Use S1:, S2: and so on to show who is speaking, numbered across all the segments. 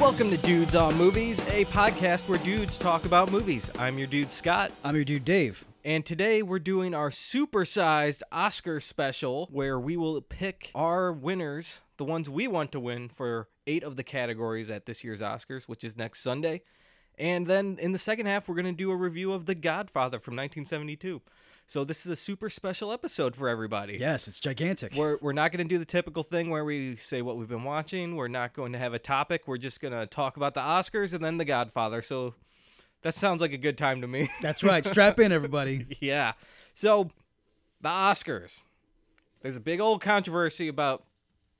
S1: Welcome to Dudes on Movies, a podcast where dudes talk about movies. I'm your dude Scott,
S2: I'm your dude Dave.
S1: and today we're doing our supersized Oscar special where we will pick our winners, the ones we want to win for eight of the categories at this year's Oscars, which is next Sunday. And then in the second half, we're going to do a review of The Godfather from 1972. So this is a super special episode for everybody.
S2: Yes, it's gigantic.
S1: We're, we're not going to do the typical thing where we say what we've been watching. We're not going to have a topic. We're just going to talk about the Oscars and then The Godfather. So that sounds like a good time to me.
S2: That's right. Strap in, everybody.
S1: yeah. So the Oscars. There's a big old controversy about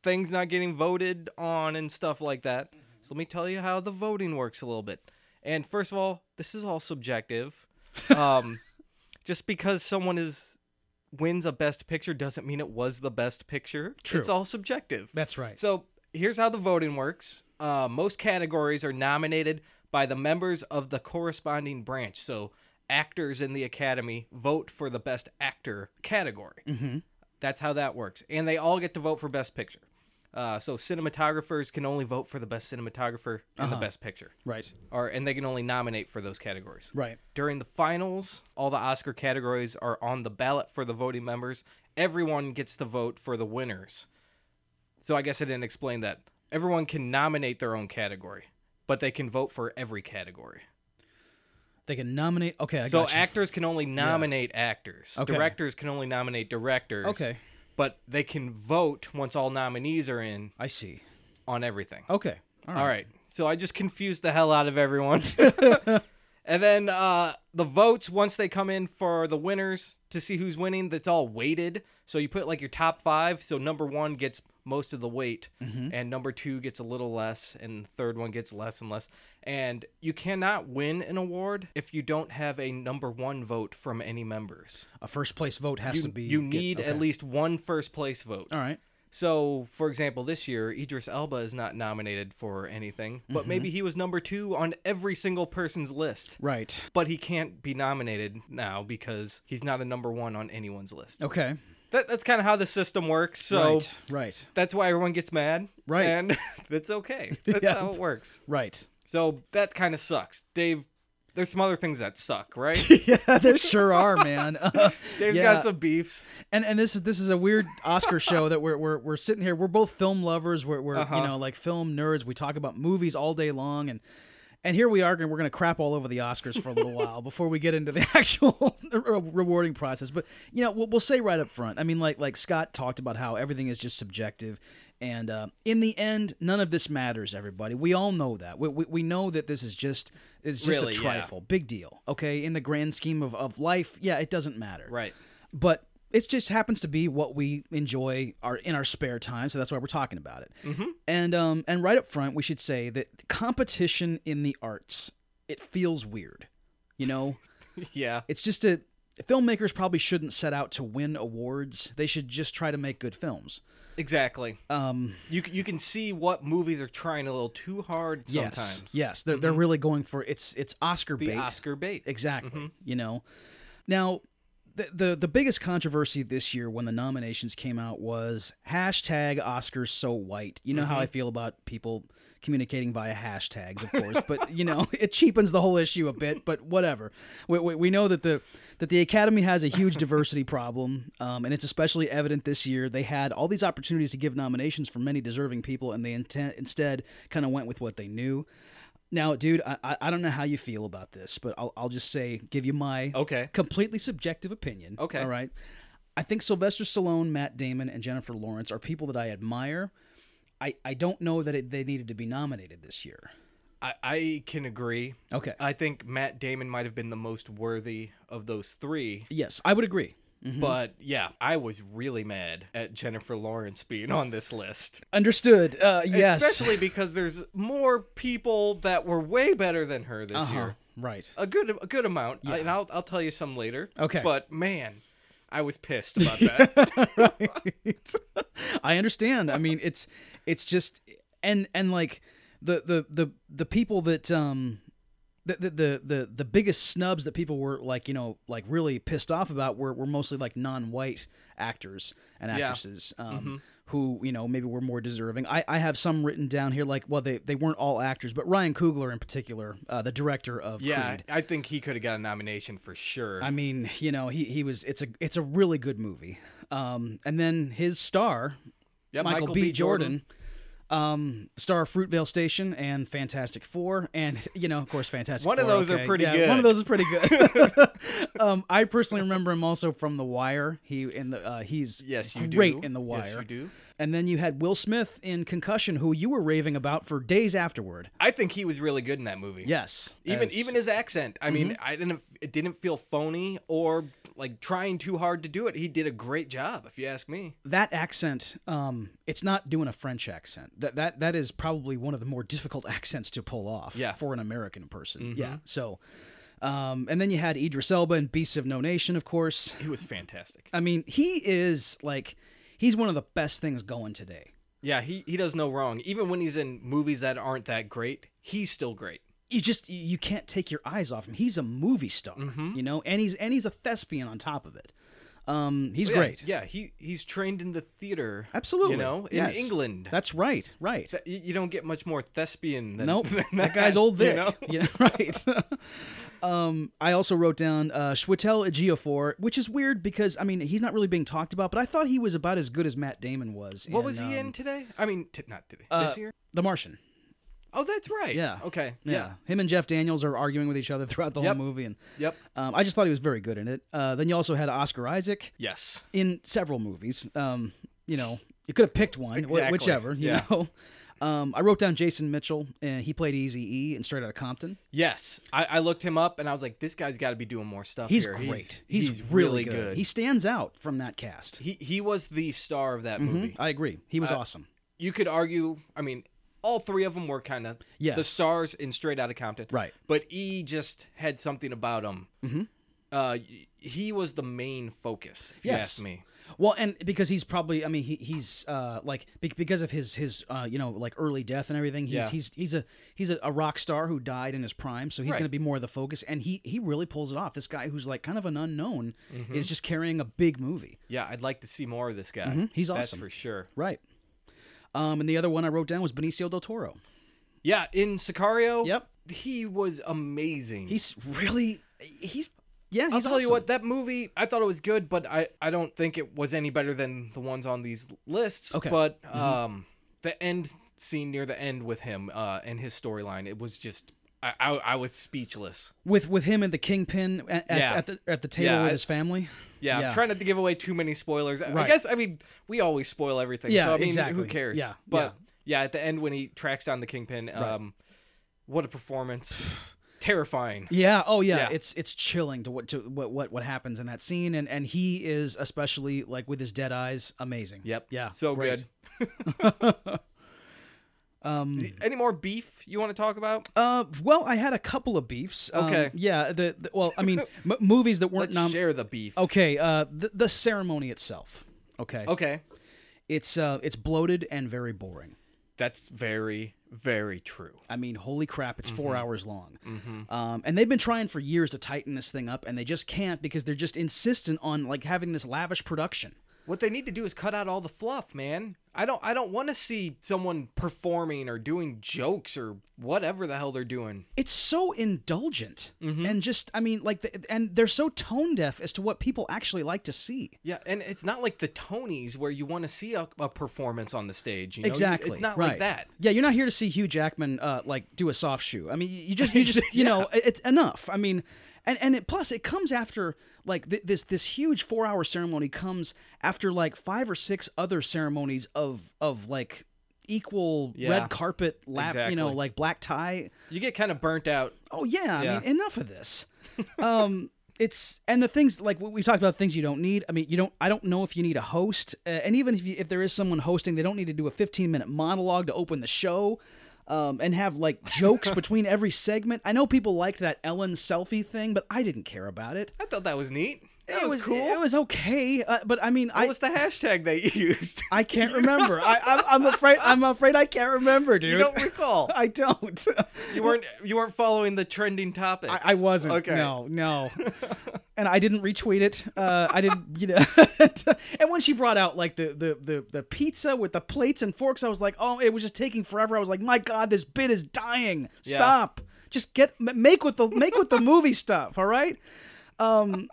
S1: things not getting voted on and stuff like that. So let me tell you how the voting works a little bit. And first of all, this is all subjective. Um, just because someone is wins a best picture doesn't mean it was the best picture.
S2: True.
S1: It's all subjective.
S2: That's right.
S1: So here's how the voting works. Uh, most categories are nominated by the members of the corresponding branch. So actors in the Academy vote for the best actor category.
S2: Mhm.
S1: That's how that works. And they all get to vote for best picture. Uh, so cinematographers can only vote for the best cinematographer and the best picture,
S2: Right.
S1: or and they can only nominate for those categories.
S2: Right.
S1: During the finals, all the Oscar categories are on the ballot for the voting members. Everyone gets to vote for the winners. So I guess I didn't explain that. Everyone can nominate their own category, but they can vote for every category.
S2: They can nominate. Okay, I
S1: so
S2: got you.
S1: actors can only nominate actors.
S2: Okay.
S1: Directors can only nominate directors.
S2: Okay.
S1: But they can vote once all nominees are in
S2: I see.
S1: on everything.
S2: Okay. All right.
S1: All right. So I just confused the hell out of everyone. and then uh, the votes, once they come in for the winners to see who's winning, that's all weighted. So you put like your top five. So number one gets most of the weight,
S2: Mm-hmm.
S1: and number two gets a little less, and the third one gets less and less. And you cannot win an award if you don't have a number one vote from any members.
S2: A first place vote has to
S1: You,
S2: be.
S1: you
S2: get-
S1: need
S2: okay.
S1: at least one first place vote.
S2: All right.
S1: So, for example, this year Idris Elba is not nominated for anything, but
S2: Mm-hmm.
S1: maybe he was number 2 on every single person's list.
S2: Right.
S1: But he can't be nominated now because he's not a number 1 on anyone's list.
S2: Okay.
S1: That, that's kind of how the system works. So,
S2: right. Right.
S1: that's why everyone gets mad.
S2: Right.
S1: And that's okay. That's
S2: Yeah.
S1: how it works.
S2: Right.
S1: So, that kind of sucks. Dave, there's some other things that suck, right?
S2: yeah, there sure are, man.
S1: Dave's
S2: yeah.
S1: got some beefs.
S2: and and this is this is a weird Oscar show that we're we're, we're sitting here. We're both film lovers. We're, we're you
S1: Uh-huh.
S2: know like film nerds. We talk about movies all day long, and and here we are, and we're gonna crap all over the Oscars for a little while before we get into the actual rewarding process. But you know we'll, we'll say right up front. I mean like like Scott talked about how everything is just subjective. And uh, in the end, none of this matters, everybody. We all know that. We, we, we know that this is just it's just
S1: Really,
S2: a
S1: yeah.
S2: trifle, big deal. Okay, in the grand scheme of, of life, yeah, it doesn't matter
S1: Right.
S2: but it just happens to be what we enjoy our in our spare time, so that's why we're talking about it. Mm-hmm. And um, and right up front, we should say that competition in the arts it feels weird. You know,
S1: Yeah.
S2: it's just a filmmakers probably shouldn't set out to win awards. They should just try to make good films.
S1: Exactly.
S2: Um,
S1: You c- you can see what movies are trying a little too hard sometimes. Mm-hmm.
S2: yes, yes, they're they're really going for it's it's Oscar
S1: the
S2: bait.
S1: Oscar Mm-hmm. bait.
S2: Exactly. You know, now the, the the biggest controversy this year when the nominations came out was hashtag Oscars so white. You know how I feel about people communicating via hashtags, of course, but you know it cheapens the whole issue a bit. But whatever. We, we, we know that the that the Academy has a huge diversity problem, um, and it's especially evident this year. They had all these opportunities to give nominations for many deserving people, and they intent, instead kind of went with what they knew. Now, dude, I, I I don't know how you feel about this, but I'll, I'll just say, give you my
S1: Okay.
S2: completely subjective opinion.
S1: Okay.
S2: All right. I think Sylvester Stallone, Matt Damon, and Jennifer Lawrence are people that I admire. I, I don't know that it, they needed to be nominated this year. Uh,
S1: I, I can agree.
S2: Okay.
S1: I think Matt Damon might have been the most worthy of those 3
S2: yes, I would agree.
S1: but yeah, I was really mad at Jennifer Lawrence being on this list.
S2: Understood. Uh, yes.
S1: Especially because there's more people that were way better than her this
S2: Uh-huh.
S1: year.
S2: Right.
S1: A good a good amount. And I'll I'll tell you some later.
S2: Okay.
S1: But man, I was pissed about that.
S2: right. I understand. I mean, it's it's just and and like the the the the people that um the, the the the the biggest snubs that people were like you know like really pissed off about were were mostly like non-white actors and
S1: Yeah. Mm-hmm.
S2: actresses um, who you know maybe were more deserving. I, I have some written down here like well they they weren't all actors but Ryan Coogler in particular uh, the director of
S1: Yeah,
S2: Creed.
S1: I think he could have got a nomination for sure.
S2: I mean you know he he was it's a it's a really good movie. Um, and then his star
S1: Yeah,
S2: Michael, B. Jordan. Um, star of Fruitvale Station and Fantastic Four, and you know, of course, Fantastic.
S1: One of
S2: Four,
S1: those are
S2: okay.
S1: pretty
S2: Yeah,
S1: good.
S2: One of those is pretty good. um, I personally remember him also from The Wire. He in the uh, he's
S1: Yes, you
S2: great
S1: do.
S2: in The Wire.
S1: Yes, you do.
S2: And then you had Will Smith in Concussion, who you were raving about for days afterward.
S1: I think he was really good in that movie.
S2: Yes,
S1: Even
S2: as- Mm-hmm.
S1: even his accent. I mean, I didn't it didn't feel phony or like trying too hard to do it. He did a great job, if you ask me.
S2: that accent, um, it's not doing a French accent. That that that is probably one of the more difficult accents to pull off
S1: Yeah. Mm-hmm.
S2: for an American person. Yeah. So um, and then you had Idris Elba in Beasts of No Nation, of course.
S1: He was fantastic.
S2: I mean, he is like he's one of the best things going today.
S1: Yeah, he he does no wrong. Even when he's in movies that aren't that great, he's still great.
S2: You just you can't take your eyes off him. He's a movie star,
S1: Mm-hmm.
S2: you know, and he's and he's a thespian on top of it. Um, he's
S1: Oh, Yeah,
S2: great.
S1: Yeah, he he's trained in the theater.
S2: Absolutely.
S1: You know, in
S2: Yes.
S1: England.
S2: That's right. Right.
S1: That- you- you don't get much more thespian than
S2: Nope,
S1: than
S2: that, guy's old
S1: you
S2: Vic.
S1: know?
S2: Yeah, right. um, I also wrote down uh, Schwittel Ejiofor, which is weird because I mean he's not really being talked about, but I thought he was about as good as Matt Damon was.
S1: What was he
S2: um,
S1: in today? I mean, t- not today.
S2: uh,
S1: this year?
S2: The Martian.
S1: Oh, that's right.
S2: Yeah.
S1: Okay.
S2: Yeah. him and Jeff Daniels are arguing with each other throughout the
S1: Yep.
S2: whole movie, and
S1: Yep.
S2: um, I just thought he was very good in it. Uh, then you also had Oscar Isaac
S1: Yes.
S2: in several movies. Um, you know, you could have picked one, wh-
S1: Exactly.
S2: whichever. You
S1: Yeah.
S2: know. Um, I wrote down Jason Mitchell, and he played Easy E and Straight Outta Compton.
S1: Yes. I, I looked him up and I was like, this guy's got to be doing more stuff.
S2: He's
S1: here.
S2: great. He's, really, good. He stands out from that cast. Mm-hmm.
S1: he he was the star of that movie.
S2: I agree.
S1: Uh,
S2: He was awesome.
S1: You could argue. I mean, all three of them were kind of the
S2: Yes.
S1: stars in Straight Outta Compton.
S2: Right.
S1: But E just had something about him. Mm-hmm. Uh, y- he was the main focus. If you
S2: Yes.
S1: ask me.
S2: Well, and because he's probably, I mean, he, he's uh, like be- because of his his uh, you know like early death and everything. He's
S1: Yeah.
S2: he's he's a he's a, a rock star who died in his prime, so he's
S1: Right.
S2: going to be more of the focus. And he he really pulls it off. This guy who's like kind of an unknown
S1: Mm-hmm.
S2: is just carrying a big movie.
S1: Yeah, I'd like to see more of this guy.
S2: Mm-hmm. He's
S1: That's
S2: awesome.
S1: for sure.
S2: Right. Um, and the other one I wrote down was Benicio del Toro.
S1: Yeah, in Sicario.
S2: Yep.
S1: He was amazing.
S2: He's really he's yeah. He's
S1: I'll tell you
S2: awesome.
S1: what, that movie I thought it was good, but I I don't think it was any better than the ones on these lists.
S2: Okay. Mm-hmm.
S1: But um, the end scene near the end with him uh and his storyline, it was just I, I I was speechless.
S2: with with him and the kingpin at, at,
S1: Yeah.
S2: at the at the table
S1: Yeah,
S2: with
S1: I-
S2: his family.
S1: Yeah,
S2: Yeah.
S1: I'm trying not to give away too many spoilers. I- I
S2: Right.
S1: guess I mean we always spoil everything.
S2: Yeah,
S1: so I mean,
S2: exactly.
S1: who cares?
S2: Yeah,
S1: But yeah. at the end when he tracks down the kingpin, um, what a performance! Terrifying.
S2: Yeah. Oh, yeah.
S1: Yeah.
S2: It's it's chilling to what to what, what what happens in that scene, and and he is especially like with his dead eyes, amazing.
S1: Yep.
S2: Yeah.
S1: So
S2: great.
S1: good. um. Any more beef you want to talk about?
S2: Uh, well, I had a couple of beefs. Um,
S1: Okay.
S2: yeah. The, the well, I mean, m- movies that weren't
S1: Let's
S2: nom-
S1: share the beef.
S2: Okay. Uh, the, the ceremony itself. Okay.
S1: Okay.
S2: It's uh, it's bloated and very boring.
S1: That's very, very true.
S2: I mean, holy crap! It's 4 hours long, um, and they've been trying for years to tighten this thing up, and they just can't because they're just insistent on like having this lavish production.
S1: What they need to do is cut out all the fluff, man. I don't I don't want to see someone performing or doing jokes or whatever the hell they're doing.
S2: it's so indulgent and just i mean like the, and they're so tone deaf as to what people actually like to see
S1: Yeah, and it's not like the Tonys where you want to see a, a performance on the stage, you know? You-
S2: exactly
S1: It's not
S2: right.
S1: like that.
S2: yeah you're not here to see hugh jackman uh, like do a soft shoe i mean you just you just you know it- it's enough i mean and and it, plus it comes after like th- this this huge four hour ceremony comes after like five or six other ceremonies of of like equal
S1: Yeah.
S2: red carpet lap you know
S1: Exactly.
S2: like black tie
S1: You get kind of burnt out.
S2: oh yeah,
S1: Yeah.
S2: I mean, enough of this. Um, it's and the things like we we talked about things you don't need. I mean, you don't. I don't know if you need a host, uh, and even if you, if there is someone hosting, they don't need to do a 15 minute monologue to open the show. Um, and have like jokes between every segment. I know people liked that Ellen selfie thing, but I didn't care about it.
S1: I thought that was neat. That
S2: it
S1: was, cool.
S2: It was okay, uh, but I mean,
S1: what
S2: I
S1: was the hashtag they used?
S2: I can't remember. I, I'm, I'm afraid. I'm afraid I can't remember, dude.
S1: you don't recall.
S2: I don't.
S1: You weren't you weren't following the trending topics.
S2: I, I wasn't.
S1: Okay.
S2: No, no. and I didn't retweet it. Uh, I didn't, you know. and when she brought out like the, the the the pizza with the plates and forks, I was like, oh, it was just taking forever. I was like, my god, this bit is dying.
S1: Yeah.
S2: Stop. Just get m- make with the make with the movie stuff. All right. Um.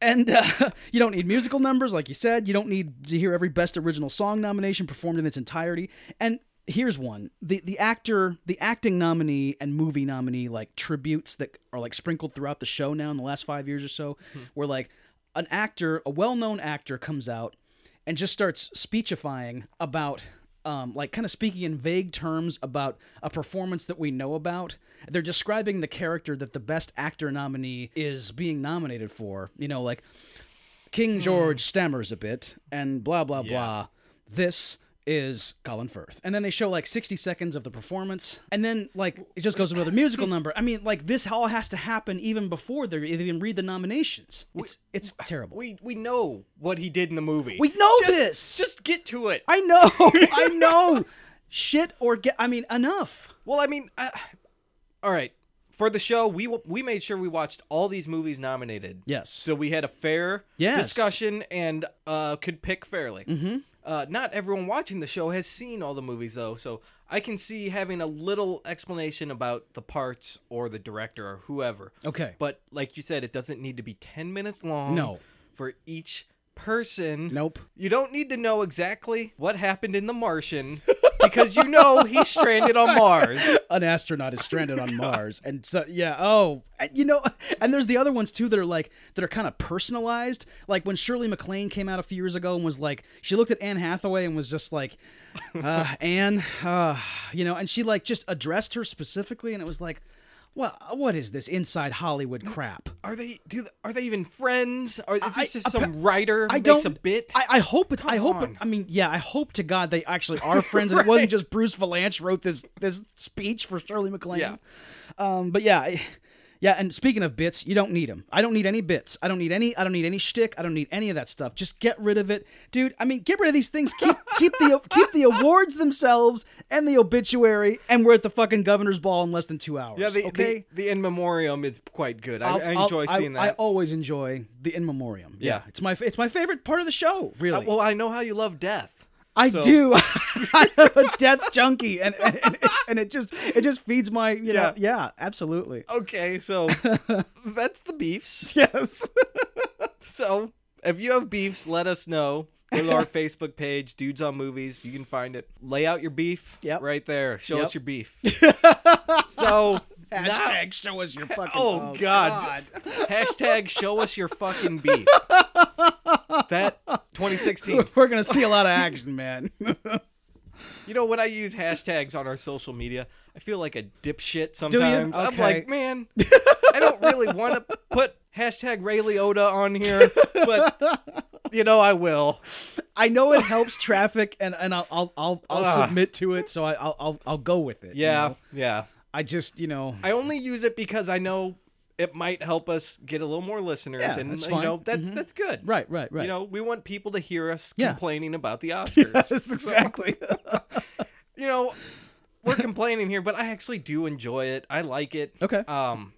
S2: And uh, you don't need musical numbers, like you said. You don't need to hear every best original song nomination performed in its entirety. And here's one: the the actor, the acting nominee, and movie nominee like tributes that are like sprinkled throughout the show now in the last five years or so, where like an actor, a well-known actor, comes out and just starts speechifying about. Um, like kind of speaking in vague terms about a performance that we know about they're describing the character that the best actor nominee is being nominated for you know like
S1: Hmm.
S2: King George stammers a bit and blah blah blah. This is Colin Firth. And then they show like 60 seconds of the performance and then like it just goes to another musical number. I mean like this all has to happen even before they even read the nominations. It's it's terrible.
S1: We we know what he did in the movie.
S2: We know
S1: Just-
S2: this.
S1: Just get to it.
S2: I know. I know. Shit or get I mean enough.
S1: Well, I mean, I, all right. For the show, we w- we made sure we watched all these movies nominated.
S2: Yes.
S1: So we had a fair
S2: Yes.
S1: discussion and uh, could pick fairly. Mm-hmm. Uh, not everyone watching the show has seen all the movies though, so I can see having a little explanation about the parts or the director or whoever.
S2: Okay.
S1: But like you said, it doesn't need to be ten minutes long.
S2: No.
S1: For each person.
S2: Nope.
S1: You don't need to know exactly what happened in The Martian because you know he's stranded on Mars.
S2: an astronaut is stranded on Mars, and so yeah, oh, and, you know, and there's the other ones too that are like that are kind of personalized. Like when Shirley MacLaine came out a few years ago and was like, she looked at Anne Hathaway and was just like, uh, Anne, uh, you know, and she like just addressed her specifically, and it was like, well, what is this inside Hollywood crap?
S1: Are they do th- are they even friends? Or is this
S2: I-
S1: just some writer
S2: I
S1: makes
S2: don't.
S1: a bit?
S2: I, I hope it. I
S1: Come
S2: hope. It,
S1: on.
S2: I mean, yeah. I hope to God they actually are friends, and it wasn't just Bruce Valanche wrote this this speech for Shirley MacLaine.
S1: Yeah.
S2: Um. But yeah. I, yeah, and speaking of bits, you don't need them. I don't need any bits. I don't need any. I don't need any shtick. I don't need any of that stuff. Just get rid of it, dude. I mean, get rid of these things. Keep keep the keep the awards themselves and the obituary, and we're at the fucking governor's ball in less than two hours.
S1: yeah, the,
S2: okay.
S1: the the in memoriam is quite good. I, I
S2: I'll- I'll-
S1: enjoy
S2: I-
S1: seeing
S2: I
S1: that.
S2: always enjoy the in memoriam. Yeah.
S1: Yeah.
S2: it's my it's my favorite part of the show. Really,
S1: Uh, well, I know how you love death.
S2: I
S1: So-
S2: do. I'm a death junkie, and and, and, it, and it just it just feeds my you know
S1: Yeah. Oh.
S2: yeah absolutely
S1: Okay, so that's the beefs.
S2: yes
S1: So if you have beefs, let us know. Go to our Facebook page, Dudes on Movies. You can find it. Lay out your beef
S2: Yep.
S1: right there. Show
S2: Yep.
S1: us your beef. so now-
S2: hashtag show us your fucking
S1: Oh, God. hashtag show us your fucking beef. That 2016.
S2: God. we're gonna see a lot of action man
S1: You know, when I use hashtags on our social media, I feel like a dipshit sometimes. I'm
S2: Okay.
S1: like, man, I don't really want to put hashtag Ray Liotta on here, but you know, I will.
S2: I know it helps traffic and and I'll I'll I'll, I'll
S1: Ugh.
S2: submit to it so I I'll I'll, I'll go with it you
S1: Yeah,
S2: know?
S1: yeah.
S2: I just you know
S1: I only use it because I know it might help us get a little more listeners,
S2: Yeah,
S1: and
S2: that's
S1: you know,
S2: fine. Mm-hmm.
S1: that's that's good.
S2: right right right
S1: You know, we want people to hear us
S2: Yeah.
S1: complaining about the Oscars.
S2: yes exactly
S1: you know, we're complaining here, but I actually do enjoy it. I like it.
S2: Okay.
S1: Um,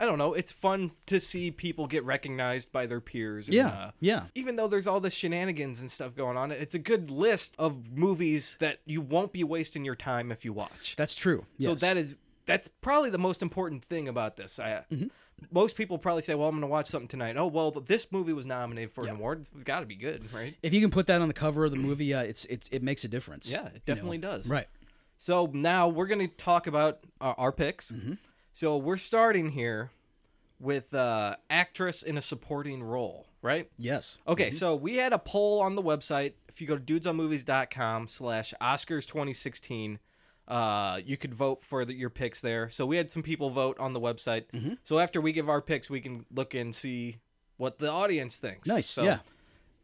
S1: I don't know. It's fun to see people get recognized by their peers. and,
S2: yeah
S1: uh,
S2: yeah
S1: Even though there's all the shenanigans and stuff going on, it's a good list of movies that you won't be wasting your time if you watch.
S2: that's true
S1: So
S2: Yes.
S1: that is that's probably the most important thing about this. I,
S2: Mm-hmm.
S1: Most people probably say, "Well, I'm going to watch something tonight." Oh, well, this movie was nominated for an award. It's got to be good, right?
S2: if you can put that on the cover of the movie uh, it's it's it makes a difference
S1: Yeah, it definitely does.
S2: right
S1: So now we're going to talk about our, our picks.
S2: Mm-hmm.
S1: So we're starting here with uh, actress in a supporting role, right?
S2: yes
S1: Okay, so we had a poll on the website. If you go to dudesonmovies.com slash Oscars 2016, uh, you could vote for the, your picks there. So we had some people vote on the website.
S2: Mm-hmm.
S1: So after we give our picks, we can look and see what the audience thinks.
S2: Nice.
S1: So
S2: yeah.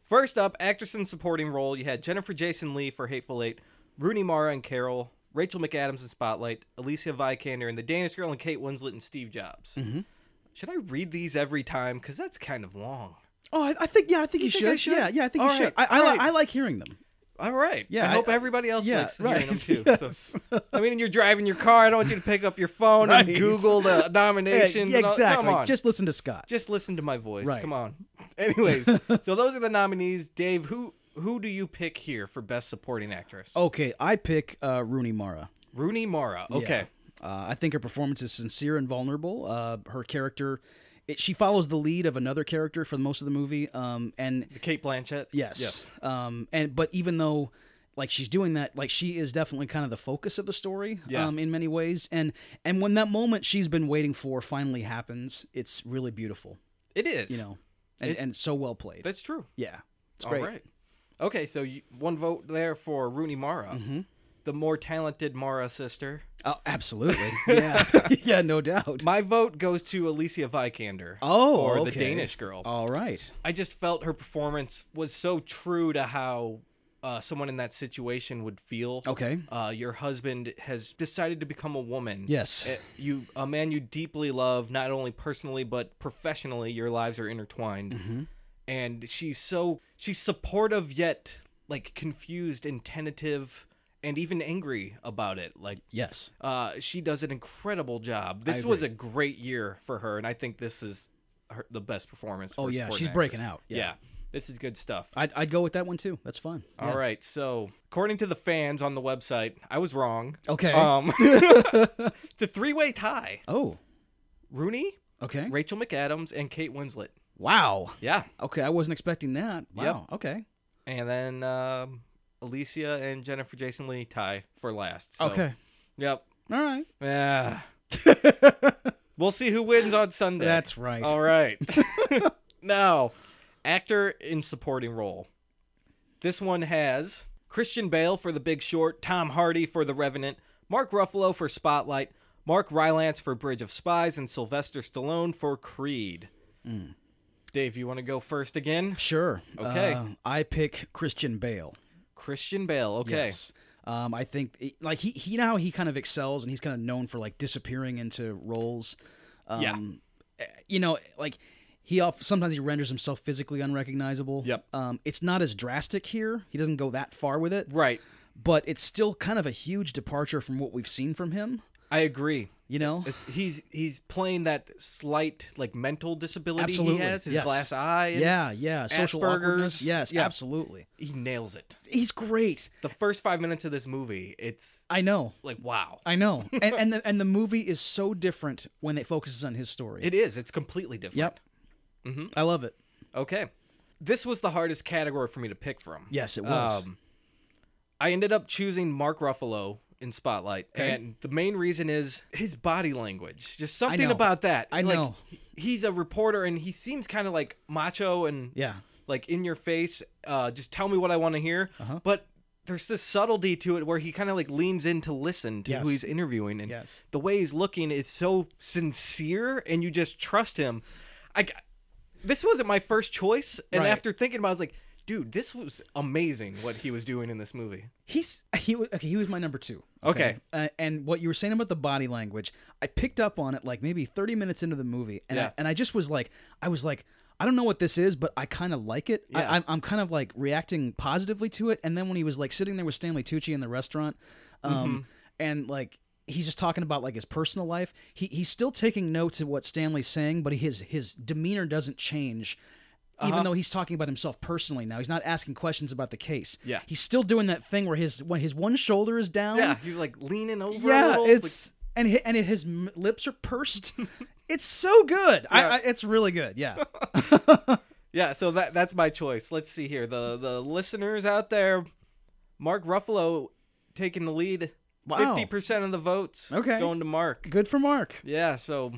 S1: First up, actress in supporting role, you had Jennifer Jason Lee for Hateful Eight, Rooney Mara and Carol, Rachel McAdams in Spotlight, Alicia Vikander in The Danish Girl, and
S2: Mm-hmm.
S1: Kate Winslet in Steve Jobs. Should I read these every time? Because that's kind of long.
S2: Oh, I, I think yeah, I think you,
S1: think
S2: should.
S1: I should?
S2: Yeah, yeah, I think
S1: All
S2: you should.
S1: right,
S2: I, I,
S1: all
S2: li-
S1: right.
S2: I like hearing them.
S1: All right.
S2: Yeah,
S1: I,
S2: I-
S1: hope everybody else
S2: yeah,
S1: likes
S2: right.
S1: hearing them too. So.
S2: Yes.
S1: I mean, you're driving your car. I don't want you to pick up your phone and
S2: Right.
S1: Google the
S2: Yeah,
S1: nominations. and all-
S2: exactly.
S1: Come on.
S2: Just listen to Scott.
S1: just listen to my voice.
S2: Right.
S1: Come on. Anyways, so those are the nominees. Dave, who who do you pick here for best supporting actress?
S2: Okay, I pick uh, Rooney Mara.
S1: Rooney Mara. Okay.
S2: Oh. Yeah. Uh, I think her performance is sincere and vulnerable. Uh, her character, it, she follows the lead of another character for most of the movie. Um, and
S1: The Kate Blanchett.
S2: yes,
S1: Yes.
S2: Um, and but even though, like she's doing that, like she is definitely kind of the focus of the story.
S1: Yeah.
S2: Um, in many ways, and and when that moment she's been waiting for finally happens, it's really beautiful.
S1: It is.
S2: You know, and
S1: It-
S2: and so well played.
S1: That's true.
S2: yeah, it's
S1: All
S2: great.
S1: right. Okay, so you, one vote there for Rooney Mara,
S2: Mm-hmm.
S1: the more talented Mara sister.
S2: Oh, absolutely. Yeah, yeah, no doubt.
S1: My vote goes to Alicia Vikander.
S2: Oh,
S1: or the
S2: okay.
S1: Danish girl.
S2: All right.
S1: I just felt her performance was so true to how uh, someone in that situation would feel.
S2: Okay.
S1: Uh, your husband has decided to become a woman.
S2: Yes.
S1: Eh, you a man you deeply love, not only personally but professionally. Your lives are intertwined,
S2: Mm-hmm.
S1: and she's so she's supportive yet like confused and tentative, and even angry about it. Like
S2: Yes.
S1: uh, she does an incredible job. This was a great year for her, and I think this is her, the best performance. For
S2: Oh
S1: a
S2: yeah,
S1: supporting
S2: she's
S1: actor.
S2: breaking out.
S1: Yeah. this is good stuff.
S2: I'd, I'd go with that one too. That's fine.
S1: All right, so according to the fans on the website, I was wrong.
S2: Okay.
S1: Um, it's a three-way tie:
S2: oh.
S1: Rooney,
S2: Okay.
S1: Rachel McAdams, and Kate Winslet.
S2: Wow.
S1: Yeah,
S2: Okay, I wasn't expecting that. Wow. Okay.
S1: and then um, Alicia and Jennifer Jason Lee tie for last. So,
S2: Okay.
S1: Yep.
S2: All right.
S1: Yeah. we'll see who wins on Sunday.
S2: That's right.
S1: All right. now, actor in supporting role. This one has Christian Bale for The Big Short, Tom Hardy for The Revenant, Mark Ruffalo for Spotlight, Mark Rylance for Bridge of Spies, and Sylvester Stallone for Creed.
S2: Hmm.
S1: Dave, you want to go first again?
S2: Sure.
S1: Okay.
S2: Uh, I pick Christian Bale.
S1: Christian Bale. Okay.
S2: Yes. Um, I think like he he you know how he kind of excels and he's kind of known for like disappearing into roles. Um,
S1: Yeah.
S2: eh, You know, like he off, sometimes he renders himself physically unrecognizable.
S1: Yep.
S2: Um, it's not as drastic here. He doesn't go that far with it.
S1: Right.
S2: but it's still kind of a huge departure from what we've seen from him.
S1: I agree.
S2: You know,
S1: It's- he's he's playing that slight like mental disability he
S2: absolutely.
S1: has, his
S2: yes.
S1: glass eye. and
S2: Yeah, yeah. Social
S1: Asperger's.
S2: awkwardness. Yes,
S1: Yeah.
S2: absolutely.
S1: He nails it.
S2: He's great.
S1: The first five minutes of this movie, it's
S2: I know.
S1: like wow.
S2: I know. and and the and the movie is so different when it focuses on his story.
S1: It is. It's completely different. Mm-hmm.
S2: yep. I love it.
S1: Okay. This was the hardest category for me to pick from.
S2: Yes, it was.
S1: Um, I ended up choosing Mark Ruffalo in Spotlight,
S2: Okay.
S1: and the main reason is his body language. Just something
S2: know.
S1: about that.
S2: I
S1: Like,
S2: know.
S1: he- He's a reporter, and he seems kind of like macho and
S2: yeah.
S1: like in your face. Uh, just tell me what I want to hear.
S2: Uh-huh.
S1: But there's this subtlety to it where he kind of like leans in to listen to
S2: Yes.
S1: who he's interviewing, and
S2: Yes.
S1: the way he's looking is so sincere, and you just trust him. I g- this wasn't my first choice, and
S2: Right.
S1: after thinking about, it, I was like, dude, this was amazing what he was doing in this movie.
S2: He's he was okay. He was my number two.
S1: Okay.
S2: Uh, and what you were saying about the body language, I picked up on it like maybe thirty minutes into the movie, and
S1: Yeah.
S2: I, and I just was like, I was like, I don't know what this is, but I kind of like it.
S1: Yeah.
S2: I, I'm I'm kind of like reacting positively to it. And then when he was like sitting there with Stanley Tucci in the restaurant,
S1: Mm-hmm.
S2: um, and like. He's just talking about like his personal life. He he's still taking notes of what Stanley's saying, but his his demeanor doesn't change,
S1: Uh-huh.
S2: even though he's talking about himself personally now. He's not asking questions about the case.
S1: Yeah.
S2: he's still doing that thing where his when his one shoulder is down.
S1: Yeah, he's like leaning over. a
S2: Yeah,
S1: little, like-
S2: it's and hi- and his m- lips are pursed. it's so good. I,
S1: Yeah.
S2: I it's really good. Yeah.
S1: yeah. So that that's my choice. Let's see here. The the listeners out there, Mark Ruffalo taking the lead.
S2: Wow.
S1: Fifty percent of the votes.
S2: Okay.
S1: going to Mark.
S2: good for Mark.
S1: Yeah. So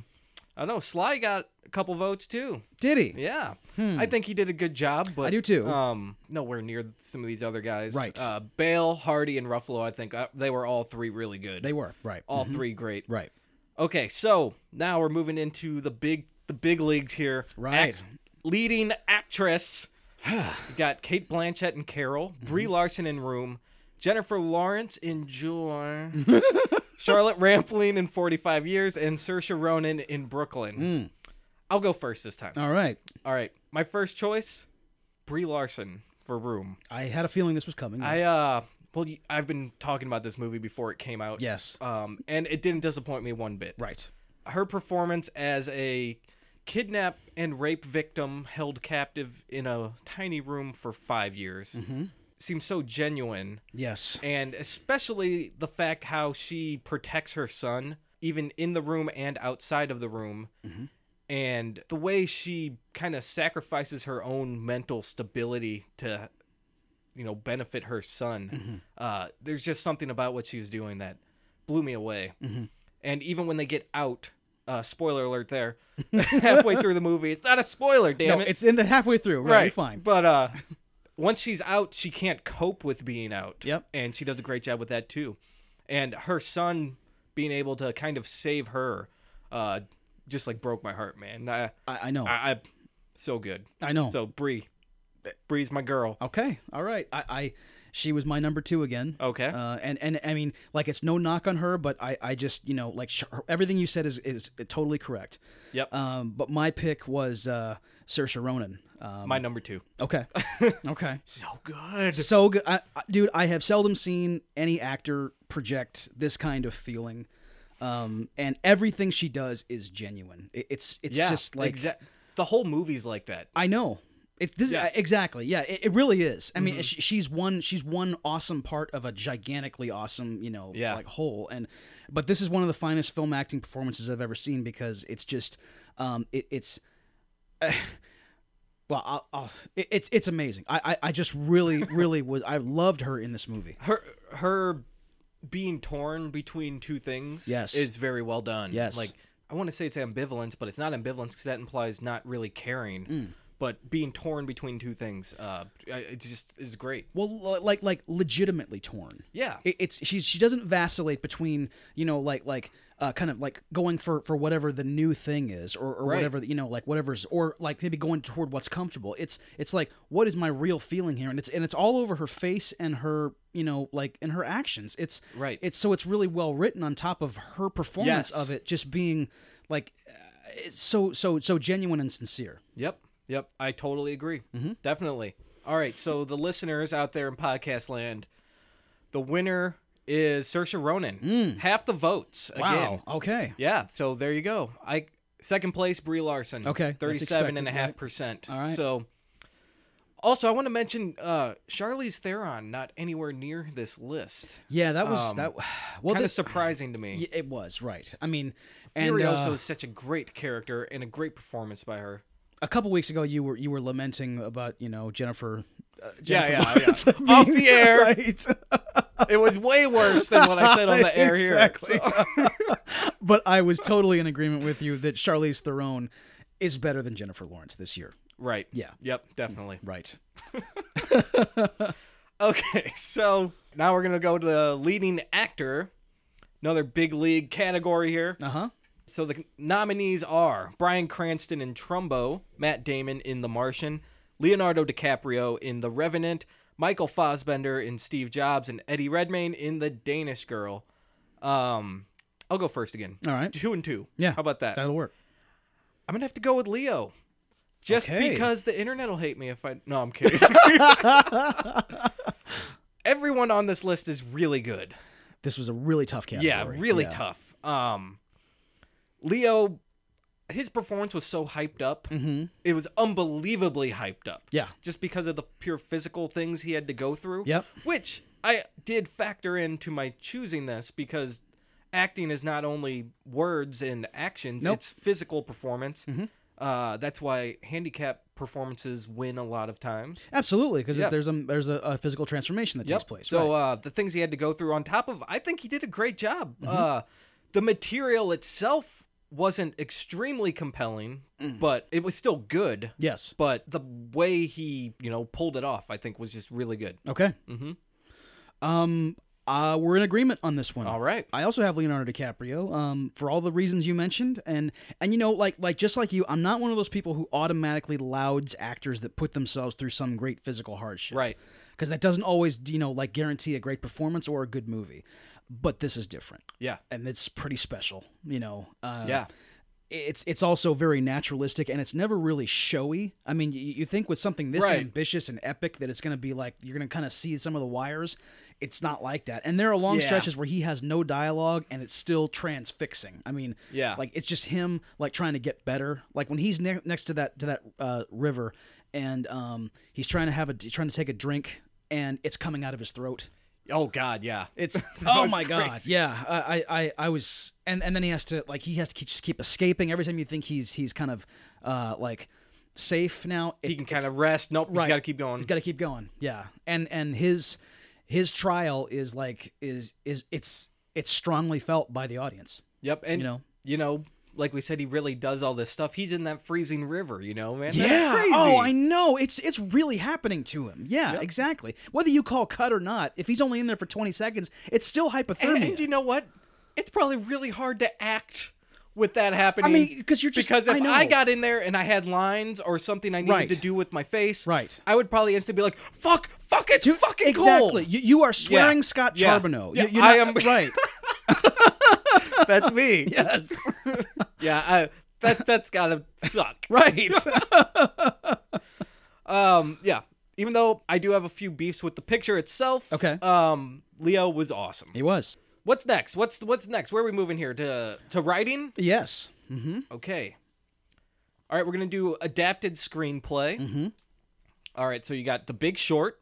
S1: I don't know. Sly got a couple votes too.
S2: Did he?
S1: Yeah, I think he did a good job, but
S2: Hmm. I do too.
S1: Um, nowhere near some of these other guys.
S2: Right.
S1: Uh, Bale, Hardy, and Ruffalo. I think uh, they were all three really good.
S2: They Mm-hmm. were right.
S1: all three great.
S2: Right.
S1: Okay, so now we're moving into the big the big leagues here.
S2: Right.
S1: leading actress. we got Kate Blanchett and Carol, Brie Larson in Room, Jennifer Lawrence in Joy, Charlotte Rampling in 45 Years, and Saoirse Ronan in Brooklyn. I'll go first this time.
S2: All right.
S1: All right, my first choice, Brie Larson for Room.
S2: I had a feeling this was coming.
S1: I uh, well, you- I've been talking about this movie before it came out.
S2: yes.
S1: Um, and it didn't disappoint me one bit.
S2: Right.
S1: Her performance as a kidnap and rape victim held captive in a tiny room for five years seems so genuine
S2: Yes.
S1: and especially the fact how she protects her son even in the room and outside of the room
S2: Mm-hmm.
S1: and the way she kind of sacrifices her own mental stability to you know benefit her
S2: Mm-hmm.
S1: son uh, there's just something about what she was doing that blew me away
S2: Mm-hmm.
S1: and even when they get out uh, spoiler alert there halfway through the movie it's not a spoiler damn
S2: no,
S1: it
S2: it's in the halfway through. Right. You're fine.
S1: but uh, once she's out, she can't cope with being out.
S2: Yep.
S1: And she does a great job with that too. And her son being able to kind of save her, uh, just like broke my heart, man. I,
S2: I, I know.
S1: I, I so good.
S2: I know. Uh,
S1: So Bree, Bree's my girl.
S2: Okay. All right. I, I she was my number two again.
S1: Okay.
S2: Uh, and and I mean, like, it's no knock on her, but I, I just you know, like, sh- her- everything you said is is totally correct.
S1: Yep.
S2: Um, but my pick was uh, Saoirse Ronan. Um,
S1: my number two.
S2: okay. okay.
S1: So good.
S2: So good, I, I- dude. I have seldom seen any actor project this kind of feeling, um, and everything she does is genuine. It, it's it's
S1: yeah.
S2: just like
S1: exa- the whole movie's like that.
S2: I know. It, this uh,
S1: Yeah. Mm-hmm.
S2: exactly yeah it, it really is i mean she, she's one she's one awesome part of a gigantically awesome you know
S1: Yeah.
S2: like whole and but this is one of the finest film acting performances i've ever seen because it's just um it, it's well I'll, I'll, it, it's it's amazing I, I i just really really was i loved her in this movie
S1: Her her being torn between two things
S2: Yes.
S1: is very well done.
S2: Yes.
S1: Like I want to say it's ambivalence, but it's not ambivalence because that implies not really caring.
S2: Mm.
S1: But being torn between two things, uh, I- it just is great.
S2: well li- like like legitimately torn
S1: Yeah.
S2: it, it's she's she doesn't vacillate between you know like like uh, kind of like going for for whatever the new thing is or, or
S1: Right.
S2: whatever you know like whatever's or like maybe going toward what's comfortable it's it's like what is my real feeling here and it's and it's all over her face and her you know like and her actions it's
S1: Right.
S2: it's so it's really well written on top of her
S1: Yes.
S2: performance of it just being like uh, it's so so so genuine and sincere
S1: Yep. Yep. I totally agree.
S2: Mm-hmm.
S1: Definitely. All right. So the listeners out there in podcast land, the winner is Saoirse Ronan.
S2: Mm.
S1: Half the votes. Again.
S2: okay
S1: Yeah, so there you go. I second place Brie Larson.
S2: Okay, that's
S1: thirty-seven and a
S2: expected,
S1: half
S2: right.
S1: percent.
S2: All right.
S1: So also I want to mention uh Charlize Theron not anywhere near this list.
S2: yeah that was
S1: Um,
S2: that well
S1: kind
S2: this
S1: of surprising to me.
S2: y- it was right i mean and
S1: Furioso
S2: uh,
S1: is such a great character and a great performance by her.
S2: a couple weeks ago you were you were lamenting about you know Jennifer. Uh,
S1: Yeah,
S2: Jennifer
S1: yeah,
S2: Lawrence
S1: yeah.
S2: being-
S1: Off the air.
S2: right?
S1: It was way worse than what I said on the air
S2: exactly.
S1: here. So-
S2: but I was totally in agreement with you that Charlize Theron is better than Jennifer Lawrence this year.
S1: right.
S2: Yeah.
S1: Yep, definitely.
S2: Right.
S1: Okay, so now we're going to go to the leading actor. Another big league category here.
S2: Uh huh.
S1: So the nominees are Brian Cranston in Trumbo, Matt Damon in The Martian, Leonardo DiCaprio in The Revenant, Michael Fassbender in Steve Jobs, and Eddie Redmayne in The Danish Girl. Um, I'll go first again.
S2: All right.
S1: Two and two.
S2: Yeah.
S1: How about that?
S2: That'll work.
S1: I'm gonna have to go with Leo, just
S2: Okay.
S1: because the internet will hate me if I. No, I'm kidding. Everyone on this list is really good.
S2: This was a really tough category.
S1: Yeah, really
S2: Yeah.
S1: tough. Um, Leo, his performance was so hyped up. Mm-hmm. It was unbelievably hyped up.
S2: Yeah.
S1: Just because of the pure physical things he had to go through.
S2: Yep.
S1: Which I did factor into my choosing this because acting is not only words and actions,
S2: Nope. Mm-hmm.
S1: it's physical performance. Uh, that's why handicap performances win a lot of times.
S2: Absolutely, because
S1: Yeah.
S2: there's a there's a, a physical transformation that takes place.
S1: So
S2: right. Mm-hmm.
S1: uh, the things he had to go through on top of, I think he did a great job. Uh, the material itself wasn't extremely compelling,
S2: Mm.
S1: but it was still good.
S2: yes.
S1: But the way he, you know, pulled it off, I think was just really good.
S2: Okay.
S1: Mhm.
S2: Mm-hmm. Um. Uh, we're in agreement on this one.
S1: All right.
S2: I also have Leonardo DiCaprio um, for all the reasons you mentioned, and and you know, like like just like you, I'm not one of those people who automatically lauds actors that put themselves through some great physical hardship,
S1: Right.
S2: Because that doesn't always you know like guarantee a great performance or a good movie, but this is different,
S1: Yeah.
S2: and it's pretty special, you know. Uh,
S1: Yeah.
S2: i- it's it's also very naturalistic and it's never really showy. I mean, you, you think with something this
S1: Right.
S2: ambitious and epic that it's going to be like you're going to kind of see some of the wires. It's not like that. And there are long
S1: Yeah.
S2: stretches where he has no dialogue and it's still transfixing. I mean,
S1: Yeah.
S2: like it's just him like trying to get better. Like when he's ne- next to that to that uh, river and um he's trying to have a trying to take a drink and it's coming out of his throat.
S1: Oh God, yeah.
S2: It's oh
S1: was
S2: my god,
S1: crazy.
S2: yeah. I, I I I was, and and then he has to like he has to keep, just keep escaping every time you think he's he's kind of uh like safe now.
S1: He can kind of rest. Nope,
S2: right.
S1: he's got to keep going.
S2: He's got to keep going. Yeah, and and his his trial is like is is it's it's strongly felt by the audience.
S1: yep, and
S2: You know.
S1: you know, like we said, he really does all this stuff. He's in that freezing river, you know, man. That's crazy.
S2: Oh, I know. It's it's really happening to him. Yeah,
S1: Yep.
S2: exactly. Whether you call cut or not, if he's only in there for twenty seconds, it's still hypothermia.
S1: And, and you know what? It's probably really hard to act with that
S2: I
S1: happening.
S2: mean, because you're just
S1: because if
S2: I, know.
S1: I, got in there and I had lines or something I needed
S2: Right.
S1: to do with my face,
S2: Right.
S1: I would probably instantly be like, "Fuck, fuck, it's fucking
S2: exactly.
S1: cold."
S2: You, you are swearing Scott
S1: Yeah.
S2: Charbonneau.
S1: Yeah.
S2: You, you're
S1: I
S2: not-
S1: am-
S2: right.
S1: That's me. yeah,
S2: yes.
S1: I, that that's gotta suck.
S2: Right.
S1: Um, yeah. Even though I do have a few beefs with the picture itself,
S2: Okay.
S1: Um, Leo was awesome.
S2: he was.
S1: What's next? What's what's next? Where are we moving here to to writing?
S2: Yes. Mm-hmm.
S1: Okay. All right, we're gonna do adapted screenplay.
S2: Mhm.
S1: All right, so you got The Big Short,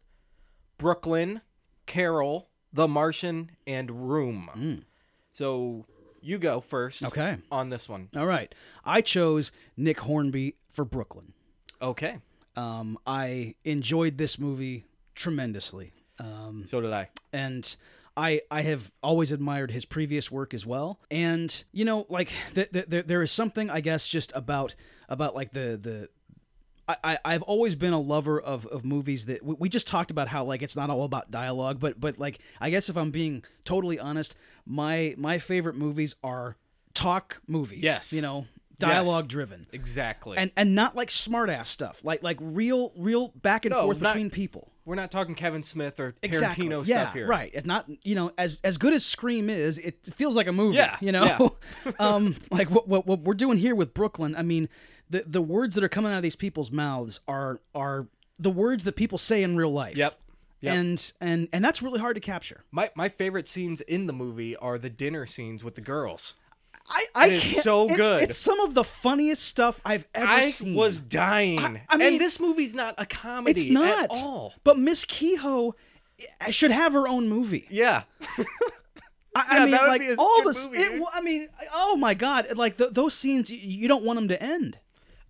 S1: Brooklyn, Carol, The Martian, and Room. So you go first.
S2: Mm. Okay.
S1: On this one.
S2: All right. I chose Nick Hornby for Brooklyn.
S1: Okay.
S2: Um, I enjoyed this movie tremendously. Um,
S1: So did I.
S2: and I I have always admired his previous work as well. And you know, like th- th- there there is something I guess just about about like the the. I, I- I've always been a lover of, of movies that we, we just talked about how like it's not all about dialogue, but but like I guess if I'm being totally honest, my my favorite movies are talk movies.
S1: Yes.
S2: you know, dialogue driven,
S1: Exactly.
S2: and and not like smart ass stuff, like like real real back and
S1: No,
S2: forth
S1: not-
S2: between people.
S1: we're not talking Kevin Smith or Tarantino
S2: Exactly. yeah,
S1: stuff here.
S2: Right. It's not you know as as good as Scream is, it feels like a movie.
S1: Yeah,
S2: You know, um, like what, what what we're doing here with Brooklyn. I mean, the the words that are coming out of these people's mouths are are the words that people say in real life.
S1: Yep. Yep.
S2: And and and that's really hard to capture.
S1: My my favorite scenes in the movie are the dinner scenes with the girls.
S2: I, I
S1: It is
S2: can't-
S1: so
S2: it-
S1: good.
S2: It's some of the funniest stuff I've ever
S1: I
S2: seen.
S1: was dying.
S2: I mean-
S1: and this movie's not a comedy
S2: it's not
S1: at all.
S2: But Miss Kehoe eh, should have her own movie.
S1: Yeah.
S2: I, I
S1: Yeah,
S2: mean,
S1: that would
S2: like
S1: be a
S2: all
S1: good
S2: this.
S1: movie,
S2: It,
S1: dude.
S2: wa- I mean, oh my god! Like th those scenes, y- you don't want them to end.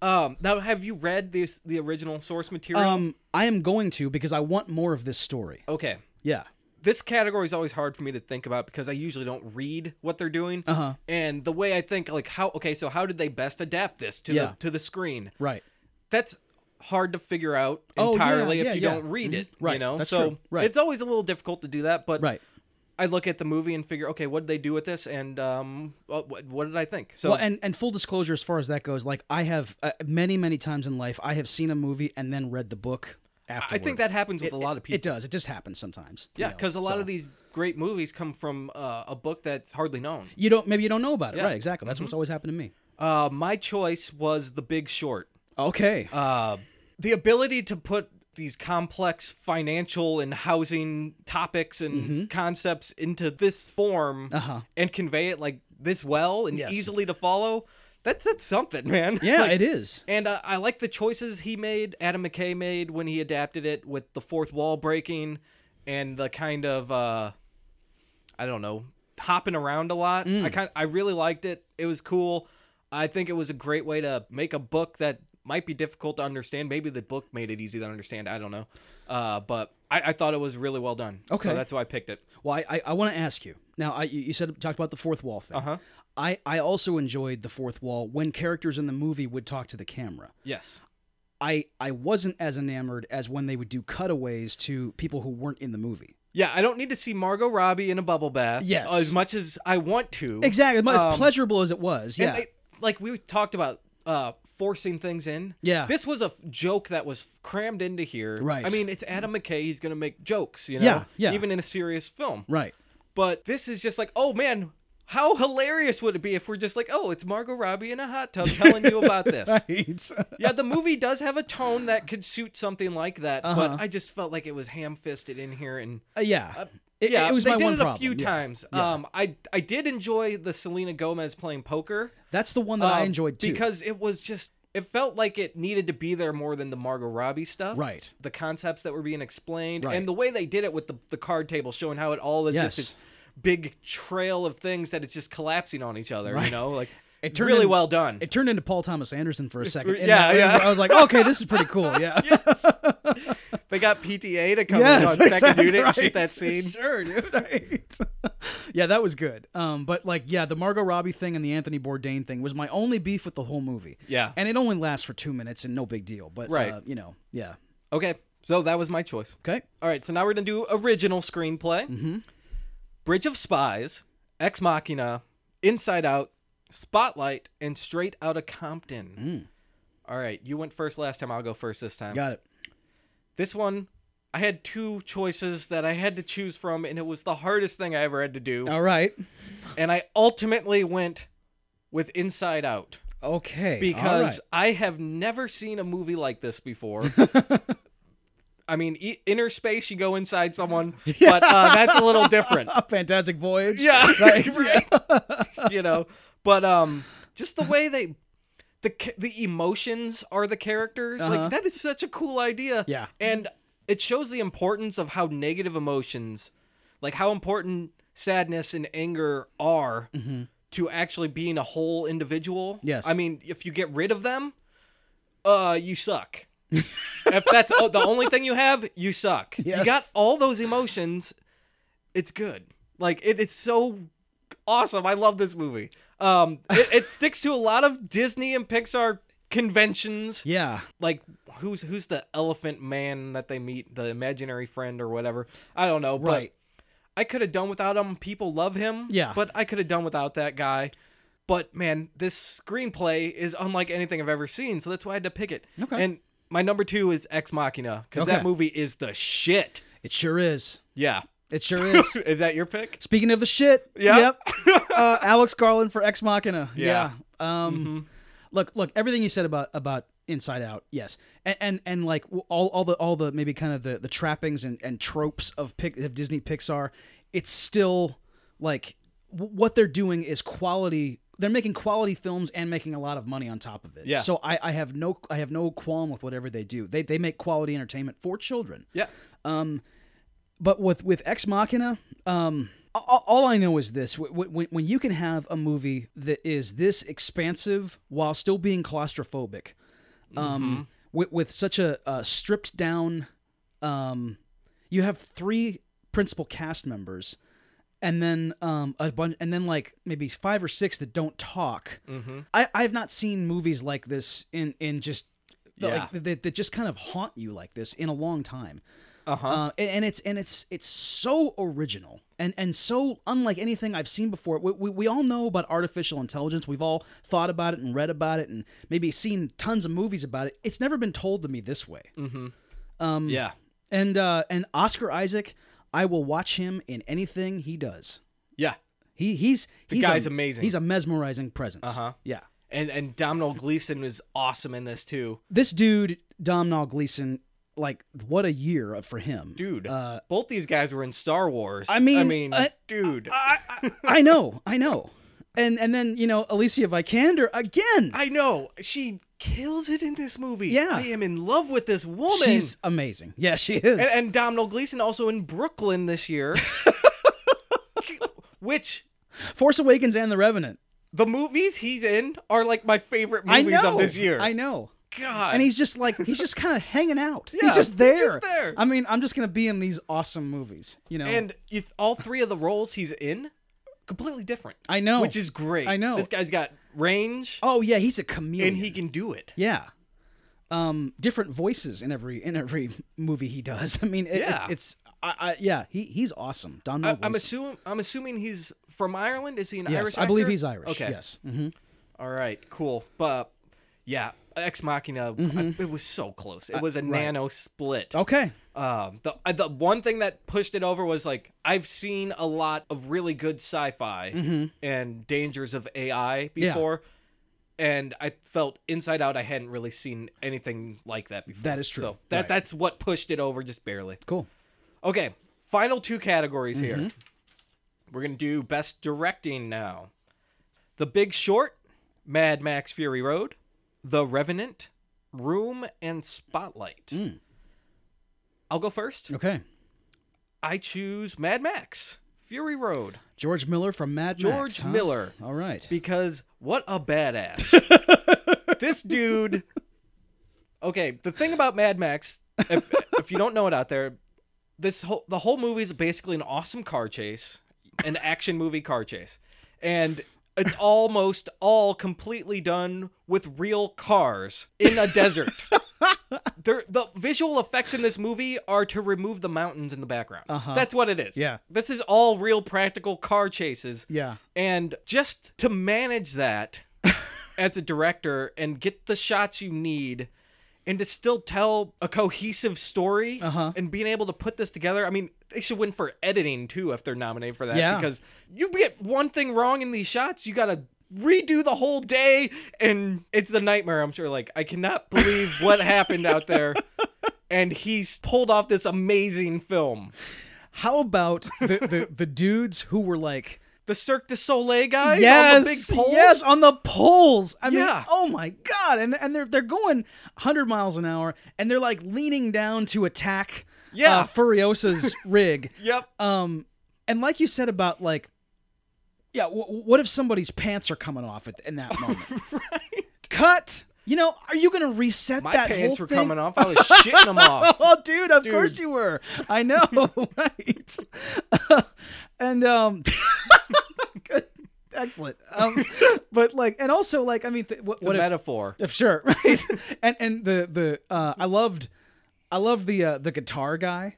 S1: Um, now, have you read the the original source material?
S2: Um, I am going to because I want more of this story.
S1: okay,
S2: Yeah,
S1: this category is always hard for me to think about because I usually don't read what they're doing,
S2: Uh-huh.
S1: and the way I think, like how okay, so how did they best adapt this to
S2: Yeah.
S1: the to the screen?
S2: right.
S1: That's hard to figure out
S2: Oh, yeah,
S1: entirely
S2: yeah,
S1: if you
S2: yeah. Mm-hmm.
S1: don't read it.
S2: Right,
S1: You know,
S2: that's
S1: so
S2: true. Right.
S1: it's always a little difficult to do that, but
S2: Right.
S1: I look at the movie and figure, okay, what did they do with this, and um, what, what- what did I think? So
S2: well, and and full disclosure, as far as that goes, like I have uh, many many times in life, I have seen a movie and then read the book
S1: I
S2: afterward.
S1: think that happens with
S2: It-
S1: a lot of people.
S2: It does. It just happens sometimes. you
S1: yeah,
S2: know,
S1: because a lot
S2: so.
S1: of these great movies come from uh, a book that's hardly known.
S2: you don't maybe you don't know about it.
S1: Yeah. Mm-hmm.
S2: Right. Exactly. That's what's always happened to me.
S1: Uh, my choice was The Big Short.
S2: Okay.
S1: Uh, the ability to put these complex financial and housing topics and concepts into this form
S2: Mm-hmm. Uh-huh.
S1: and convey it like this well and
S2: Yes.
S1: easily to follow. That's that's something, man.
S2: yeah,
S1: Like,
S2: it is.
S1: and uh, I like the choices he made, Adam McKay made when he adapted it with the fourth wall breaking and the kind of uh, I don't know, hopping around a lot.
S2: Mm.
S1: I kind I really liked it. It was cool. I think it was a great way to make a book that might be difficult to understand. Maybe the book made it easy to understand. I don't know. Uh, but I, I thought it was really well done.
S2: Okay.
S1: so that's why I picked it.
S2: Well, I, I, I want to ask you now. I you you said talked about the fourth wall thing.
S1: Uh-huh.
S2: I I also enjoyed the fourth wall when characters in the movie would talk to the camera.
S1: Yes,
S2: I I wasn't as enamored as when they would do cutaways to people who weren't in the movie.
S1: yeah. I don't need to see Margot Robbie in a bubble bath.
S2: Yes.
S1: as much as I want to.
S2: Exactly, as
S1: Um,
S2: pleasurable as it was. Yeah,
S1: And they, like we talked about uh forcing things in.
S2: Yeah.
S1: This was a f- joke that was crammed into here.
S2: Right.
S1: I mean, it's Adam McKay. He's going to make jokes, you know?
S2: Yeah, yeah.
S1: Even in a serious film.
S2: right.
S1: But this is just like, oh man, How hilarious would it be if we're just like, oh, it's Margot Robbie in a hot tub telling you about this?
S2: Right.
S1: Yeah, the movie does have a tone that could suit something like that,
S2: Uh-huh.
S1: but I just felt like it was ham fisted in here and
S2: Uh, yeah.
S1: Uh,
S2: it,
S1: yeah,
S2: it was
S1: they
S2: my
S1: did
S2: one
S1: it
S2: problem.
S1: a few
S2: yeah.
S1: times.
S2: Yeah.
S1: Um, I I did enjoy the Selena Gomez playing poker
S2: That's the one that I
S1: um,
S2: enjoyed too.
S1: because it was just it felt like it needed to be there more than the Margot Robbie stuff.
S2: Right.
S1: The concepts that were being explained
S2: Right.
S1: and the way they did it with the the card table showing how it all is
S2: Yes.
S1: just this big trail of things that it's just collapsing on each other. You
S2: Right.
S1: know, like
S2: It
S1: it's
S2: turned
S1: really
S2: in-
S1: well done.
S2: it turned into Paul Thomas Anderson for a second. and
S1: Yeah,
S2: I was-
S1: yeah.
S2: I was like, okay, this is pretty cool. Yeah.
S1: yes. they got PTA to come in on
S2: yes,
S1: second
S2: exactly
S1: unit and
S2: right.
S1: shoot that scene.
S2: Sure, dude. Right. yeah, that was good. Um, but like, yeah, the Margot Robbie thing and the Anthony Bourdain thing was my only beef with the whole movie.
S1: Yeah.
S2: and it only lasts for two minutes and no big deal. But
S1: Right.
S2: uh, you know, yeah.
S1: Okay. So that was my choice.
S2: Okay.
S1: All right, so now we're gonna do original screenplay. Mm-hmm. Bridge of Spies, Ex Machina, Inside Out, Spotlight, and Straight Outta Compton. All right, you went first last time. I'll go first this time.
S2: Got it.
S1: This one, I had two choices that I had to choose from, and it was the hardest thing I ever had to do.
S2: All right.
S1: And I ultimately went with Inside Out
S2: Okay.
S1: because I have never seen a movie like this before. I mean, e- inner space, you go inside someone, but uh, that's a little different,
S2: All right. a fantastic voyage.
S1: Yeah,
S2: Right.
S1: right.
S2: Yeah.
S1: you know. But um, just the way they, the ca- the emotions are the characters.
S2: Uh-huh.
S1: Like that is such a cool idea.
S2: Yeah.
S1: and it shows the importance of how negative emotions, like how important sadness and anger are to actually being a whole individual.
S2: Mm-hmm. Yes.
S1: I mean, if you get rid of them, uh, you suck. if that's o- the only thing you have, you suck. You got
S2: Yes.
S1: all those emotions. It's good. Like it, it's so awesome. I love this movie. Um, it, it sticks to a lot of Disney and Pixar conventions.
S2: Yeah.
S1: Like who's who's the elephant man that they meet, the imaginary friend or whatever. I don't know. But
S2: Right.
S1: I could have done without him. People love him.
S2: Yeah.
S1: But I could have done without that guy. But man, this screenplay is unlike anything I've ever seen, so that's why I had to pick it.
S2: Okay.
S1: And my number two is Ex Machina because
S2: Okay.
S1: that movie is the shit.
S2: It sure is.
S1: Yeah.
S2: It sure is.
S1: is that your pick?
S2: Speaking of the shit,
S1: Yep.
S2: yep. Uh, Alex Garland for Ex Machina. Yeah.
S1: Yeah. Mm-hmm.
S2: Um, Look, look, everything you said about about Inside Out, yes, and and, and like w- all, all the all the maybe kind of the, the trappings and, and tropes of pic, of Disney Pixar, it's still like w- what they're doing is quality. They're making quality films and making a lot of money on top of it.
S1: Yeah.
S2: So I, I have no I have no qualm with whatever they do. They they make quality entertainment for children
S1: Yeah.
S2: but with with Ex Machina, um, all, all I know is this: when, when you can have a movie that is this expansive while still being claustrophobic, um, with, with such a, a stripped down, um, you have three principal cast members, and then um, a bunch, and then like maybe five or six that don't talk. Mm-hmm. I I have not seen movies like this in in just.
S1: Yeah.
S2: Like, that, that just kind of haunt you like this in a long time.
S1: Uh-huh.
S2: Uh, and, and it's and it's it's so original and and so unlike anything I've seen before. We, we, we all know about artificial intelligence. We've all thought about it and read about it and maybe seen tons of movies about it. It's never been told to me this way. Um,
S1: yeah.
S2: And uh, and Oscar Isaac, I will watch him in anything he does.
S1: Yeah.
S2: He he's the he's
S1: guy's
S2: a-
S1: amazing.
S2: He's a mesmerizing presence.
S1: Uh-huh.
S2: Yeah.
S1: And and Domhnall Gleeson is awesome in this too.
S2: This dude Domhnall Gleeson, like what a year for him,
S1: Dude,
S2: Uh,
S1: both these guys were in Star Wars.
S2: I mean,
S1: I mean,
S2: I-
S1: dude.
S2: I, I, I know, I know. And and then you know Alicia Vikander again.
S1: I know. She kills it in this movie.
S2: Yeah.
S1: I am in love with this woman.
S2: She's amazing. Yeah, she is.
S1: and, and Domhnall Gleeson also in Brooklyn this year. Which
S2: Force Awakens and The Revenant.
S1: the movies he's in are like my favorite
S2: I
S1: movies
S2: know
S1: of this year.
S2: I know.
S1: God.
S2: And he's just like he's just kind of hanging out.
S1: Yeah,
S2: he's just there.
S1: there.
S2: I mean, I'm just gonna be in these awesome movies. You know.
S1: and if all three of the roles he's in completely different.
S2: I know.
S1: Which is great.
S2: I know.
S1: This guy's got range
S2: oh yeah, he's a chameleon.
S1: and he can do it.
S2: yeah. Um, different voices in every in every movie he does. I mean, it, it's
S1: Yeah.
S2: it's I, I, yeah he he's awesome. Don
S1: I, I'm assuming I'm assuming he's from Ireland. Is he an
S2: yes,
S1: Irish? Mm-hmm.
S2: I believe
S1: actor?
S2: he's Irish.
S1: Okay.
S2: Yes. hmm
S1: All right. Cool. But yeah, Ex Machina.
S2: Mm-hmm.
S1: It was so close.
S2: Uh,
S1: It was a nano split.
S2: Okay.
S1: Um, the uh, the one thing that pushed it over was like I've seen a lot of really good sci-fi
S2: Mm-hmm.
S1: and dangers of AI
S2: Yeah.
S1: before, and I felt Inside Out I hadn't really seen anything like that before.
S2: That is true.
S1: So that
S2: Right.
S1: that's what pushed it over just barely.
S2: Cool.
S1: Okay, final two categories here.
S2: Mm-hmm.
S1: We're gonna do best directing now. The Big Short, Mad Max Fury Road, The Revenant, Room, and Spotlight.
S2: Mm.
S1: I'll go first.
S2: Okay.
S1: I choose Mad Max Fury Road,
S2: George Miller from Mad Max.
S1: George
S2: huh?
S1: Miller,
S2: All right.
S1: because what a badass. this dude. Okay, the thing about Mad Max, if, if you don't know it out there, this whole the whole movie is basically an awesome car chase, an action movie car chase, and it's almost all completely done with real cars in a desert. There, the visual effects in this movie are to remove the mountains in the background.
S2: Uh-huh.
S1: That's what it is.
S2: Yeah.
S1: this is all real practical car chases.
S2: Yeah.
S1: And just to manage that as a director and get the shots you need and to still tell a cohesive story
S2: Uh-huh.
S1: and being able to put this together. I mean, they should win for editing too if they're nominated for that
S2: Yeah.
S1: because you get one thing wrong in these shots, you got to redo the whole day and it's a nightmare, I'm sure. Like, I cannot believe what happened out there. And he's pulled off this amazing film.
S2: How about the, the, the dudes who were like,
S1: The Cirque du Soleil guys
S2: yes,
S1: on the big poles.
S2: yes, on the poles. I mean,
S1: Yeah.
S2: oh my god! And and they're they're going 100 miles an hour, and they're like leaning down to attack
S1: Yeah.
S2: uh, Furiosa's rig.
S1: Yep.
S2: Um, and like you said about like, yeah, w- what if somebody's pants are coming off at, in that moment? Cut. You know, are you gonna reset
S1: My
S2: that
S1: pants
S2: whole
S1: were
S2: thing?
S1: coming off. I was shitting them off.
S2: Oh, dude, of
S1: Dude.
S2: course you were. I know, right? and um, good, excellent. Um, but like, and also like, I mean, th- what,
S1: It's
S2: what
S1: a
S2: if,
S1: metaphor.
S2: if sure, right? and and the the uh, I loved, I loved the uh, the guitar guy.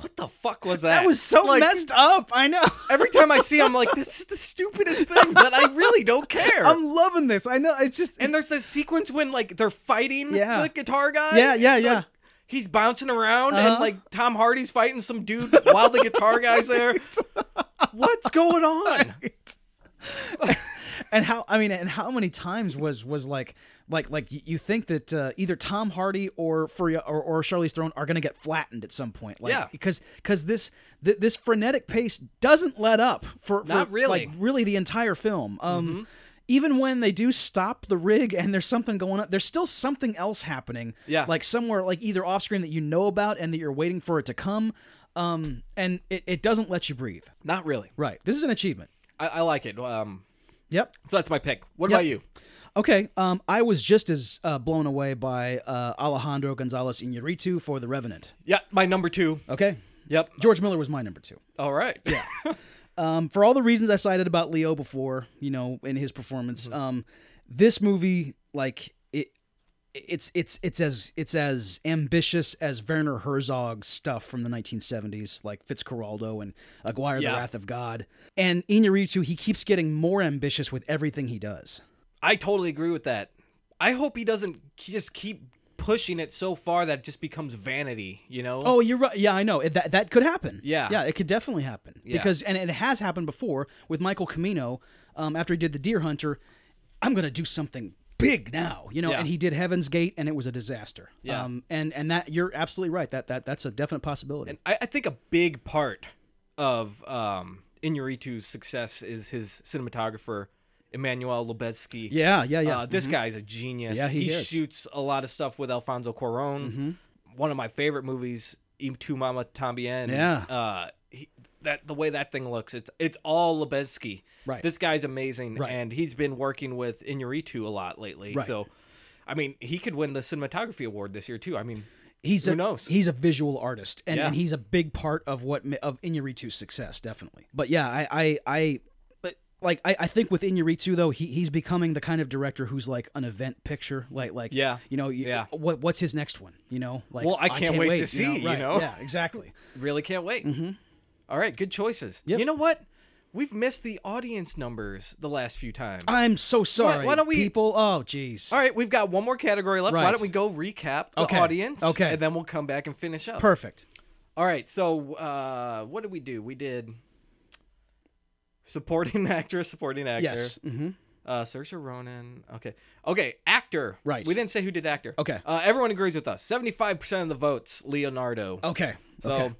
S1: What the fuck was that?
S2: That was so
S1: like,
S2: messed up. I know.
S1: Every time I see, him, I'm like, this is the stupidest thing, but I really don't care.
S2: I'm loving this. I know. It's just
S1: and there's this sequence when like they're fighting
S2: Yeah.
S1: the guitar guy.
S2: yeah, yeah, yeah.
S1: He's bouncing around and
S2: Uh-huh.
S1: like Tom Hardy's fighting some dude while the guitar guy's there. What's going on?
S2: and how I mean, and how many times was was like like like y- you think that uh, either Tom Hardy or Furia or, or Charlize Theron are gonna get flattened at some point, like,
S1: Yeah.
S2: because because this th- this frenetic pace doesn't let up for, for
S1: Not really. Mm-hmm.
S2: like really the entire film. Um, even when they do stop the rig and there's something going on, there's still something else happening.
S1: Yeah.
S2: like somewhere like either off screen that you know about and that you're waiting for it to come. Um, and it, it doesn't let you breathe.
S1: Not really.
S2: Right. This is an achievement.
S1: I, I like it. Um,
S2: Yep.
S1: so that's my pick. What about you?
S2: Okay, um, I was just as uh, blown away by uh, Alejandro Gonzalez Iñárritu for The Revenant.
S1: Yeah, my number two.
S2: Okay,
S1: Yep.
S2: George Miller was my number two.
S1: All right. Yeah.
S2: Um, for all the reasons I cited about Leo before, you know, in his performance, um, this movie, like it, it's it's it's as it's as ambitious as Werner Herzog's stuff from the 1970s, like Fitzcarraldo and Aguirre:
S1: Yeah.
S2: The Wrath of God, and Iñárritu. He keeps getting more ambitious with everything he does.
S1: I totally agree with that. I hope he doesn't just keep pushing it so far that it just becomes vanity, you know?
S2: Oh, you're right. Yeah, I know. It, that that could happen.
S1: Yeah.
S2: yeah, it could definitely happen
S1: Yeah.
S2: because and it has happened before with Michael Camino. Um, after he did the Deer Hunter, I'm gonna do something big now, you know.
S1: Yeah.
S2: And he did Heaven's Gate, and it was a disaster.
S1: Yeah.
S2: Um, and and that you're absolutely right. That that that's a definite possibility.
S1: I, I think a big part of um, Inuritu's success is his cinematographer, Emmanuel Lubezki.
S2: yeah, yeah, yeah. mm-hmm.
S1: Uh, this guy's a genius.
S2: Yeah, he is. Mm-hmm.
S1: shoots a lot of stuff with Alfonso Cuaron. One of my favorite movies, E Tu Mama Tambien.
S2: Yeah.
S1: Uh, he, that the way that thing looks, it's it's all Lebesky.
S2: Right.
S1: This guy's amazing,
S2: Right.
S1: and he's been working with Inuritu a lot lately.
S2: Right.
S1: So, I mean, he could win the cinematography award this year too. I mean,
S2: he's
S1: who
S2: a,
S1: knows?
S2: He's a visual artist, and,
S1: Yeah.
S2: and he's a big part of what ma- of Inarritu's success, definitely. But yeah, I I. I but, like I, I think with Inarritu though he, he's becoming the kind of director who's like an event picture like like
S1: Yeah.
S2: you know you,
S1: Yeah.
S2: what what's his next one you know like
S1: Well, I can't wait to see, you
S2: right,
S1: know?
S2: yeah exactly
S1: really can't wait. All right, good choices.
S2: Mm-hmm. Yep.
S1: You know what? We've missed the audience numbers the last few times.
S2: I'm so sorry.
S1: why don't we-
S2: people? Oh, jeez.
S1: All right, we've got one more category left. Why
S2: Right.
S1: don't we go recap the
S2: Okay.
S1: audience?
S2: Okay.
S1: And then we'll come back and finish up.
S2: Perfect.
S1: All right, so uh, what did we do? We did supporting actress, supporting actor.
S2: Yes. hmm
S1: Uh, Saoirse Ronan. Okay. Okay, actor.
S2: Right.
S1: We didn't say who did actor.
S2: Okay.
S1: Uh, everyone agrees with us. 75% of the votes, Leonardo.
S2: Okay.
S1: So
S2: Oh, okay.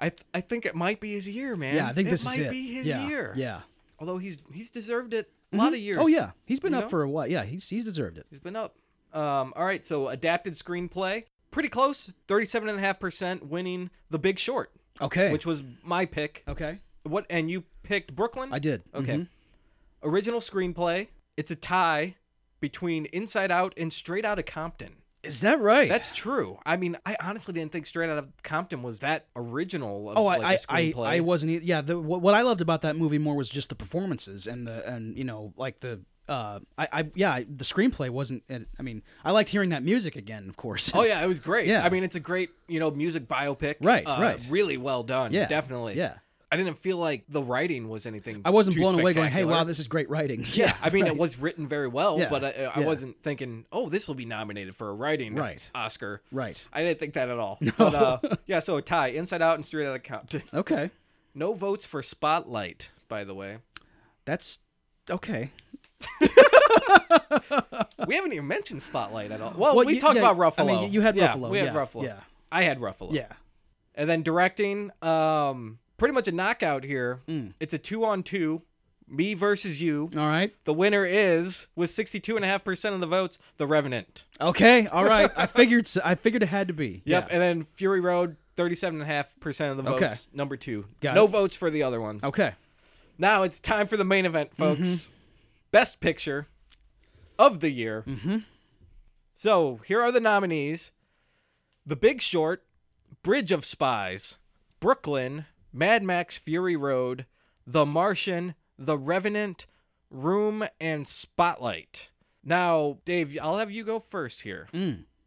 S1: I th- I think it might be his year, man.
S2: Yeah, I think
S1: it
S2: this
S1: might
S2: is it.
S1: be his
S2: yeah.
S1: year.
S2: Yeah.
S1: Although he's he's deserved it a lot of years.
S2: Oh yeah, he's been
S1: You
S2: up
S1: know?
S2: for a while. Yeah, he's he's deserved it.
S1: He's been up. Um, all right, so adapted screenplay. Pretty close. 37.5% winning The Big Short,
S2: Okay.
S1: which was my pick.
S2: okay.
S1: What and you picked Brooklyn?
S2: I did.
S1: Okay.
S2: Mhm.
S1: Original screenplay. It's a tie between Inside Out and Straight Outta Compton.
S2: Is that right?
S1: That's true. I mean, I honestly didn't think Straight Outta Compton was that original. Of,
S2: Oh,
S1: like,
S2: I,
S1: a
S2: I, I,
S1: screenplay.
S2: I wasn't. e- Yeah, the, what, what I loved about that movie more was just the performances and the and you know like the uh I, I yeah I- the screenplay wasn't. and- I mean, I liked hearing that music again, of course.
S1: Oh yeah, it was great.
S2: Yeah.
S1: I mean, it's a great you know music biopic.
S2: Right,
S1: Uh,
S2: right.
S1: Really well done.
S2: Yeah,
S1: definitely.
S2: yeah.
S1: I didn't feel like the writing was anything.
S2: I wasn't
S1: too
S2: blown away going, "Hey,
S1: spectacular."
S2: wow, this is great writing."
S1: Yeah, I mean,
S2: right.
S1: it was written very well,
S2: Yeah,
S1: but I, I
S2: yeah.
S1: wasn't thinking, oh, this will be nominated for a writing
S2: Right.
S1: Oscar.
S2: right.
S1: I didn't think that at all. But uh, yeah, so a tie, Inside Out and Straight Outta Compton.
S2: Okay,
S1: No votes for Spotlight, by the way.
S2: that's okay.
S1: We haven't even mentioned Spotlight at all. Well,
S2: Well,
S1: we
S2: you-
S1: talked
S2: yeah,
S1: about Ruffalo.
S2: I mean, you had
S1: yeah,
S2: Ruffalo,
S1: We had
S2: yeah,
S1: Ruffalo.
S2: yeah.
S1: I had Ruffalo.
S2: Yeah.
S1: And then directing, um, pretty much a knockout here.
S2: Mm.
S1: It's a two on two, me versus you.
S2: All right.
S1: The winner is with sixty two and a half percent of the votes, The Revenant.
S2: Okay. All right. I figured. s- I figured it had to be.
S1: Yep.
S2: Yeah.
S1: And then Fury Road, thirty seven and a half percent of the votes.
S2: Okay.
S1: Number two.
S2: Got
S1: no
S2: it.
S1: votes for the other ones.
S2: Okay.
S1: Now it's time for the main event, folks. Best picture of the year. Mm-hmm. So here are the nominees The Big Short, Bridge of Spies, Brooklyn, Mad Max Fury Road, The Martian, The Revenant, Room, and Spotlight. Now, Dave, I'll have you go first here.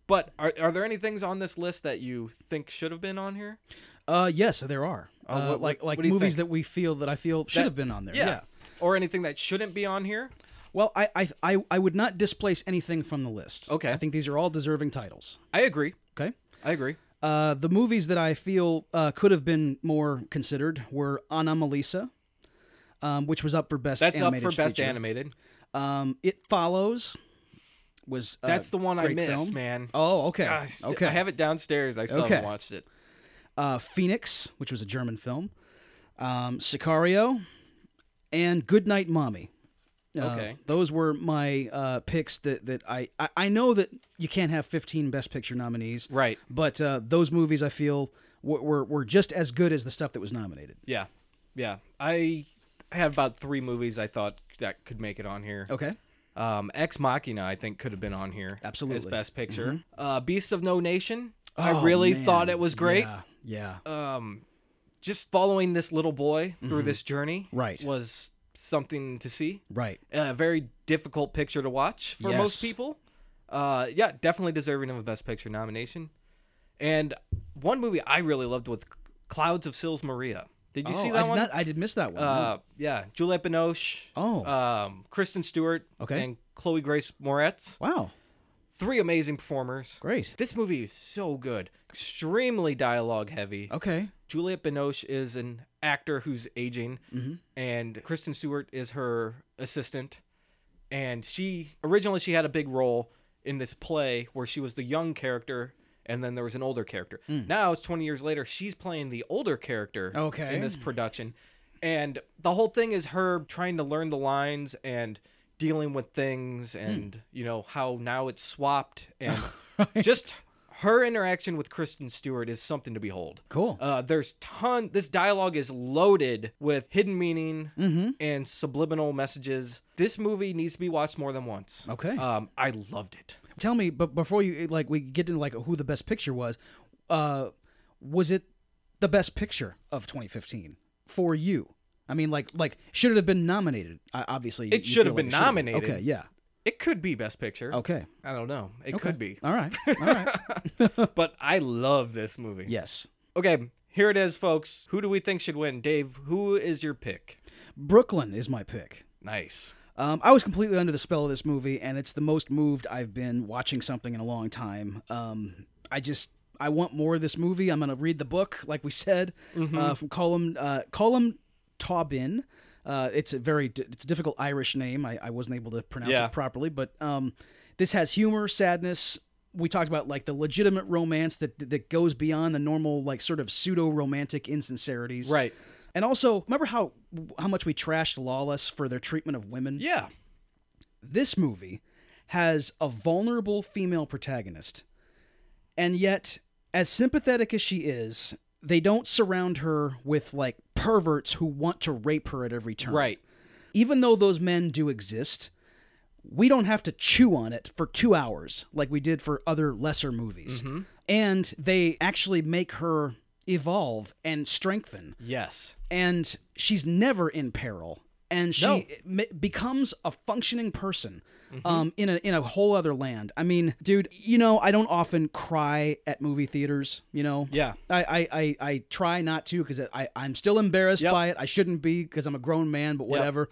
S1: But are, are there any things on this list that you think should have been on here?
S2: Uh, yes, there are. Uh,
S1: Oh, what-
S2: like
S1: what-
S2: like
S1: what do you
S2: movies
S1: think?
S2: that we feel that I feel should have been on there. yeah.
S1: Or anything that shouldn't be on here?
S2: Well, I, I I I would not displace anything from the list.
S1: Okay.
S2: I think these are all deserving titles.
S1: I agree.
S2: Okay.
S1: I agree.
S2: Uh, the movies that I feel uh, could have been more considered were Anna Melissa, um, which was up for best
S1: That's up
S2: animated
S1: for best
S2: feature.
S1: animated.
S2: Um, it follows was uh,
S1: That's the one I
S2: great
S1: missed,
S2: film.
S1: man.
S2: Oh, okay.
S1: I st-
S2: okay.
S1: I have it downstairs. I still
S2: Okay.
S1: haven't watched it.
S2: uh, Phoenix, which was a German film, um, Sicario, and Goodnight Mommy. Uh,
S1: Okay.
S2: those were my uh, picks that, that I, I I know that you can't have 15 Best Picture nominees,
S1: Right.
S2: But uh, those movies I feel were, were were just as good as the stuff that was nominated.
S1: Yeah. Yeah. I I have about three movies I thought that could make it on here.
S2: Okay,
S1: Um, Ex Machina, I think, could have been on here. As
S2: Absolutely. Mm-hmm.
S1: Best Picture. Uh, Beast of No Nation. I really thought it was great.
S2: Yeah, yeah. Mm-hmm.
S1: Um, just following this little boy through this journey
S2: Right.
S1: was something to see.
S2: right.
S1: a very difficult picture to watch for most
S2: Yes.
S1: people. Uh, yeah, definitely deserving of a Best Picture nomination. And one movie I really loved was Clouds of Sils Maria. Did you
S2: Oh,
S1: see
S2: I
S1: that
S2: did
S1: one?
S2: not- I did miss that one.
S1: uh, yeah, Juliette Binoche.
S2: Oh.
S1: um, Kristen Stewart.
S2: Okay.
S1: and Chloe Grace Moretz.
S2: wow,
S1: Three amazing performers.
S2: great.
S1: This movie is so good. Extremely dialogue heavy.
S2: Okay,
S1: Juliette Binoche is an actor who's aging, and Kristen Stewart is her assistant. And she originally she had a big role in this play where she was the young character, and then there was an older character. Now it's twenty years later. She's playing the older character
S2: Okay.
S1: in this production, and the whole thing is her trying to learn the lines and dealing with things, and you know how now it's swapped, and just her interaction with Kristen Stewart is something to behold.
S2: cool.
S1: Uh, there's ton. This dialogue is loaded with hidden meaning
S2: Mm-hmm.
S1: and subliminal messages. This movie needs to be watched more than once.
S2: Okay.
S1: Um, I loved it.
S2: tell me but before you eh, like we get into like who the best picture was uh was it the best picture of 2015 for you i mean like like should it have been nominated I, obviously you-
S1: It
S2: you
S1: should have
S2: feel
S1: been
S2: it should have
S1: nominated.
S2: okay yeah
S1: It could be Best Picture.
S2: okay
S1: I don't know. It
S2: Oh. okay.
S1: could be.
S2: all right all right
S1: But I love this movie.
S2: yes
S1: Okay. Here it is, folks. Who do we think should win? Dave, who is your pick?
S2: Brooklyn is my pick.
S1: Nice.
S2: Um, I was completely under the spell of this movie, and it's the most moved I've been watching something in a long time. Um, I just I want more of this movie. I'm gonna read the book, like we said,
S1: Mm-hmm.
S2: uh, from Colum uh, Colum Taubin. Uh, it's a very di- it's a difficult Irish name. I, I wasn't able to pronounce
S1: Yeah.
S2: it properly, but um, this has humor, sadness. We talked about like the legitimate romance that that goes beyond the normal like sort of pseudo romantic insincerities,
S1: Right.
S2: And also, remember how how much we trashed Lawless for their treatment of women?
S1: Yeah.
S2: this movie has a vulnerable female protagonist. And yet, as sympathetic as she is, they don't surround her with like perverts who want to rape her at every turn.
S1: Right.
S2: Even though those men do exist, we don't have to chew on it for two hours like we did for other lesser movies. And they actually make her evolve and strengthen
S1: Yes.
S2: and she's never in peril and she
S1: No. Mm-hmm.
S2: m- becomes a functioning person um, in a in a whole other land. I mean, dude, you know, I don't often cry at movie theaters. You know,
S1: Yeah.
S2: I I, I, I try not to because I I'm still embarrassed
S1: Yep.
S2: by it. I shouldn't be because I'm a grown man, but whatever.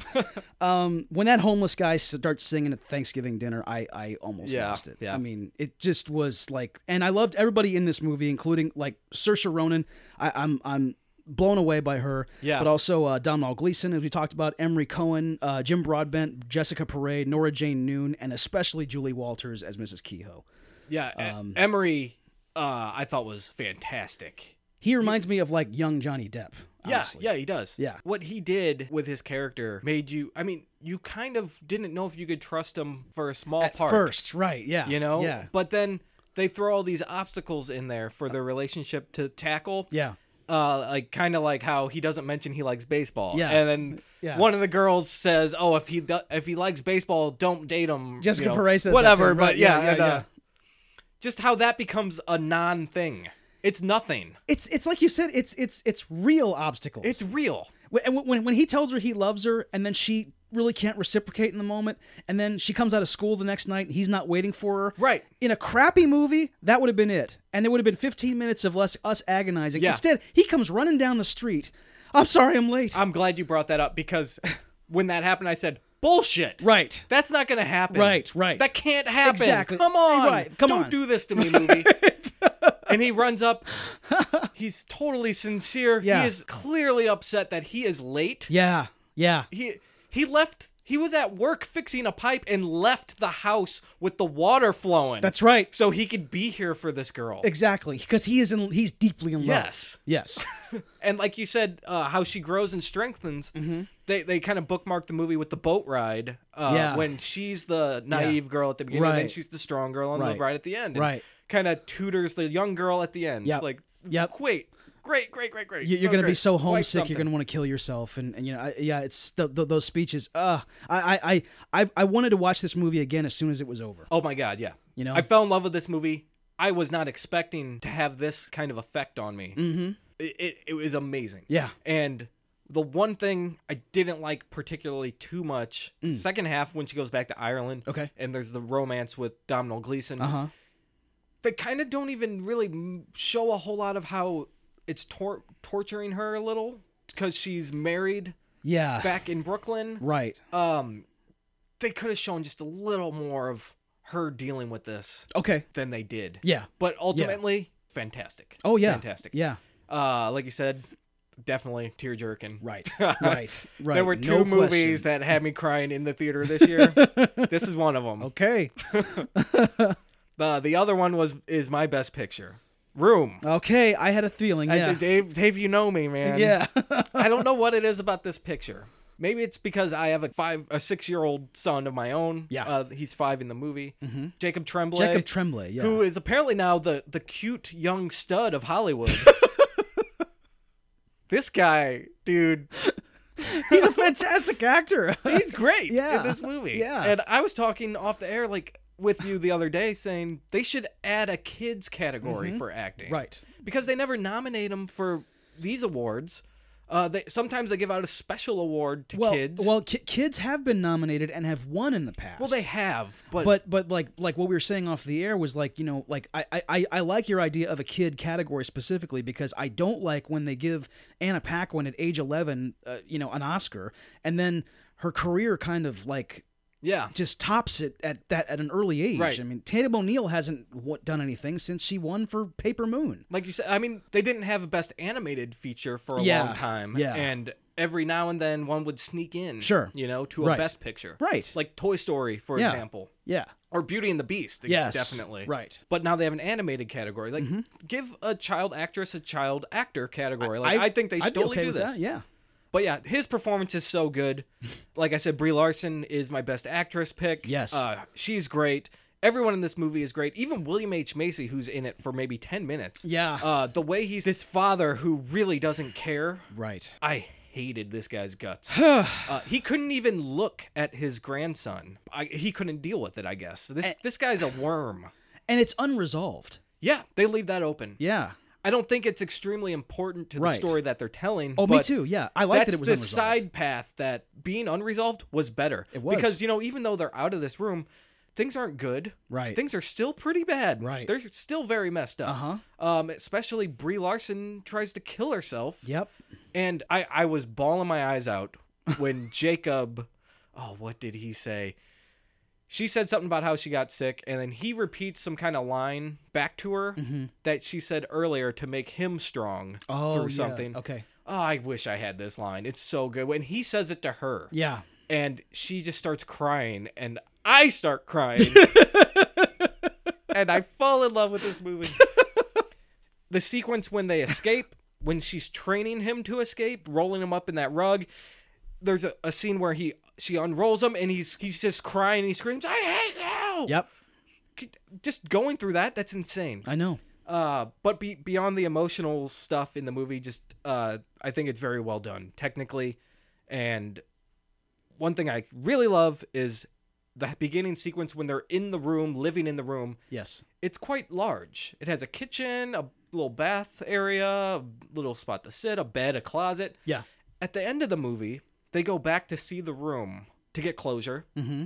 S2: um, when that homeless guy starts singing at Thanksgiving dinner, I I almost
S1: Yeah,
S2: lost it.
S1: yeah.
S2: I mean, it just was like, and I loved everybody in this movie, including like Saoirse Ronan. I, I'm I'm blown away by her.
S1: Yeah.
S2: But also uh, Domhnall Gleeson, as we talked about, Emery Cohen, uh, Jim Broadbent, Jessica Parade, Nora Jane Noon, and especially Julie Walters as Mrs. Kehoe.
S1: Yeah. E-
S2: Um,
S1: Emery, uh, I thought was fantastic.
S2: He reminds me of like young Johnny Depp. honestly.
S1: Yeah, yeah, he does.
S2: Yeah.
S1: What he did with his character made you I mean, you kind of didn't know if you could trust him for a small
S2: At
S1: part.
S2: first, right? Yeah.
S1: You know?
S2: Yeah.
S1: But then they throw all these obstacles in there for their relationship to tackle.
S2: Yeah.
S1: Uh, like kind of like how he doesn't mention he likes baseball.
S2: Yeah.
S1: And then
S2: Yeah.
S1: one of the girls says, "Oh, if he do- if he likes baseball, don't date him."
S2: Jessica
S1: you know,
S2: Perez says that to
S1: whatever.
S2: him,
S1: But
S2: right?
S1: yeah,
S2: Yeah, yeah,
S1: and, uh,
S2: yeah.
S1: just how that becomes a non thing. It's nothing.
S2: It's it's like you said. It's it's it's real obstacles.
S1: It's real.
S2: Wh- and wh- when when he tells her he loves her, and then she really can't reciprocate in the moment, and then she comes out of school the next night, and he's not waiting for her.
S1: Right.
S2: In a crappy movie, that would have been it, and it would have been 15 minutes of less us agonizing.
S1: Yeah.
S2: Instead, he comes running down the street. I'm sorry, I'm late.
S1: I'm glad you brought that up because when that happened, I said, bullshit.
S2: right.
S1: That's not going to happen.
S2: Right, right.
S1: That can't happen.
S2: Exactly.
S1: Come on.
S2: Right, come
S1: Don't
S2: on.
S1: do this to me, movie. and he runs up. He's totally sincere.
S2: Yeah.
S1: He is clearly upset that he is late.
S2: Yeah. Yeah.
S1: He he left. He was at work fixing a pipe and left the house with the water flowing.
S2: That's right.
S1: So he could be here for this girl.
S2: Exactly, because he is in. He's deeply in love.
S1: Yes.
S2: Yes.
S1: and like you said, uh, how she grows and strengthens.
S2: Mm-hmm.
S1: They they kind of bookmark the movie with the boat ride. Uh,
S2: Yeah.
S1: When she's the naive girl at the beginning, and then
S2: Right.
S1: she's the strong girl on
S2: Right.
S1: the ride at the end.
S2: Right.
S1: Kind of tutors the young girl at the end.
S2: Yep.
S1: Like.
S2: Yep.
S1: Great. Great. Great. Great. Great.
S2: You- You're going to be
S1: great.
S2: so
S1: Quite
S2: homesick. You're
S1: something.
S2: going to want to kill yourself. And, and you know, I, yeah, it's th- th- those speeches. Uh, I, I, I, I- I wanted to watch this movie again as soon as it was over.
S1: Oh my god. Yeah.
S2: You know?
S1: I fell in love with this movie. I was not expecting to have this kind of effect on me. Mm-hmm. It, it it was amazing.
S2: Yeah.
S1: And the one thing I didn't like particularly too much, second half when she goes back to Ireland.
S2: Mm. Okay.
S1: And there's the romance with Domhnall Gleeson.
S2: Uh huh.
S1: They kind of don't even really m- show a whole lot of how it's tor- torturing her a little because she's married
S2: Yeah.
S1: back in Brooklyn.
S2: Right.
S1: Um, they could have shown just a little more of her dealing with this
S2: Okay.
S1: than they did.
S2: Yeah.
S1: But ultimately, fantastic.
S2: Oh yeah.
S1: Fantastic.
S2: Yeah.
S1: Uh, like you said, definitely tear jerking.
S2: Right. Right. Right.
S1: There were two
S2: No
S1: movies
S2: question.
S1: that had me crying in the theater this year. this is one of them.
S2: Okay.
S1: The the other one was is my best picture. Room.
S2: Okay. I had a feeling.
S1: I-
S2: Yeah.
S1: Dave, Dave, you know me, man.
S2: yeah.
S1: I don't know what it is about this picture. Maybe it's because I have a five, a six-year-old son of my own.
S2: Yeah. Mm-hmm.
S1: uh, he's five in the movie. Jacob Tremblay,
S2: Jacob Tremblay. Yeah.
S1: who is apparently now the the cute young stud of Hollywood. this guy, dude,
S2: He's a fantastic actor.
S1: he's great
S2: Yeah.
S1: in this movie.
S2: Yeah.
S1: And I was talking off the air like with you the other day saying they should add a kids category for acting.
S2: Mm-hmm. right.
S1: Because they never nominate him for these awards. Uh, they sometimes they give out a special award to
S2: well,
S1: kids.
S2: well, ki- kids have been nominated and have won in the past.
S1: Well, they have, but,
S2: but but like like what we were saying off the air was like you know like I, I- I I like your idea of a kid category specifically because I don't like when they give Anna Paquin at age eleven uh, you know an Oscar and then her career kind of like
S1: yeah,
S2: just tops it at that at an early age.
S1: Right.
S2: I mean Tatum O'Neill hasn't wa- done anything since she won for Paper Moon.
S1: like you said, I mean, they didn't have a best animated feature for a
S2: Yeah,
S1: long time.
S2: yeah.
S1: and every now and then one would sneak in.
S2: Sure.
S1: you know, to a
S2: Right.
S1: best picture.
S2: Right.
S1: like Toy Story, for
S2: Yeah.
S1: example,
S2: yeah.
S1: or Beauty and the Beast. ex-
S2: Yes.
S1: definitely.
S2: Right. Mm-hmm.
S1: But now they have an animated category. Like, give a child actress a child actor category. Like, I, think they
S2: I'd
S1: should
S2: be
S1: totally
S2: okay
S1: do
S2: with
S1: this.
S2: that, Yeah.
S1: But yeah, his performance is so good. Like I said, Brie Larson is my best actress pick.
S2: Yes.
S1: uh, she's great. Everyone in this movie is great. Even William H Macy, who's in it for maybe ten minutes.
S2: Yeah.
S1: Uh, the way he's this father who really doesn't care.
S2: right.
S1: I hated this guy's guts. uh, he couldn't even look at his grandson. I, he couldn't deal with it. I guess this
S2: Eh.
S1: this guy's a worm.
S2: And it's unresolved.
S1: Yeah, they leave that open.
S2: Yeah.
S1: I don't think it's extremely important to the
S2: Right.
S1: story that they're telling.
S2: Oh, me
S1: but
S2: too. Yeah. I like
S1: that's
S2: that it was
S1: the
S2: unresolved.
S1: side path that being unresolved was better. It
S2: was.
S1: because you know even though they're out of this room, things aren't good.
S2: Right.
S1: Things are still pretty bad.
S2: Right.
S1: They're still very messed up.
S2: Uh-huh.
S1: Um, especially Brie Larson tries to kill herself.
S2: Yep.
S1: And I I was bawling my eyes out when Jacob, oh what did he say? She said something about how she got sick, and then he repeats some kind of line back to her that she said earlier to make him strong
S2: Mm-hmm. Oh,
S1: through
S2: yeah.
S1: something.
S2: Okay.
S1: Oh, I wish I had this line. It's so good. When he says it to her,
S2: Yeah.
S1: and she just starts crying, and I start crying, and I fall in love with this movie. the sequence when they escape, when she's training him to escape, rolling him up in that rug. There's a, a scene where he she unrolls him, and he's he's just crying, and he screams, "I hate you!"
S2: Yep.
S1: Just going through that, that's insane.
S2: I know.
S1: Uh, but be- beyond the emotional stuff in the movie, just uh, I think it's very well done technically. And one thing I really love is the beginning sequence when they're in the room, living in the room.
S2: Yes.
S1: It's quite large. It has a kitchen, a little bath area, a little spot to sit, a bed, a closet.
S2: Yeah.
S1: At the end of the movie, they go back to see the room to get closure.
S2: Mm-hmm.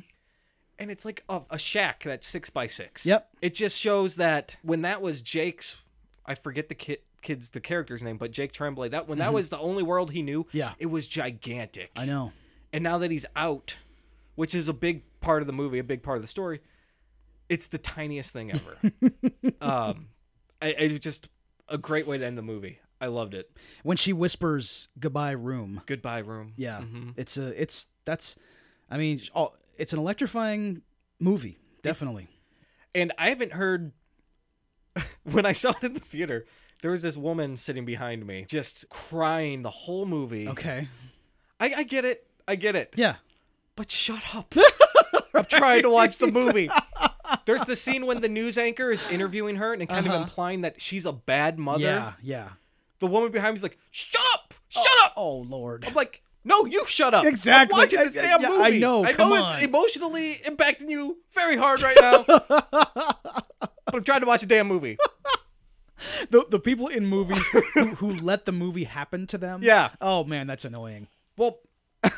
S1: And it's like a, a shack that's six by six.
S2: Yep.
S1: It just shows that when that was Jake's, I forget the kid, kid's the character's name, but Jake Tremblay. That when that was the only world he knew.
S2: Mm-hmm. Yeah.
S1: It was gigantic.
S2: I know.
S1: And now that he's out, which is a big part of the movie, a big part of the story, it's the tiniest thing ever. um, I, it was just a great way to end the movie. I loved it.
S2: When she whispers goodbye room.
S1: Goodbye, room. Mm-hmm.
S2: Yeah. It's a it's that's I mean, sh- oh, it's an electrifying movie, definitely.
S1: And I haven't heard when I saw it in the theater. There was this woman sitting behind me, just crying the whole movie.
S2: okay.
S1: I, I get it. I get it.
S2: Yeah.
S1: But shut up. I'm trying to watch the movie. There's the scene when the news anchor is interviewing her and kind of implying that she's a bad mother.
S2: Uh-huh. Yeah, yeah.
S1: The woman behind me's like, "Shut up! Shut up!"
S2: Oh lord.
S1: I'm like, "No, you shut up."
S2: Exactly.
S1: I'm watching this
S2: I- I-
S1: damn
S2: yeah,
S1: movie.
S2: I know,
S1: I know
S2: come
S1: it's
S2: on.
S1: emotionally impacting you very hard right now. but I'm trying to watch a damn movie.
S2: The the people in movies who, who let the movie happen to them.
S1: Yeah.
S2: Oh man, that's annoying.
S1: Well, I,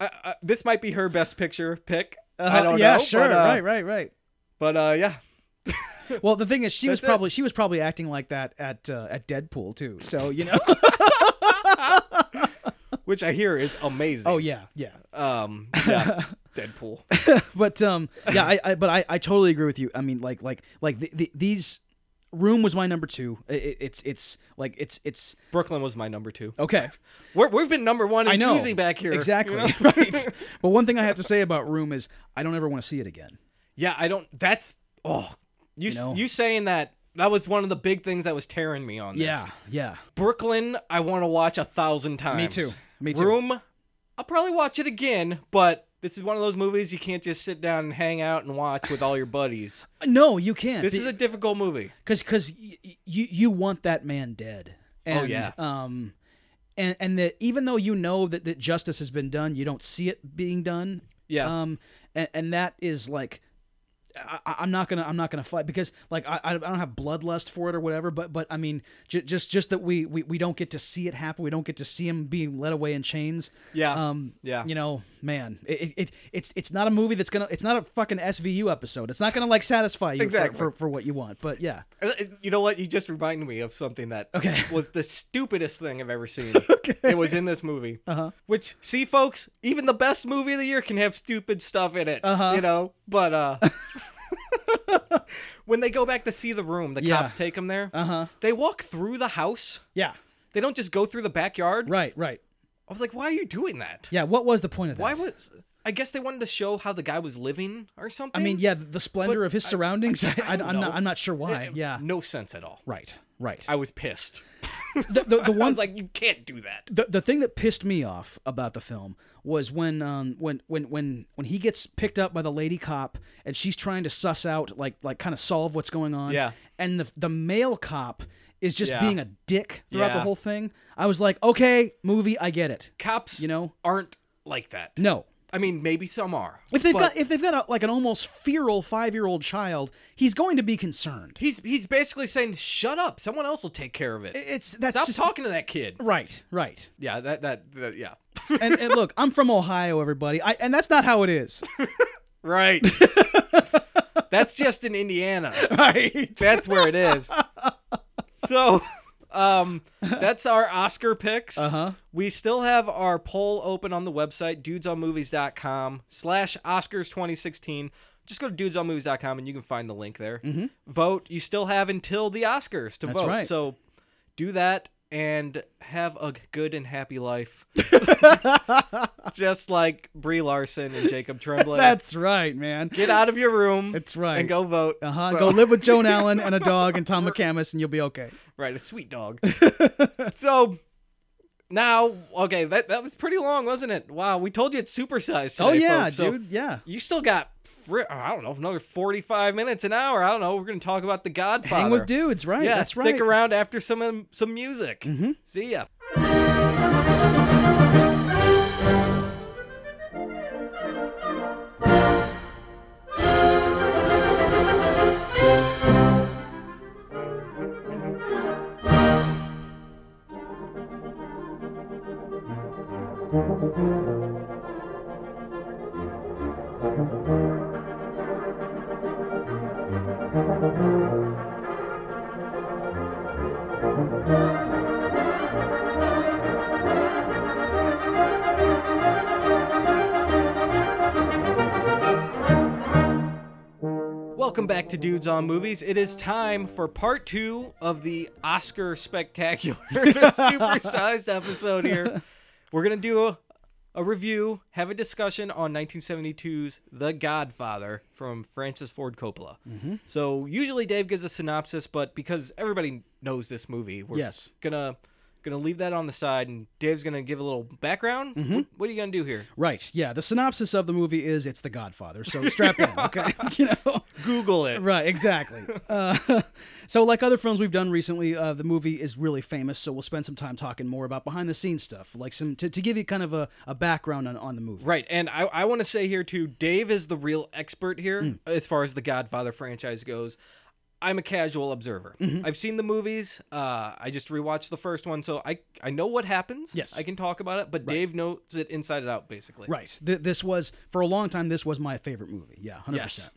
S1: I, this might be her best picture pick. I
S2: Uh,
S1: don't
S2: yeah,
S1: know.
S2: sure.
S1: But, uh,
S2: right, right, right.
S1: But uh, yeah,
S2: Well, the thing is, she was
S1: That's it.
S2: probably she was probably acting like that at uh, at Deadpool too. So you know.
S1: which I hear is amazing.
S2: oh yeah, yeah.
S1: Um, yeah, Deadpool.
S2: But um, yeah, I, I but I, I totally agree with you. I mean, like like like the, the, these room was my number two. I- I it's it's like it's it's
S1: Brooklyn was my number two.
S2: okay.
S1: We're, we've been number one
S2: I
S1: and
S2: know
S1: cheesy back here. you
S2: exactly
S1: know?
S2: right. But one thing I have to say about Room is I don't ever want to see it again.
S1: Yeah, I don't. That's oh, you you,
S2: know?
S1: you saying that. That was one of the big things that was tearing me on this.
S2: yeah,
S1: Brooklyn, I want to watch a thousand times.
S2: too. Me too.
S1: Room, I'll probably watch it again, but this is one of those movies you can't just sit down and hang out and watch with all your buddies.
S2: no, you can't.
S1: This is a difficult movie.
S2: because because y- y- you you want that man dead. And,
S1: Oh, yeah.
S2: Um, and and that even though you know that that justice has been done, you don't see it being done.
S1: Yeah.
S2: Um, and, and that is like I, I- I'm not gonna I'm not gonna fight because like I, I don't have bloodlust for it or whatever. But but I mean j- just just that we, we we don't get to see it happen. We don't get to see him being led away in chains.
S1: Yeah.
S2: Um.
S1: Yeah.
S2: You know, man, it, it, it it's it's not a movie that's gonna it's not a fucking SVU episode. It's not gonna like satisfy you for-
S1: Exactly.
S2: for, for what you want. But yeah.
S1: Uh, You know what? You just reminded me of something that
S2: Okay.
S1: was the stupidest thing I've ever seen. It was in this movie. Uh-huh. Which, see, folks, even the best movie of the year can have stupid stuff in it.
S2: Uh-huh.
S1: You know, but uh, when they go back to see the room, the
S2: Yeah.
S1: cops take them there.
S2: Uh huh.
S1: They walk through the house.
S2: Yeah.
S1: They don't just go through the backyard.
S2: Right. Right.
S1: I was like, why are you doing that?
S2: Yeah. What was the point of that?
S1: Why was? I guess they wanted to show how the guy was living or something.
S2: I mean, yeah, the splendor of his surroundings. I,
S1: I don't
S2: am
S1: know.
S2: not. I'm not sure why. Yeah.
S1: no sense at all.
S2: Right. Right.
S1: I was pissed.
S2: the, the, the
S1: I
S2: one
S1: was like, you can't do that.
S2: the, the thing that pissed me off about the film was when um when when when when he gets picked up by the lady cop and she's trying to suss out like like kind of solve what's going on.
S1: Yeah.
S2: And the the male cop is just
S1: Yeah.
S2: being a dick throughout the
S1: Yeah.
S2: whole thing. I was like, okay, movie, I get it.
S1: Cops,
S2: You know?
S1: aren't like that.
S2: No.
S1: I mean, maybe some are.
S2: If they've
S1: but
S2: got if they've got a, like an almost feral five year old child, he's going to be concerned.
S1: he's he's basically saying, "Shut up! Someone else will take care of it.
S2: It's that's
S1: Stop
S2: just
S1: talking to that kid."
S2: right, right.
S1: Yeah, that that, that yeah.
S2: and, and look, I'm from Ohio, everybody, I, and that's not how it is.
S1: right. That's just in Indiana.
S2: Right.
S1: That's where it is. So, um, that's our Oscar picks.
S2: huh.
S1: We still have our poll open on the website, dudesonmovies.com slash Oscars 2016. Just go to dudesonmovies.com and you can find the link there. Vote. You still have until the Oscars to
S2: Mm-hmm. That's
S1: vote.
S2: right.
S1: So do that and have a good and happy life. Just like Brie Larson and Jacob Tremblay.
S2: That's right, man.
S1: Get out of your room
S2: That's right.
S1: and go vote.
S2: Uh huh.
S1: So-
S2: Go live with Joan Allen and a dog and Tom McCamus, and you'll be okay.
S1: Right, a sweet dog. so now, okay, that that was pretty long, wasn't it? Wow, we told you it's supersized.
S2: Oh
S1: today,
S2: yeah,
S1: folks. So
S2: dude. Yeah.
S1: You still got, fri- I don't know, another forty-five minutes, an hour. I don't know. We're gonna talk about the Godfather.
S2: Hang with dudes, right?
S1: Yeah,
S2: that's
S1: stick
S2: right. Mm-hmm.
S1: around after some um, some music. See ya. Welcome back to Dudes on Movies. It is time for part two of the Oscar Spectacular supersized episode here. We're going to do a, a review, have a discussion on 1972's The Godfather from Francis Ford Coppola. So, usually Dave gives a synopsis, but because everybody knows this movie, we're
S2: Yes.
S1: gonna gonna leave that on the side and Dave's gonna give a little background. What, what are you gonna do here?
S2: Right. Yeah. The synopsis of the movie is it's The Godfather. So strap in, okay? you know.
S1: Google it.
S2: Right, exactly. Uh, so, like other films we've done recently, uh, the movie is really famous. So, we'll spend some time talking more about behind the scenes stuff, like some to, to give you kind of a, a background on, on the movie.
S1: Right, and I, I want to say here too, Dave is the real expert here
S2: Mm.
S1: as far as the Godfather franchise goes. I'm a casual observer.
S2: Mm-hmm.
S1: I've seen the movies. Uh, I just rewatched the first one, so I I know what happens.
S2: Yes.
S1: I can talk about it, but Dave knows it inside and out, basically.
S2: Right. Th- this was for a long time. This was my favorite movie. Yeah, hundred
S1: Yes.
S2: percent.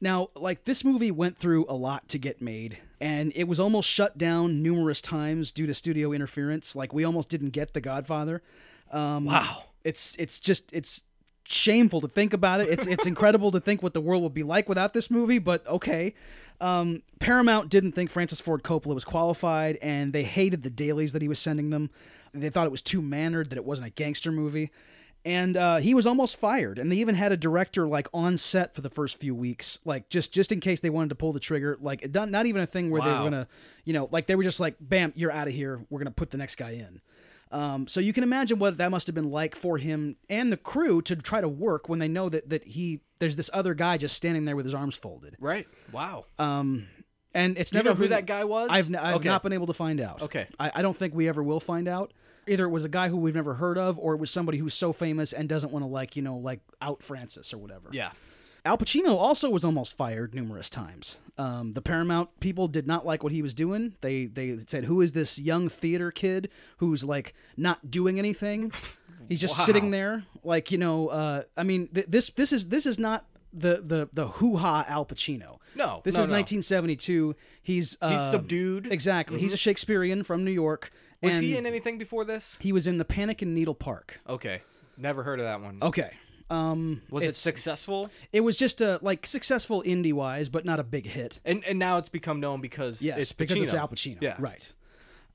S2: Now, like this movie went through a lot to get made, and it was almost shut down numerous times due to studio interference. Like we almost didn't get The Godfather. Um,
S1: Wow.
S2: It's it's just it's shameful to think about it. It's it's incredible to think what the world would be like without this movie, but okay. Um, Paramount didn't think Francis Ford Coppola was qualified, and they hated the dailies that he was sending them. They thought it was too mannered, that it wasn't a gangster movie. And uh, he was almost fired, and they even had a director like on set for the first few weeks, like just just in case they wanted to pull the trigger. Like not, not even a thing where they
S1: Wow.
S2: were gonna, you know, like they were just like, bam, you're out of here. We're gonna put the next guy in. Um, so you can imagine what that must have been like for him and the crew to try to work when they know that that he there's this other guy just standing there with his arms folded.
S1: Right. Wow.
S2: Um, and it's
S1: you
S2: never
S1: know who
S2: been-
S1: that guy was?
S2: I've, n- I've
S1: okay.
S2: not been able to find out.
S1: Okay.
S2: I, I don't think we ever will find out. Either it was a guy who we've never heard of, or it was somebody who's so famous and doesn't want to like you know like out Francis or whatever.
S1: Yeah.
S2: Al Pacino also was almost fired numerous times. Um, the Paramount people did not like what he was doing. They they said, "Who is this young theater kid who's like not doing anything? He's just
S1: Wow.
S2: sitting there, like you know." Uh, I mean, th- this this is this is not the the the hoo ha Al Pacino.
S1: No,
S2: this
S1: no,
S2: is
S1: no.
S2: 1972. He's uh,
S1: He's subdued. Mm-hmm.
S2: Exactly. He's a Shakespearean from New York.
S1: Was
S2: and
S1: he in anything before this?
S2: He was in the Panic in Needle Park.
S1: Okay, never heard of that one.
S2: Okay. Um,
S1: was it
S2: Oh, it's-
S1: successful?
S2: It was just a like successful indie wise, but not a big hit.
S1: And and now it's become known because
S2: Yes,
S1: it's
S2: because it's
S1: Pacino.
S2: Al Pacino.
S1: Yeah.
S2: right.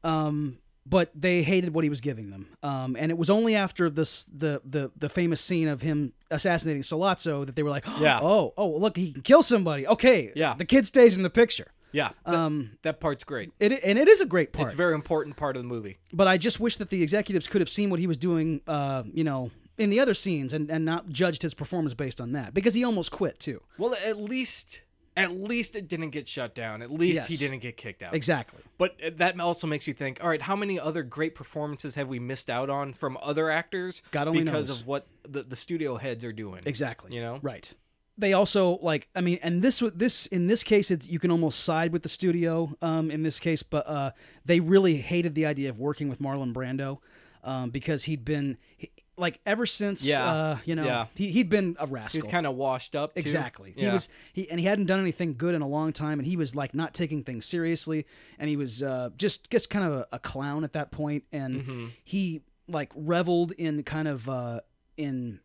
S2: Um, but they hated what he was giving them. Um, and it was only after this the the the famous scene of him assassinating Salazzo that they were like,
S1: Yeah.
S2: oh, oh, look, he can kill somebody. Okay,
S1: Yeah.
S2: the kid stays in the picture.
S1: Yeah, that,
S2: Um,
S1: that part's great.
S2: it and it is a great part.
S1: It's a very important part of the movie.
S2: but I just wish that the executives could have seen what he was doing, uh, you know, in the other scenes and, and not judged his performance based on that because he almost quit too.
S1: Well, at least at least it didn't get shut down. At least he
S2: Yes.
S1: didn't get kicked out.
S2: Exactly.
S1: But uh, that also makes you think. All right, how many other great performances have we missed out on from other actors
S2: God only
S1: because
S2: knows.
S1: of what the, the studio heads are doing?
S2: Exactly.
S1: You know?
S2: Right. They also like I mean, and this wa- this in this case, it's you can almost side with the studio. Um, in this case, but uh, they really hated the idea of working with Marlon Brando, um, because he'd been he, like ever since
S1: Yeah.
S2: uh, you know,
S1: Yeah.
S2: he he'd been a rascal.
S1: He was kind of washed up. too.
S2: Exactly. He
S1: Yeah.
S2: was he and he hadn't done anything good in a long time, and he was like not taking things seriously, and he was uh, just just kind of a, a clown at that point, and
S1: Mm-hmm.
S2: he like reveled in kind of uh, in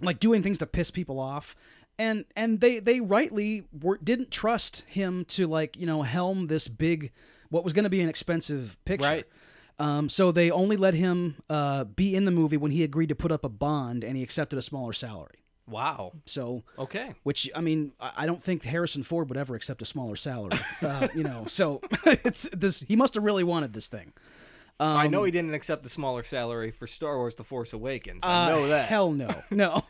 S2: like doing things to piss people off. And and they they rightly were, didn't trust him to like you know helm this big what was going to be an expensive picture.
S1: Right.
S2: Um, so they only let him uh, be in the movie when he agreed to put up a bond and he accepted a smaller salary.
S1: Wow.
S2: So
S1: Okay.
S2: which I mean, I I don't think Harrison Ford would ever accept a smaller salary. Uh, you know, so it's this. He must have really wanted this thing.
S1: I
S2: Um,
S1: know he didn't accept the smaller salary for Star Wars: The Force Awakens.
S2: Uh,
S1: I know that.
S2: Hell no, no.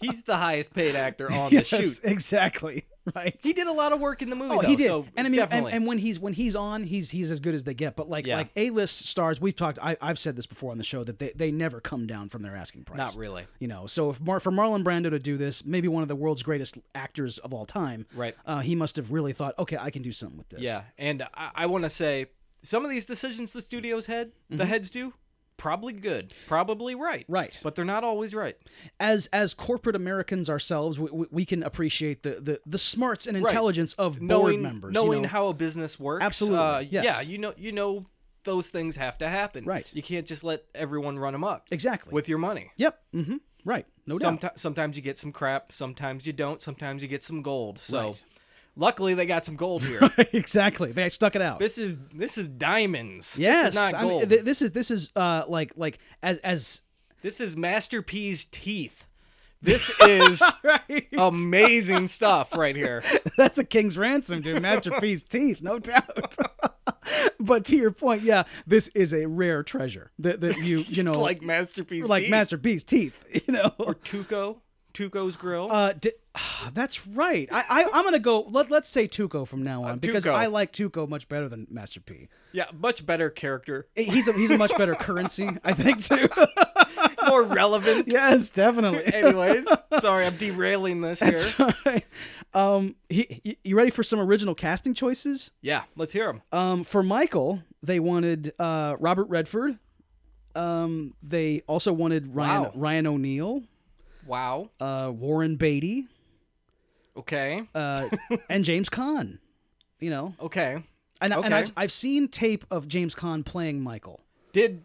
S1: He's the highest paid actor on
S2: Yes,
S1: the shoot.
S2: exactly. Right.
S1: He did a lot of work in the movie.
S2: Oh,
S1: though,
S2: he did,
S1: So
S2: and I mean, and,
S1: definitely.
S2: and when he's when he's on, he's he's as good as they get. But like
S1: Yeah.
S2: like A list stars, we've talked. I, I've said this before on the show that they, they never come down from their asking price.
S1: Not really.
S2: You know, so if Mar- for Marlon Brando to do this, maybe one of the world's greatest actors of all time,
S1: Right.
S2: Uh, he must have really thought, okay, I can do something with this.
S1: Yeah, and I, I want to say some of these decisions the studios head, the heads do, probably good, probably right,
S2: Mm-hmm. Right.
S1: but they're not always right.
S2: as as corporate Americans ourselves, we, we, we can appreciate the, the the smarts and intelligence of board
S1: knowing
S2: members. you
S1: knowing
S2: know?
S1: how a business works,
S2: Absolutely,
S1: Uh, Yeah,
S2: yes.
S1: you know, you know, those things have to happen.
S2: Right.
S1: You can't just let everyone run amok
S2: exactly.
S1: with your money.
S2: yep. hmm Right. No doubt.
S1: Someti- sometimes you get some crap, sometimes you don't, sometimes you get some gold. So,
S2: Right.
S1: luckily they got some gold here.
S2: exactly. They stuck it out.
S1: this is this is diamonds. this
S2: yes.
S1: is not
S2: I mean,
S1: gold.
S2: th- this is this is uh like like as as
S1: this is Master P's teeth. This is
S2: right.
S1: amazing stuff right here.
S2: That's a king's ransom, dude. Masterpiece teeth, no doubt. but to your point, yeah, this is a rare treasure that that you you know
S1: Like masterpiece,
S2: like
S1: Teeth.
S2: masterpiece teeth. You know.
S1: Tuco, Tuco's Grill.
S2: Uh, di- that's right. I, I I'm gonna go. Let Let's say Tuco from now on because
S1: Uh, Tuco.
S2: I like Tuco much better than Master P.
S1: yeah, much better character,
S2: He's a he's a much better currency, I think too.
S1: more relevant.
S2: yes, definitely.
S1: Anyways, sorry, I'm derailing this here.
S2: All right. Um, he, he- you ready for some original casting choices?
S1: Yeah, let's hear him.
S2: Um, for Michael, they wanted uh Robert Redford. Um, they also wanted Ryan
S1: Wow.
S2: Ryan O'Neill,
S1: Wow.
S2: uh, Warren Beatty,
S1: Okay.
S2: uh, and James Caan. You know,
S1: Okay.
S2: And, and
S1: Okay.
S2: I've, I've seen tape of James Caan playing Michael.
S1: Did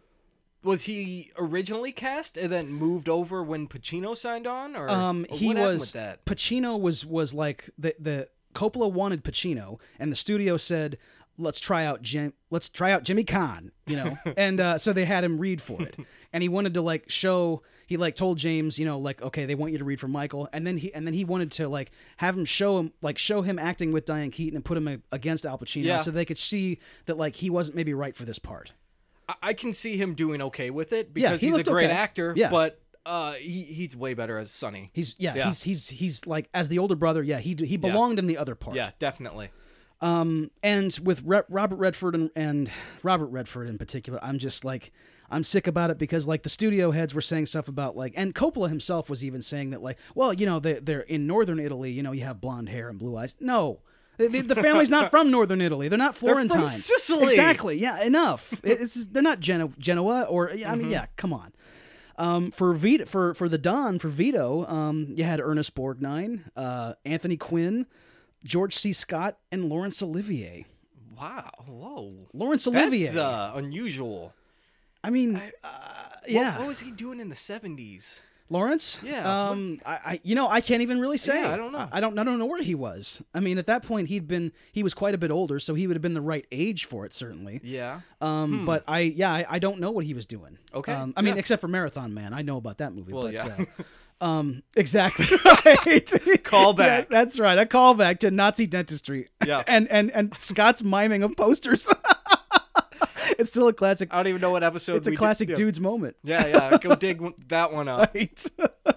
S1: was he originally cast and then moved over when Pacino signed on, or
S2: Um,
S1: or
S2: he
S1: what happened
S2: was
S1: with that?
S2: Pacino was was like the the Coppola wanted Pacino, and the studio said, "Let's try out Jim. Let's try out Jimmy Caan." You know, and uh, so they had him read for it, and he wanted to like show. He like told James, you know, like okay, they want you to read for Michael, and then he and then he wanted to like have him show him like show him acting with Diane Keaton and put him a- against Al Pacino,
S1: Yeah.
S2: so they could see that like he wasn't maybe right for this part.
S1: I, I can see him doing okay with it because
S2: he
S1: he's a
S2: looked
S1: great
S2: okay.
S1: actor.
S2: Yeah.
S1: But uh, he he's way better as Sonny.
S2: He's yeah,
S1: Yeah.
S2: He's he's he's like as the older brother. Yeah, he he belonged in the other part.
S1: yeah, definitely.
S2: And with Re- Robert Redford and, and Robert Redford in particular, I'm just like I'm sick about it because like the studio heads were saying stuff about like, and Coppola himself was even saying that like, well, you know, they, they're in northern Italy. You know, you have blonde hair and blue eyes. No, the, the, the family's not from northern Italy. They're not
S1: from
S2: Florentine.
S1: Sicily.
S2: Exactly. Yeah. Enough. It- it's just- they're not Geno- Genoa or yeah, I
S1: Mm-hmm.
S2: mean, yeah. Come on. Um, for Vito, for for the Don, for Vito, um, you had Ernest Borgnine, uh, Anthony Quinn, George C. Scott, and Laurence Olivier.
S1: Wow. Whoa.
S2: Laurence Olivier.
S1: That's uh, unusual.
S2: I mean, uh, yeah,
S1: What, what was he doing in the 70s?
S2: Lawrence.
S1: Yeah, what-
S2: Um, I, I, you know, I can't even really say.
S1: Yeah, I don't know.
S2: I, I don't, I don't know where he was. I mean, at that point, he'd been, he was quite a bit older, so he would have been the right age for it, certainly.
S1: Yeah.
S2: Um, but I, yeah, I, I don't know what he was doing.
S1: Hmm. Okay,
S2: Um, I mean,
S1: yeah.
S2: except for Marathon Man, I know about that movie.
S1: Well,
S2: but,
S1: yeah.
S2: uh, um, exactly right.
S1: Callback.
S2: Yeah, that's right. A callback to Nazi dentistry.
S1: Yeah.
S2: and and and Scott's miming of posters. it's still a classic.
S1: I don't even know what episode
S2: It's a
S1: we did-
S2: classic
S1: yeah.
S2: dude's moment.
S1: Yeah, yeah. Go dig w- that one up.
S2: right?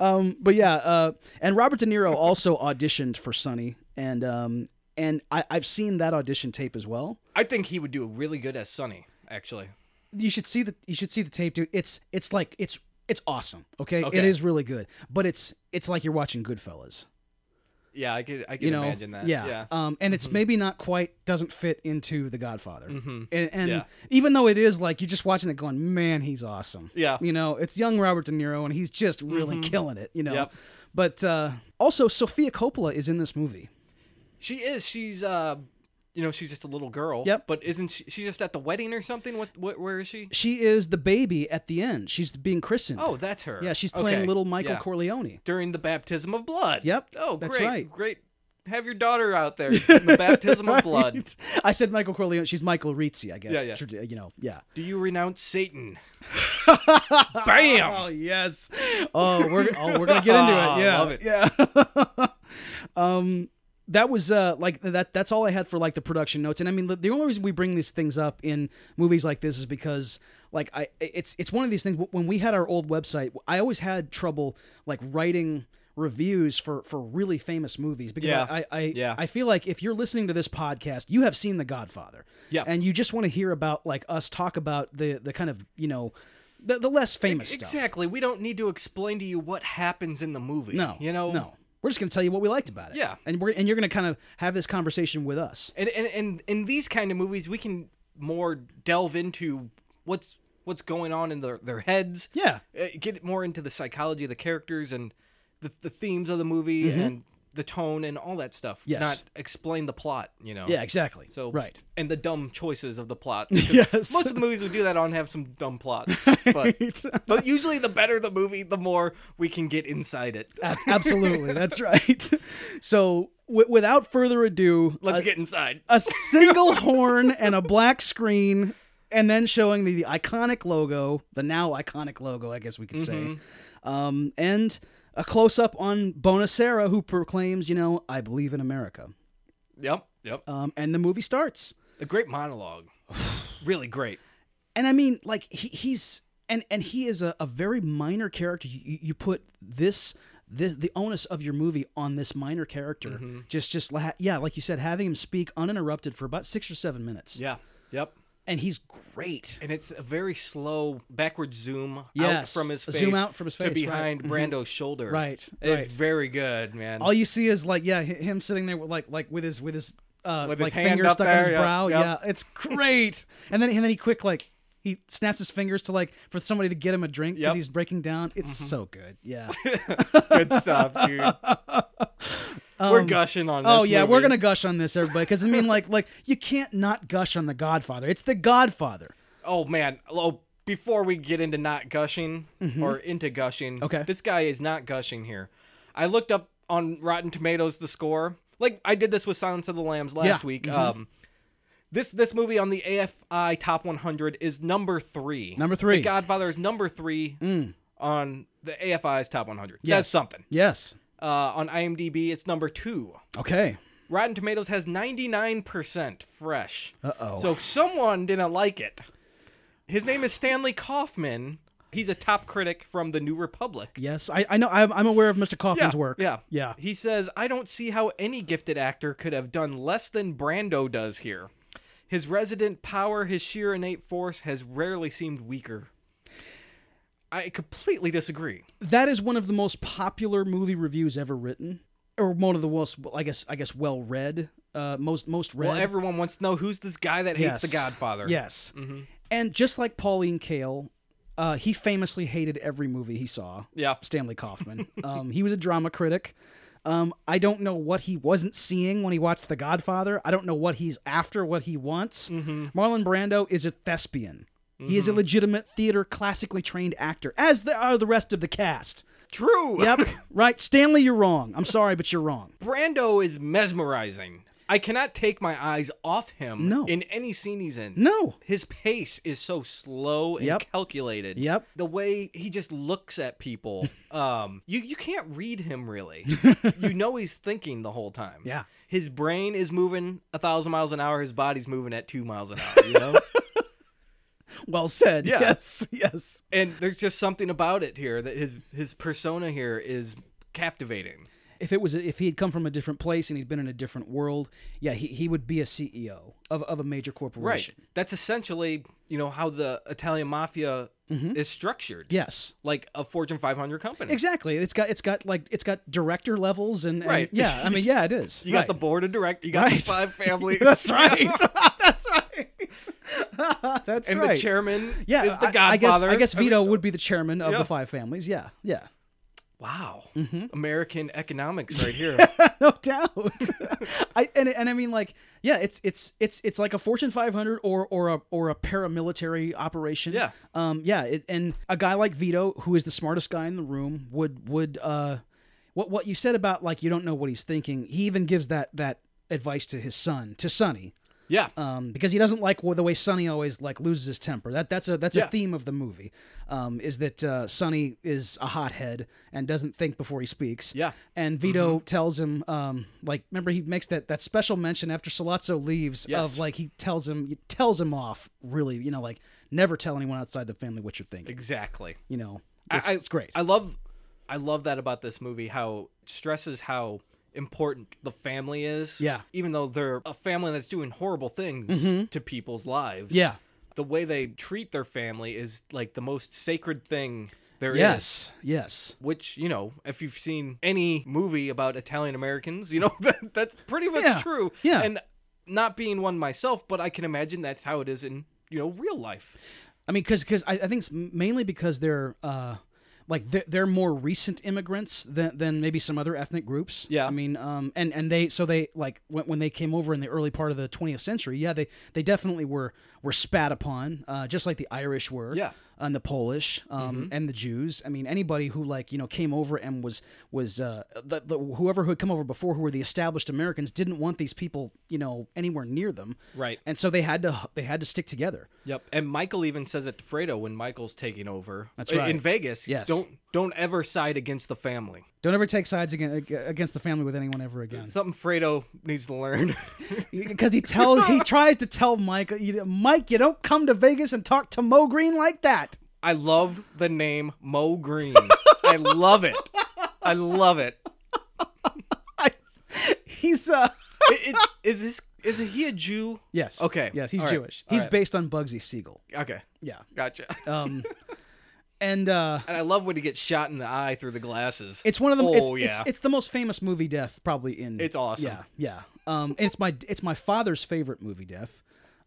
S2: um, but yeah, uh, and Robert De Niro also auditioned for Sonny, and um, and I, I've seen that audition tape as well.
S1: I think he would do really good as Sonny, actually.
S2: You should see the you should see the tape, dude. It's it's like it's it's awesome. Okay, it
S1: Okay.
S2: is really good, but it's it's like you're watching Goodfellas.
S1: Yeah, I could I could
S2: You know,
S1: imagine that.
S2: yeah.
S1: Yeah. Mm-hmm.
S2: Um, and it's maybe not quite doesn't fit into The Godfather,
S1: Mhm.
S2: and, and
S1: Yeah.
S2: even though it is like you're just watching it going, man, he's awesome.
S1: Yeah.
S2: You know, it's young Robert De Niro, and he's just really killing it. You know,
S1: Mm-hmm. Yep.
S2: but uh, also Sophia Coppola is in this movie.
S1: She is. She's uh you know, she's just a little girl.
S2: Yep.
S1: But isn't she she's just at the wedding or something? What, what where is she?
S2: She is the baby at the end. She's being christened.
S1: Oh, that's her.
S2: yeah, she's playing
S1: Okay,
S2: little Michael
S1: yeah.
S2: Corleone.
S1: during the baptism of blood.
S2: Yep,
S1: Oh,
S2: that's
S1: great.
S2: right.
S1: Great. Have your daughter out there in the baptism of blood.
S2: Right. I said Michael Corleone. She's Michael Rizzi, I guess.
S1: Yeah, yeah.
S2: Trad- You know, yeah.
S1: Do you renounce Satan? Bam.
S2: Oh yes. Oh, we're oh we're gonna get into
S1: Ah,
S2: it. Yeah,
S1: love it.
S2: yeah. um, that was uh like that. That's all I had for like the production notes. And I mean, the, the only reason we bring these things up in movies like this is because like I it's it's one of these things. When we had our old website, I always had trouble like writing reviews for for really famous movies because
S1: Yeah.
S2: I, I I
S1: Yeah.
S2: I feel like if you're listening to this podcast, you have seen The Godfather.
S1: Yeah.
S2: And you just want to hear about like us talk about the the kind of, you know, the, the
S1: E-,
S2: less famous stuff.
S1: Exactly. We don't need to explain to you what happens in the movie.
S2: No,
S1: You know?
S2: no. We're just gonna tell you what we liked about it.
S1: Yeah.
S2: and we're and you're gonna kind of have this conversation with us.
S1: And and and in these kind of movies we can more delve into what's what's going on in their, their heads.
S2: Yeah,
S1: uh, get more into the psychology of the characters and the, the themes of the movie and the tone and all that stuff.
S2: Mm-hmm. Yes.
S1: Not explain the plot, you know.
S2: yeah, exactly.
S1: So
S2: right.
S1: and the dumb choices of the plot.
S2: Yes.
S1: Most of the movies we do that on have some dumb plots, but but usually the better the movie, the more we can get inside it.
S2: Ab- Absolutely, that's right. So w- without further ado, uh,
S1: Let's
S2: a,
S1: get inside.
S2: a single horn and a black screen, and then showing the, the iconic logo, the now iconic logo, I guess we could say, um, and a close up on Bonacera, who proclaims, you know, I believe in America,
S1: Yep. Yep.
S2: um, and the movie starts.
S1: A great monologue. really great.
S2: and I mean, like he, he's and and he is a, a very minor character. You, you- you put this this the onus of your movie on this minor character. Just just la- yeah, like you said, having him speak uninterrupted for about six or seven minutes,
S1: Yeah. Yep.
S2: and he's great.
S1: And it's a very slow backward zoom
S2: Yes.
S1: out from his
S2: A
S1: face.
S2: zoom out from his face,
S1: to
S2: right. Mm-hmm.
S1: behind Brando's shoulder.
S2: Right,
S1: It's
S2: right.
S1: very good, man.
S2: All you see is like yeah, hi- him sitting there with like like with his with his uh
S1: With his
S2: like
S1: hand
S2: finger
S1: up
S2: stuck on
S1: there,
S2: his
S1: yep,
S2: brow.
S1: yep.
S2: Yeah, it's great. and then and then he quick like. He snaps his fingers to like for somebody to get him a drink because
S1: Yep. Mm-hmm.
S2: he's breaking down. It's so good, yeah.
S1: good stuff, dude. We're gushing on this.
S2: Oh yeah, we're
S1: movie.
S2: gonna gush on this, everybody, because I mean, like, like you can't not gush on The Godfather. It's The Godfather.
S1: Oh man. Oh, before we get into not gushing or into gushing,
S2: Mm-hmm. Okay.
S1: this guy is not gushing here. I looked up on Rotten Tomatoes the score. Like I did this with Silence of the Lambs last
S2: Yeah, Mm-hmm.
S1: week. Um, this this movie on the AFI Top 100 is number three.
S2: Number three. Mm.
S1: The Godfather is number three on the AFI's Top 100.
S2: Yes.
S1: That's something.
S2: Yes.
S1: Uh, on IMDb, it's number two.
S2: Okay.
S1: Rotten Tomatoes has 99% fresh.
S2: Uh-oh.
S1: So someone didn't like it. His name is Stanley Kaufman. He's a top critic from The New Republic.
S2: Yes, I, I know. I'm, I'm aware of Mr. Kaufman's work.
S1: Yeah.
S2: Yeah.
S1: He says, I don't see how any gifted actor could have done less than Brando does here. His resident power, his sheer innate force has rarely seemed weaker. I completely disagree.
S2: That is one of the most popular movie reviews ever written, or one of the most, I guess, I guess, well read, uh, most most read.
S1: Well, everyone wants to know who's this guy that hates
S2: Yes.
S1: the Godfather.
S2: Yes,
S1: hmm
S2: and just like Pauline Kael, uh, he famously hated every movie he saw.
S1: Yeah.
S2: Stanley Kaufman. um, he was a drama critic. Um, I don't know what he wasn't seeing when he watched The Godfather. I don't know what he's after, what he wants. Marlon Brando is a thespian. He is a legitimate theater classically trained actor, as the, are the rest of the cast.
S1: True.
S2: Yep, right. Stanley, you're wrong. I'm sorry, but you're wrong.
S1: Brando is mesmerizing. I cannot take my eyes off him
S2: No.
S1: in any scene he's in.
S2: No.
S1: His pace is so slow and
S2: Yep.
S1: calculated.
S2: Yep.
S1: The way he just looks at people, um, you you can't read him really. you know he's thinking the whole time.
S2: Yeah.
S1: His brain is moving a thousand miles an hour. His body's moving at two miles an hour. You know.
S2: Well said.
S1: Yeah.
S2: Yes, yes.
S1: and there's just something about it here that his his persona here is captivating.
S2: If it was if he had come from a different place and he'd been in a different world, yeah, he, he would be a CEO of, of a major
S1: Right.
S2: corporation.
S1: That's essentially you know how the Italian mafia is structured.
S2: Yes.
S1: Like a Fortune 500 company.
S2: Mm-hmm. Exactly. It's got it's got like it's got director levels and, and-
S1: Right.
S2: yeah, I mean yeah, it is.
S1: You got
S2: Right.
S1: the board of direct. You got the
S2: Right.
S1: five families.
S2: That's right. That's right. That's
S1: And
S2: right.
S1: the chairman
S2: yeah,
S1: is the
S2: I- I guess
S1: godfather.
S2: I guess
S1: mean, uh,
S2: Vito would be the chairman of
S1: Yeah.
S2: the five families. Yeah. Yeah.
S1: wow.
S2: Mm-hmm.
S1: American economics right here.
S2: no doubt. I and and I mean like yeah, it's it's it's it's like a Fortune 500 or or a or a paramilitary operation.
S1: Yeah.
S2: Um. Yeah. It, and a guy like Vito, who is the smartest guy in the room, would would uh, what what you said about like you don't know what he's thinking. He even gives that that advice to his son to Sonny.
S1: Yeah.
S2: Um, because he doesn't like the way Sonny always like loses his temper. That that's a that's
S1: Yeah.
S2: a theme of the movie. Um, is that uh, Sonny is a hothead and doesn't think before he speaks.
S1: Yeah. Mm-hmm.
S2: And Vito tells him, um, like, remember he makes that, that special mention after Salazzo leaves
S1: Yes.
S2: of like he tells him he tells him off really, you know, like never tell anyone outside the family what you're thinking.
S1: Exactly.
S2: You know,
S1: I-
S2: it's,
S1: I,
S2: it's great.
S1: I love, I love that about this movie. How it stresses how important the family is.
S2: Yeah. Mm-hmm.
S1: Even though they're a family that's doing horrible things to people's lives.
S2: yeah.
S1: The way they treat their family is like the most sacred thing there is.
S2: Yes. Yes.
S1: Which you know, if you've seen any movie about Italian Americans, you know that, that's pretty much
S2: Yeah.
S1: true.
S2: Yeah.
S1: And not being one myself, but I can imagine that's how it is in you know real life.
S2: I mean, because I, I think it's mainly because they're uh, like they're, they're more recent immigrants than, than maybe some other ethnic groups.
S1: Yeah.
S2: I mean, um, and and they so they like when, when they came over in the early part of the 20th century, yeah, they they definitely were were spat upon, uh, just like the Irish were.
S1: Yeah. Mm-hmm.
S2: And the Polish, um, and the Jews. I mean, anybody who like you know came over and was was uh, the, the, whoever who had come over before, who were the established Americans, didn't want these people you know anywhere near them,
S1: Right.
S2: and so they had to they had to stick together.
S1: Yep. And Michael even says it to Fredo when Michael's taking over. uh,
S2: That's
S1: in-
S2: right.
S1: In Vegas,
S2: Yes.
S1: don't don't ever side against the family.
S2: Don't ever take sides against, against the family with anyone ever again.
S1: Something Fredo needs to learn.
S2: Because he tell he tries to tell Mike, you- Mike, you don't come to Vegas and talk to Mo Green like that.
S1: I love the name Mo Green. I love it. I love it.
S2: I, he's uh
S1: It- it- Is this is he a Jew?
S2: yes
S1: Okay.
S2: yes he's
S1: All right.
S2: Jewish.
S1: All
S2: He's
S1: right.
S2: based on Bugsy Siegel.
S1: Okay.
S2: Yeah.
S1: Gotcha.
S2: Um, and uh,
S1: And I love when he gets shot in the eye through the glasses.
S2: it's one of them.
S1: Oh,
S2: it's,
S1: yeah.
S2: it's it's the most famous movie death probably in.
S1: It's awesome.
S2: Yeah yeah. Um, and it's my it's my father's favorite movie death.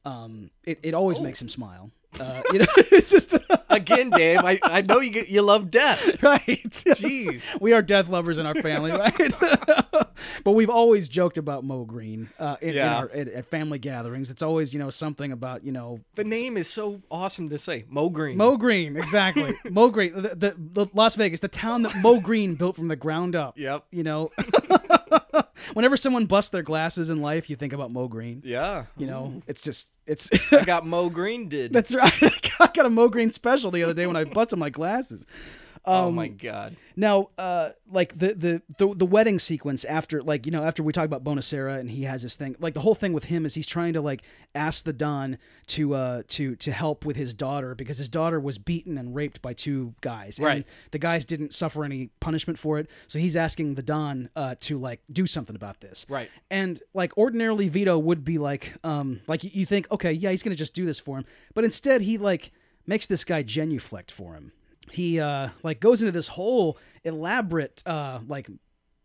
S2: Um, it it
S1: Oh.
S2: always makes him smile. Uh, you know, it's just. uh,
S1: Again, Dave, I, I know you get, you love death.
S2: Right.
S1: Jeez.
S2: we are death lovers in our family, right? but we've always joked about Mo Green uh, in, in
S1: Yeah.
S2: our, at, at family gatherings. It's always, you know, something about, you know,
S1: The name is so awesome to say. Mo Green.
S2: Mo Green, exactly. Mo Green, the, the, the Las Vegas, the town that Mo Green built from the ground up.
S1: Yep.
S2: You know, whenever someone busts their glasses in life, you think about Mo Green.
S1: Yeah.
S2: You
S1: Mm-hmm.
S2: know, it's just, it's.
S1: I got Mo Green did.
S2: That's right. I got a Mo Green special the other day when I busted my glasses.
S1: oh my god.
S2: Now, uh, like the, the the the wedding sequence after, like you know, after we talk about Bonacera and he has his thing, like the whole thing with him is he's trying to like ask the Don to uh to to help with his daughter because his daughter was beaten and raped by two guys, and
S1: Right.
S2: the guys didn't suffer any punishment for it, so he's asking the Don uh to like do something about this,
S1: Right.
S2: and like ordinarily Vito would be like, um, like you- you think, okay, yeah, he's gonna just do this for him, but instead he like makes this guy genuflect for him. He uh like goes into this whole elaborate uh like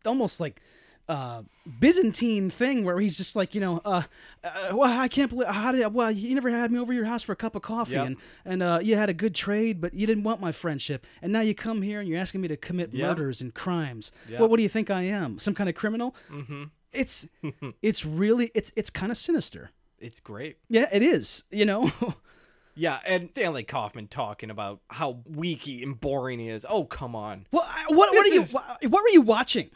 S2: almost like uh Byzantine thing where he's just like you know uh, uh well I can't believe how did well you never had me over to your house for a cup of coffee
S1: Yep.
S2: and and uh you had a good trade but you didn't want my friendship and now you come here and you're asking me to commit
S1: Yep.
S2: murders and crimes
S1: Yep.
S2: well what do you think I am some kind of criminal
S1: Mm-hmm.
S2: it's it's really it's it's kind of sinister.
S1: It's great.
S2: Yeah, it is. You know,
S1: Yeah, and Stanley Kaufman talking about how weaky and boring he is. Oh, come on.
S2: well, I, what what
S1: This
S2: are you
S1: is-
S2: wha- what were you watching?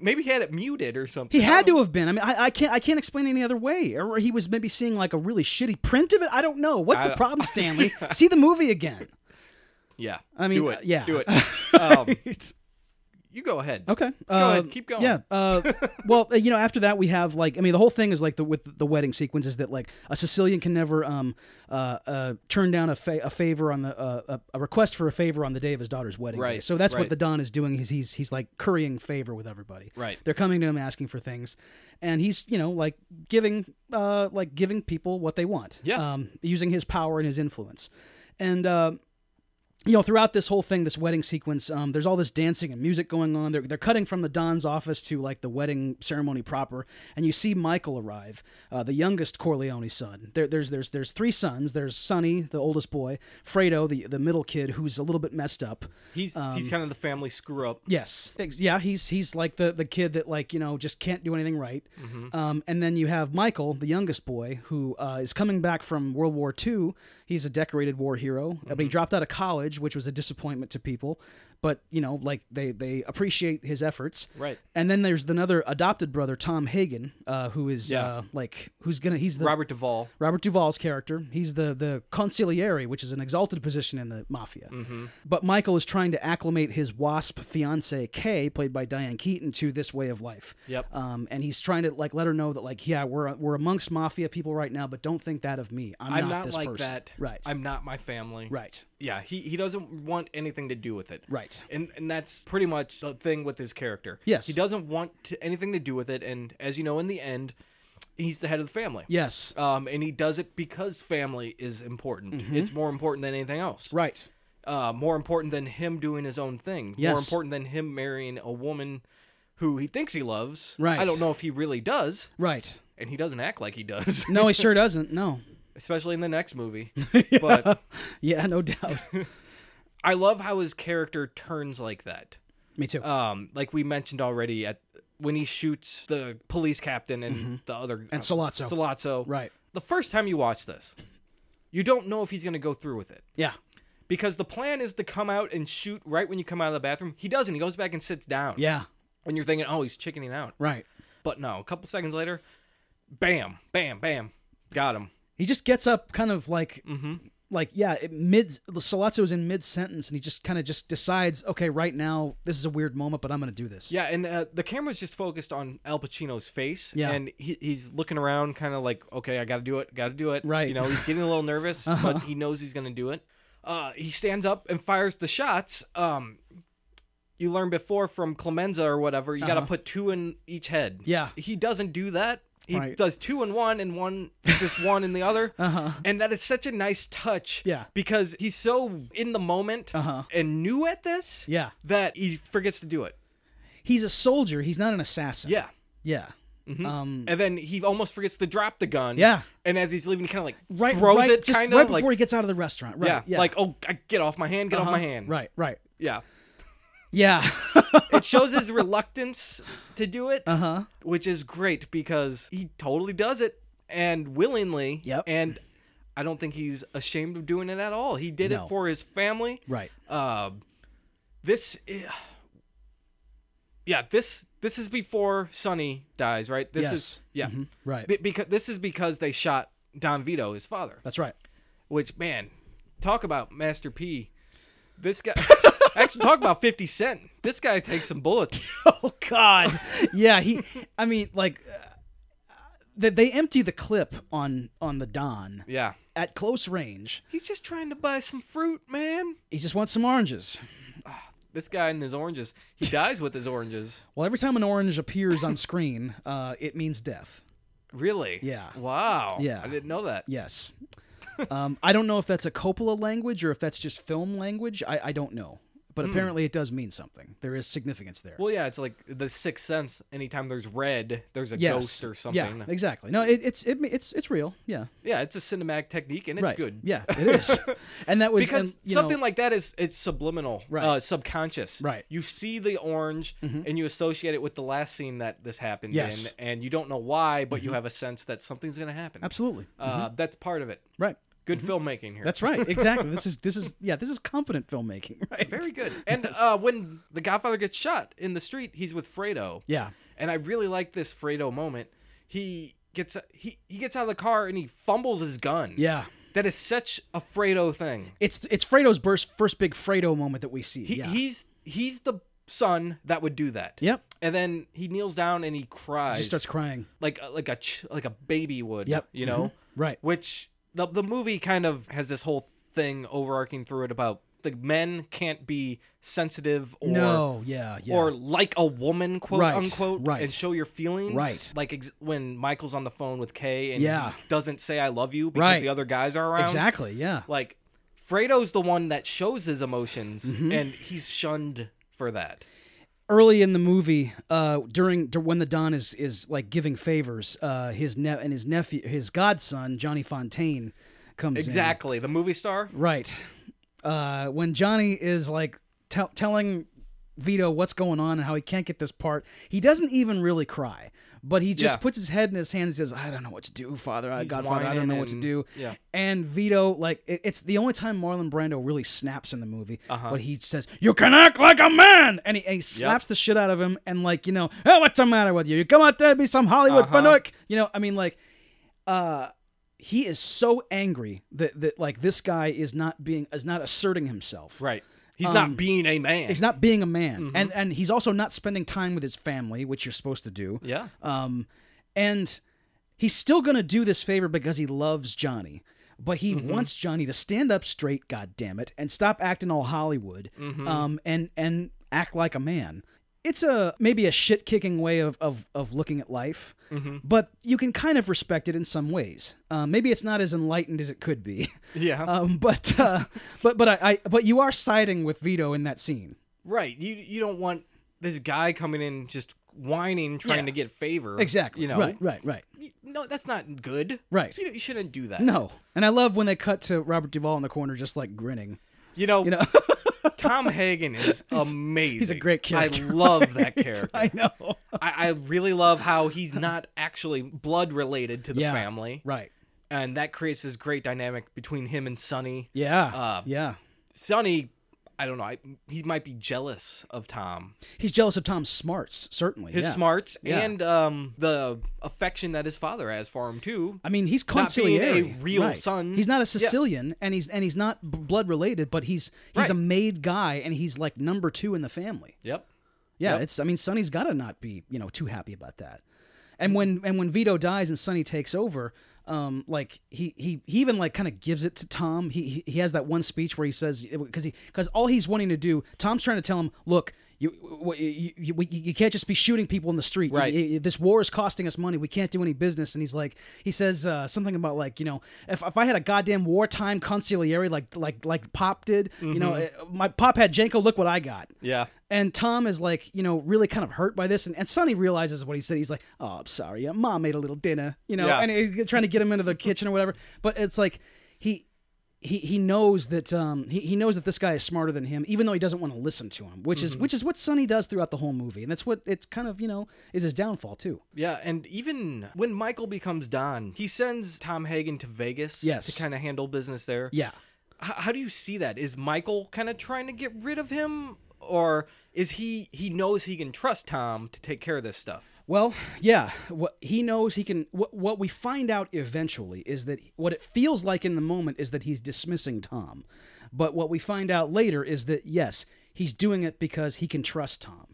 S1: Maybe he had it muted or something.
S2: He had to have been. I mean, I, I can't I can't explain any other way. Or he was maybe seeing like a really shitty print of it. I don't know. What's
S1: I
S2: the
S1: don't-
S2: problem, Stanley? See the movie again.
S1: Yeah.
S2: I mean,
S1: do
S2: uh,
S1: it.
S2: yeah.
S1: Do it. Um, you go ahead.
S2: Okay.
S1: Go ahead, keep going.
S2: Yeah. Uh, well, uh, you know, after that we have like, I mean, the whole thing is like the with the wedding sequence is that like a Sicilian can never um uh, uh turn down a, fa- a favor on the uh, a, a request for a favor on the day of his daughter's wedding. day.
S1: Right,
S2: So that's what
S1: right.
S2: the Don is doing. He's he's he's like currying favor with everybody.
S1: Right.
S2: They're coming to him asking for things, and he's you know like giving uh like giving people what they want.
S1: Yeah.
S2: Um, using his power and his influence, and. Uh, you know, throughout this whole thing, this wedding sequence, um, there's all this dancing and music going on. They're, they're cutting from the Don's office to like the wedding ceremony proper, and you see Michael arrive, uh, the youngest Corleone son. There, there's there's there's three sons. There's Sonny, the oldest boy, Fredo, the the middle kid, who's a little bit messed up.
S1: He's
S2: Um,
S1: he's kind of the family screw up.
S2: Yes, Ex- yeah, he's he's like the the kid that like you know just can't do anything right.
S1: Mm-hmm.
S2: Um, and then you have Michael, the youngest boy, who uh, is coming back from World War II. He's a decorated war hero, uh,
S1: Mm-hmm.
S2: but he dropped out of college, which was a disappointment to people. But you know, like they they appreciate his efforts.
S1: Right.
S2: And then there's another adopted brother, Tom Hagen, uh, who is
S1: Yeah.
S2: uh, like who's gonna he's the
S1: Robert Duvall.
S2: Robert Duvall's character. He's the the consigliere, which is an exalted position in the mafia.
S1: Mm-hmm.
S2: But Michael is trying to acclimate his wasp fiancee Kay, played by Diane Keaton, to this way of life.
S1: Yep.
S2: Um, and he's trying to like let her know that like yeah we're we're amongst mafia people right now, but don't think that of me. I'm,
S1: I'm
S2: not,
S1: not,
S2: this
S1: like
S2: person.
S1: that.
S2: Right.
S1: I'm not my family.
S2: right.
S1: Yeah. He he doesn't want anything to do with it.
S2: Right.
S1: And and that's pretty much the thing with his character.
S2: Yes.
S1: He doesn't want to, anything to do with it, and as you know, in the end, he's the head of the family.
S2: Yes.
S1: Um, and he does it because family is important. It's more important than anything else.
S2: Mm-hmm. Right.
S1: Uh, more important than him doing his own thing. More
S2: Yes.
S1: important than him marrying a woman who he thinks he loves.
S2: Right.
S1: I don't know if he really does,
S2: Right.
S1: and he doesn't act like he does,
S2: No, he sure doesn't. No.
S1: especially in the next movie. But
S2: Yeah, no doubt.
S1: I love how his character turns like that.
S2: me too.
S1: Um, like we mentioned already, at when he shoots the police captain and the other
S2: Mm-hmm. and Salazzo.
S1: Salazzo.
S2: right.
S1: The first time you watch this, you don't know if he's going to go through with it.
S2: Yeah.
S1: because the plan is to come out and shoot right when you come out of the bathroom. He doesn't. He goes back and sits down.
S2: Yeah.
S1: And you're thinking, oh, he's chickening out.
S2: Right.
S1: But no, a couple seconds later, bam, bam, bam, got him.
S2: He just gets up, kind of like,
S1: Mm-hmm.
S2: like yeah, it mid. Salazzo is in mid sentence, and he just kind of just decides, okay, right now this is a weird moment, but I'm going to do this.
S1: Yeah, and uh, the camera's just focused on Al Pacino's face.
S2: Yeah.
S1: And he, he's looking around, kind of like, okay, I got to do it, got to do it.
S2: Right.
S1: You know, he's getting a little nervous, but he knows he's going to do it. Uh, he stands up and fires the shots. Um, you learned before from Clemenza or whatever, you got to put two in each head.
S2: Uh-huh. Yeah.
S1: He doesn't do that. He
S2: Right.
S1: does two in one and one, just one in the other. Uh-huh. And that is such a nice touch.
S2: Yeah.
S1: Because he's so in the moment
S2: Uh-huh.
S1: and new at this
S2: Yeah.
S1: that he forgets to do it.
S2: He's a soldier. He's not an assassin.
S1: Yeah. Mm-hmm.
S2: Yeah. Um.
S1: And then he almost forgets to drop the gun.
S2: Yeah.
S1: And as he's leaving, he kind of like
S2: Right.
S1: throws
S2: right,
S1: it,
S2: just
S1: kind of
S2: right
S1: like
S2: before he gets out of the restaurant. Right.
S1: yeah,
S2: Yeah. Uh-huh,
S1: like oh, I- get off my hand, get off my hand.
S2: Right. Right.
S1: Yeah.
S2: Yeah.
S1: It shows his reluctance to do it, uh-huh. which is great because he totally does it and willingly.
S2: Yep.
S1: And I don't think he's ashamed of doing it at all. He did
S2: No.
S1: it for his family.
S2: right.
S1: Um, this, yeah, this this is before Sonny dies, right? This
S2: Yes.
S1: is yeah.
S2: Mhm. Right.
S1: Um, Be- because this is because they shot Don Vito, his father.
S2: That's right.
S1: Which man, talk about Master P. This guy. Actually, talk about 50 Cent. This guy takes some bullets.
S2: oh God, yeah. He, I mean, like, uh, they, they empty the clip on on the Don
S1: Yeah.
S2: at close range.
S1: He's just trying to buy some fruit, man.
S2: He just wants some oranges.
S1: This guy and his oranges. He dies with his oranges.
S2: Well, every time an orange appears on screen, uh, it means death.
S1: Really?
S2: Yeah.
S1: Wow.
S2: Yeah.
S1: I didn't know that.
S2: Yes. Um, I don't know if that's a Coppola language or if that's just film language. I, I don't know. But apparently it does mean something. There is significance there.
S1: Hmm. Well, yeah, it's like the sixth sense. Anytime there's red, there's a
S2: yes.
S1: ghost or something.
S2: Yeah,
S1: Yeah.
S2: exactly. No, it, it's it, it's it's real. Yeah.
S1: it's a cinematic technique and it's
S2: right.
S1: good.
S2: Yeah, it is. and that was
S1: Because
S2: and, you
S1: something
S2: know,
S1: like that is it's subliminal,
S2: Right.
S1: uh, subconscious.
S2: Right. Mm-hmm.
S1: You see the orange and you associate it with the last scene that this happened
S2: Yes. Mm-hmm.
S1: in, and you don't know why, but you have a sense that something's going to happen.
S2: absolutely
S1: Uh, that's part of it.
S2: right.
S1: Good filmmaking here.
S2: mm-hmm. That's right. Exactly. this is this is yeah. This is competent filmmaking. Right.
S1: Very good. And uh, when the Godfather gets shot in the street, he's with Fredo.
S2: Yeah.
S1: And I really like this Fredo moment. He gets he he gets out of the car and he fumbles his gun.
S2: Yeah.
S1: That is such a Fredo thing.
S2: It's it's Fredo's first first big Fredo moment that we see.
S1: He,
S2: yeah.
S1: He's he's the son that would do that.
S2: yep.
S1: And then he kneels down and he
S2: He
S1: cries
S2: just starts crying.
S1: like uh, like a ch- like a baby would.
S2: Yep. Mm-hmm.
S1: You know.
S2: Right.
S1: Which the the movie kind of has this whole thing overarching through it about the men can't be sensitive or
S2: no. Yeah. Yeah.
S1: or like a woman, quote
S2: Right,
S1: unquote,
S2: right.
S1: and show your feelings.
S2: Right.
S1: Like ex- when Michael's on the phone with Kay and
S2: Yeah.
S1: he doesn't say I love you because
S2: Right.
S1: the other guys are around.
S2: exactly. Yeah.
S1: Like Fredo's the one that shows his emotions
S2: Mm-hmm.
S1: and he's shunned for that.
S2: early in the movie, uh, during dur- when the Don is is like giving favors, uh, his ne- and his nephew, his godson Johnny Fontaine, comes
S1: Exactly. The movie star?
S2: in. right. Uh, when Johnny is like tell telling Vito what's going on and how he can't get this part, he doesn't even really cry, but he just
S1: Yeah.
S2: puts his head in his hand and says, "I don't know what to do, Father, I,
S1: He's
S2: Godfather, I
S1: whining
S2: don't know what to
S1: and-
S2: do."
S1: yeah.
S2: And Vito, like, it- it's the only time Marlon Brando really snaps in the movie.
S1: Uh-huh.
S2: But he says, "You can act like a man," and he, and he slaps the shit out of him, and like, you know, "Hey, what's the matter with you? You come out there to be some Hollywood uh
S1: Uh-huh.
S2: You know, I mean, like, uh, he is so angry that that like this guy is not being is not asserting himself.
S1: Right. He's not being a man.
S2: He's not being a man, and and he's also not spending time with his family, which you're supposed to do.
S1: yeah.
S2: Um, and he's still going to do this favor because he loves Johnny. But he
S1: Mm-hmm.
S2: wants Johnny to stand up straight, God damn it, and stop acting all Hollywood,
S1: Mm-hmm.
S2: um, and and act like a man. It's a maybe a shit kicking way of, of of looking at life,
S1: Mm-hmm.
S2: but you can kind of respect it in some ways. Uh, maybe it's not as enlightened as it could be,
S1: Yeah.
S2: um, but uh, but but I, I but you are siding with Vito in that scene.
S1: right. You you don't want this guy coming in just whining trying
S2: Yeah.
S1: to get favor.
S2: Exactly.
S1: You know.
S2: Right. Right. Right.
S1: Y- No, that's not good.
S2: Right.
S1: You, you shouldn't do that.
S2: No. And I love when they cut to Robert Duvall in the corner, just like grinning.
S1: You know,
S2: You know,
S1: Tom Hagen is amazing.
S2: he's a great character.
S1: I love that character.
S2: I
S1: I,
S2: know.
S1: I really love how he's not actually blood related to the
S2: Yeah.
S1: family,
S2: Right.
S1: and that creates this great dynamic between him and Sonny.
S2: Yeah.
S1: Uh,
S2: yeah.
S1: Sonny, I don't know. I, he might be jealous of Tom,
S2: He's jealous of Tom's smarts, certainly.
S1: his
S2: yeah.
S1: smarts,
S2: Yeah.
S1: and um, the affection that his father has for him too.
S2: I mean, he's
S1: Not being a
S2: conciliary.
S1: real
S2: right.
S1: son.
S2: He's not a
S1: Yeah.
S2: Sicilian, and he's and he's not b- blood related, but he's he's
S1: Right.
S2: a made guy, and he's like number two in the family.
S1: Yep.
S2: Yeah,
S1: Yep.
S2: it's. I mean, Sonny's got to not be you know too happy about that. And when and when Vito dies and Sonny takes over, um, like he he he even like kind of gives it to Tom. He he he has that one speech where he says because he because all he's wanting to do, Tom's trying to tell him, look. You, wh- you, you, you- you can't just be shooting people in the street.
S1: Right.
S2: You- you- this war is costing us money. We can't do any business. And he's like, he says uh, something about like, you know, if, if I had a goddamn wartime conciliary like like like Pop did, you know, eh,
S1: Mm-hmm.
S2: my Pop had Janko. Look what I got.
S1: Yeah.
S2: And Tom is like, you know, really kind of hurt by this. And, and Sonny realizes what he said. He's like, oh, I'm sorry. Yeah, Mom made a little dinner, you know,
S1: Yeah.
S2: and he's trying to get him into the kitchen or whatever. But it's like he. He, he knows that um, he, he knows that this guy is smarter than him, even though he doesn't want to listen to him, which is which is what Sonny does throughout the whole movie, and that's what it's kind of you know is his downfall too.
S1: Yeah, and even when Michael becomes Don, he sends Tom Hagen to Vegas
S2: Yes.
S1: to kind of handle business there.
S2: Yeah,
S1: H- how do you see that? Is Michael kind of trying to get rid of him, or is he he knows he can trust Tom to take care of this stuff?
S2: Well, yeah, what he knows he can what what we find out eventually is that what it feels like in the moment is that he's dismissing Tom. But what we find out later is that yes, he's doing it because he can trust Tom,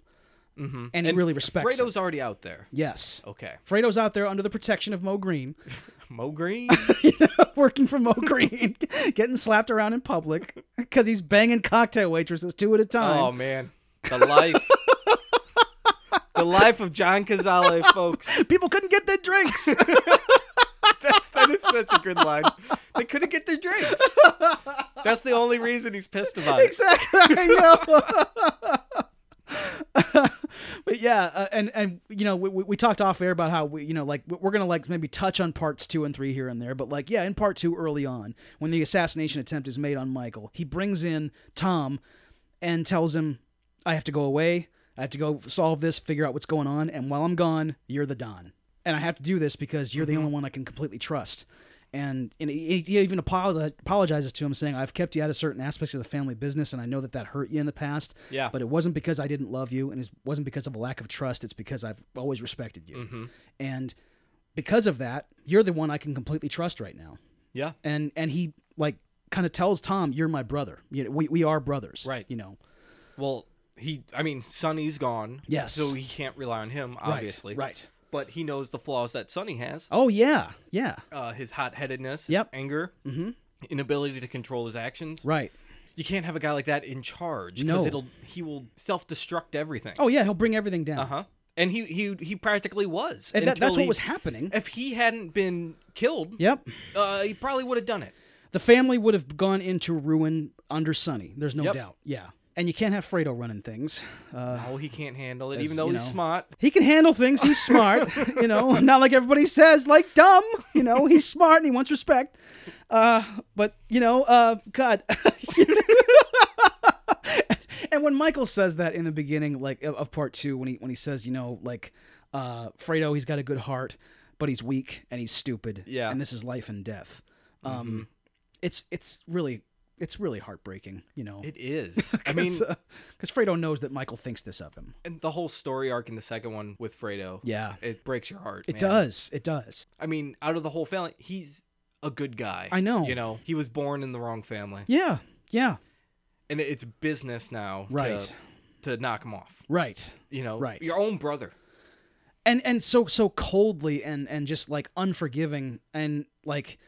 S1: Mm-hmm.
S2: and, he really respects. him.
S1: Fredo's Oh. already out there.
S2: Yes,
S1: Okay.
S2: Fredo's out there under the protection of Mo Green,
S1: Mo Green.
S2: you know, working for Mo Green, getting slapped around in public because he's banging cocktail waitresses two at a time.
S1: oh man, the life. the life of John Cazale, folks.
S2: People couldn't get their drinks.
S1: That's that is such a good line. They couldn't get their drinks. That's the only reason he's pissed about it.
S2: exactly. I know. but yeah, uh, and and you know we, we we talked off air about how we you know like we're gonna like maybe touch on parts two and three here and there, but like yeah, in part two early on when the assassination attempt is made on Michael, he brings in Tom and tells him, "I have to go away. I have to go solve this, figure out what's going on, and while I'm gone, you're the Don, and I have to do this because
S1: Mm-hmm.
S2: you're the only one I can completely trust." and and he, he even apolo- apologizes to him, saying, "I've kept you out of certain aspects of the family business, and I know that that hurt you in the past.
S1: Yeah.
S2: but it wasn't because I didn't love you, and it wasn't because of a lack of trust. It's because I've always respected you,
S1: Mm-hmm.
S2: and because of that, you're the one I can completely trust right now.
S1: Yeah.
S2: And and he like kind of tells Tom, "You're my brother. You know, we we are brothers.
S1: Right.
S2: You know.
S1: Well, he. I mean, Sonny's gone.
S2: Yes.
S1: So he can't rely on him, obviously.
S2: Right. Right.
S1: But he knows the flaws that Sonny has.
S2: Oh yeah. Yeah.
S1: Uh, his hot-headedness. his
S2: Yep.
S1: Anger. Mm-hmm. Inability to control his actions.
S2: Right.
S1: You can't have a guy like that in charge because
S2: No.
S1: it'll he will self-destruct everything.
S2: Oh yeah. He'll bring everything down.
S1: Uh huh. And he he he practically was.
S2: And that,
S1: until
S2: that's what
S1: he- Eh.
S2: was happening.
S1: If he hadn't been killed,
S2: Yep.
S1: uh, he probably would have done it.
S2: The family would have gone into ruin under Sunny. There's no
S1: Yep.
S2: doubt. Yeah. And you can't have Fredo running things. Uh,
S1: Oh, he can't handle it,
S2: As,
S1: even though
S2: you
S1: he's
S2: know.
S1: smart.
S2: he can handle things. He's smart. you know, not like everybody says, like dumb. You know, he's smart and he wants respect. Uh, but, you know, uh, God. and when Michael says that in the beginning, like of, of part two, when he when he says, you know, like uh, Fredo, he's got a good heart, but he's weak and he's stupid.
S1: Yeah. Mm-hmm.
S2: and this is life and death. Um, it's it's really it's really heartbreaking, you know.
S1: It is. I mean,
S2: because Fredo knows that Michael thinks this of him.
S1: and the whole story arc in the second one with Fredo.
S2: Yeah,
S1: It breaks your heart.
S2: it does. It does.
S1: I mean, out of the whole family, he's a good guy.
S2: I know.
S1: You know, he was born in the wrong family,
S2: Yeah, yeah.
S1: and it- it's business now, to-
S2: Right.
S1: To, knock him off.
S2: Right.
S1: You know,
S2: Right.
S1: Your own brother.
S2: and and so so coldly and and just like unforgiving and like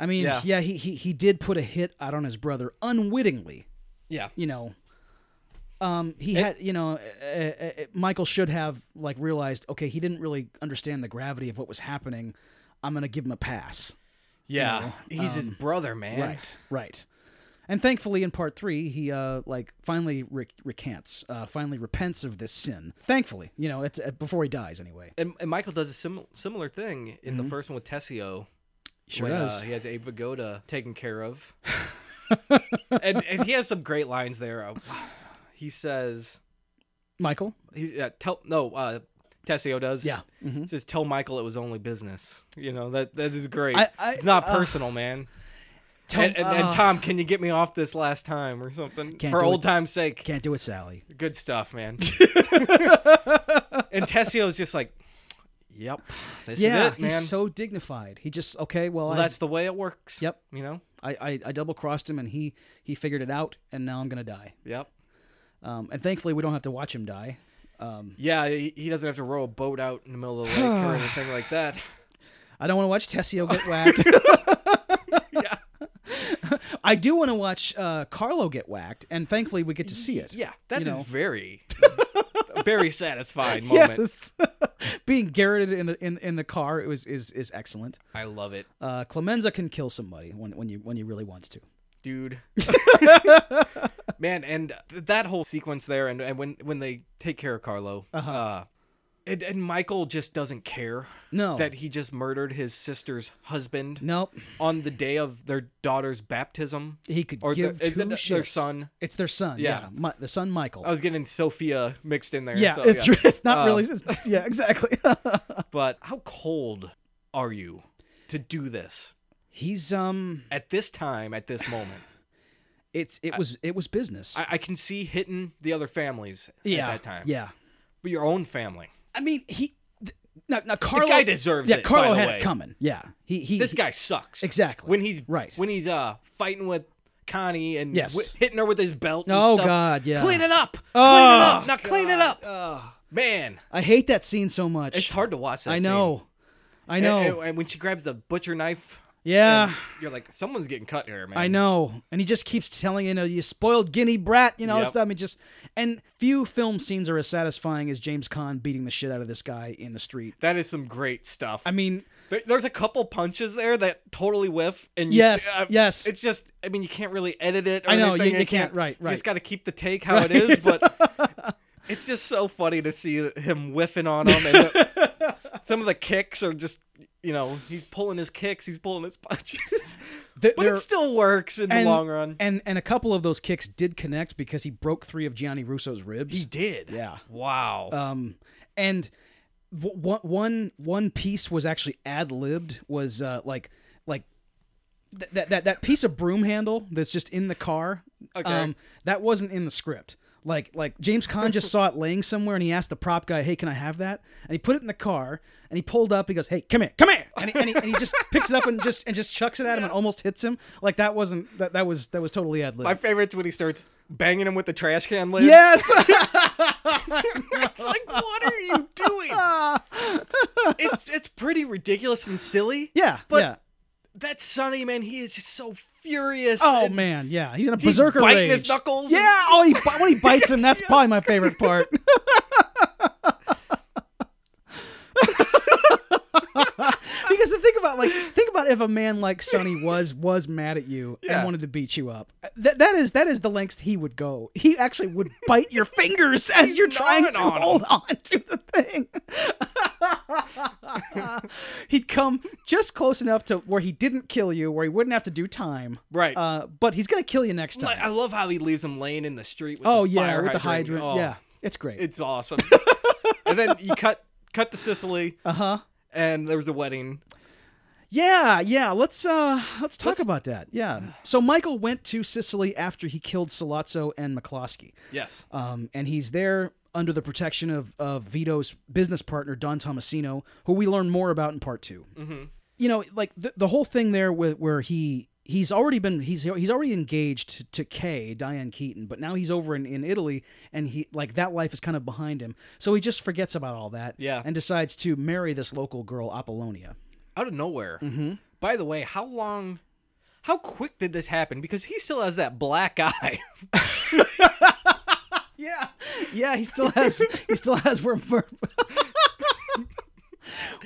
S2: i mean yeah,
S1: Yeah.
S2: he, he he did put a hit out on his brother unwittingly
S1: Yeah.
S2: you know um he had you know uh, uh, uh, michael should have like realized okay he didn't really understand the gravity of what was happening i'm gonna give him a pass
S1: Yeah. he's his brother, man.
S2: um, right right and thankfully in part three he uh like finally rec- recants uh finally repents of this sin thankfully you know it's uh, before he dies anyway
S1: And, and Michael does a sim- similar thing in
S2: Mm-hmm.
S1: the first one with Tessio.
S2: sure
S1: when,
S2: does
S1: Uh, he has Abe Vigoda taken care of. and, and he has some great lines there. Uh, He says,
S2: michael
S1: he's, uh, tell, no, uh, Tessio does.
S2: Yeah. Mm-hmm.
S1: He says, tell Michael it was only business. You know, that that is great.
S2: I- I-
S1: it's not
S2: uh,
S1: personal, man.
S2: Tom-
S1: and, and, and
S2: ah.
S1: Tom, can you get me off this last time or something?
S2: Can't
S1: For
S2: do
S1: old
S2: it.
S1: time's sake.
S2: Can't do it, Sally.
S1: Good stuff, man. and Tessio's just like, yep, this
S2: Yeah,
S1: is it, man.
S2: he's so dignified. He just okay. Well,
S1: well,
S2: I,
S1: that's the way it works.
S2: Yep.
S1: You know?
S2: I, I, I double crossed him, and he he figured it out, and now I'm gonna die.
S1: Yep.
S2: Um, and thankfully, we don't have to watch him die. Um,
S1: Yeah, he he doesn't have to row a boat out in the middle of the lake or anything like that.
S2: I don't want to watch Tessio get whacked.
S1: Yeah.
S2: I do want to watch uh, Carlo get whacked, and thankfully, we get to see it.
S1: Yeah, that is
S2: You know.
S1: very, very satisfying moment.
S2: Yes, being garroted in the in, in the car it was is is excellent.
S1: I love it,
S2: Uh, Clemenza can kill somebody when when you when he really wants to.
S1: dude. Man, and th- that whole sequence there, and, and when when they take care of Carlo, uh
S2: Uh-huh.
S1: and, and Michael just doesn't care
S2: No,
S1: that he just murdered his sister's husband
S2: nope.
S1: on the day of their daughter's baptism.
S2: He could
S1: Or
S2: give
S1: the- is
S2: two
S1: it
S2: shits.
S1: their son?
S2: It's their son. Yeah,
S1: Yeah.
S2: Mi- the son Michael.
S1: I was getting Sophia mixed in there.
S2: yeah,
S1: so,
S2: it's it's not
S1: Um,
S2: really. It's, it's- yeah, exactly.
S1: but how cold are you to do this
S2: He's um.
S1: at this time, at this moment?
S2: It's it was it was business.
S1: I, I can see hitting the other families
S2: yeah,
S1: at that time.
S2: Yeah,
S1: But your own family.
S2: I mean he. Th- now, now Carlo
S1: guy deserves
S2: yeah,
S1: it, by
S2: Carlo
S1: the
S2: had
S1: way.
S2: it coming. Yeah, he he.
S1: This
S2: he-
S1: guy sucks.
S2: Exactly.
S1: When he's
S2: Right.
S1: when he's uh fighting with Connie and
S2: Yes.
S1: wh- hitting her with his belt. and
S2: Oh,
S1: stuff.
S2: God, yeah.
S1: Clean it up. clean it
S2: Oh,
S1: up. Now clean it up,
S2: Ugh.
S1: man.
S2: I hate that scene so much.
S1: It's hard to watch. That
S2: I
S1: scene.
S2: know. I
S1: And-
S2: know.
S1: And, and when she grabs the butcher knife,
S2: yeah.
S1: and you're like, someone's getting cut here, man.
S2: I know. And he just keeps telling, you know, you spoiled guinea brat, you know,
S1: Yep.
S2: stuff. I mean, just, and few film scenes are as satisfying as James Caan beating the shit out of this guy in the street.
S1: That is some great stuff.
S2: I mean,
S1: There- There's a couple punches there that totally whiff, and you
S2: Yes,
S1: see- I-
S2: yes.
S1: It's just, I mean, you can't really edit it. Or
S2: I know,
S1: anything.
S2: you- you can't, right,
S1: You
S2: right.
S1: just got to keep the take how it is, but it's just so funny to see him whiffing on him, and the- some of the kicks are just, you know, he's pulling his kicks, he's pulling his punches,
S2: th-
S1: but
S2: there-
S1: it still works in
S2: and-
S1: the long run.
S2: And, and a couple of those kicks did connect because he broke three of Gianni Russo's ribs.
S1: He did.
S2: Yeah.
S1: Wow.
S2: Um, and w- one one one piece was actually ad libbed. Was uh, like like th- that that that piece of broom handle that's just in the car. um,
S1: Okay.
S2: that wasn't in the script. Like like James Caan just saw it laying somewhere, and he asked the prop guy, "Hey, can I have that?" And he put it in the car, and he pulled up. He goes, "Hey, come here, come here!" And he, and he, and he just picks it up and just and just chucks it at him and almost hits him. Like that wasn't that that was that was totally ad
S1: My
S2: lib.
S1: favorite's when he starts banging him with the trash can lid.
S2: Yes.
S1: It's like, what are you doing? it's it's pretty ridiculous and silly.
S2: yeah.
S1: But
S2: yeah.
S1: that Sonny man, he is just so furious.
S2: Oh
S1: and
S2: man, yeah, he's in a
S1: he's
S2: berserker
S1: biting
S2: rage.
S1: his knuckles. and-
S2: yeah, oh, he, bi- when he bites him, that's probably my favorite part. because the thing about like think about if a man like Sonny was was mad at you and
S1: Yeah.
S2: wanted to beat you up. That that is that is the lengths he would go. He actually would bite your fingers as
S1: He's
S2: you're trying
S1: gnawing
S2: to
S1: on 'em.
S2: hold on to the thing. He'd come just close enough to where he didn't kill you, where he wouldn't have to do time.
S1: Right.
S2: Uh, but he's gonna kill you next
S1: Like,
S2: time.
S1: I love how he leaves him laying in the street with
S2: oh
S1: the
S2: yeah,
S1: fire
S2: with the
S1: hydrant. Oh,
S2: hydrant. Yeah, it's great.
S1: It's awesome. and then you cut cut to Sicily
S2: uh huh.
S1: and there was a wedding.
S2: Yeah, yeah. Let's uh let's talk
S1: Let's-
S2: about that. Yeah. So Michael went to Sicily after he killed Salazzo and McCloskey.
S1: Yes.
S2: Um, and he's there under the protection of, of Vito's business partner, Don Tomasino, who we learn more about in part 2
S1: Mhm.
S2: You know, like the, the whole thing there with where he he's already been he's he's already engaged to, to Kay, Diane Keaton, but now he's over in, in Italy and he like that life is kind of behind him. So he just forgets about all that
S1: Yeah.
S2: and decides to marry this local girl, Apollonia.
S1: Out of nowhere.
S2: Mm-hmm.
S1: By the way, how long how quick did this happen? Because he still has that black eye.
S2: Yeah, yeah. He still has he still has where. where-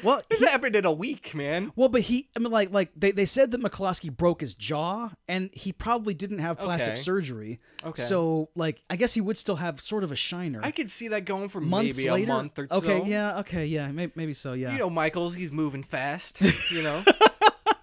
S2: well,
S1: this happened in a week, man.
S2: Well, but he, I mean, like, like they, they said that McCloskey broke his jaw, and he probably didn't have plastic
S1: Okay.
S2: surgery.
S1: Okay.
S2: So, like, I guess he would still have sort of a shiner.
S1: I could see that going for
S2: months
S1: maybe
S2: later,
S1: a month or
S2: okay,
S1: so.
S2: yeah, okay, yeah, maybe, maybe so, yeah.
S1: You know, Michaels, he's moving fast. You know,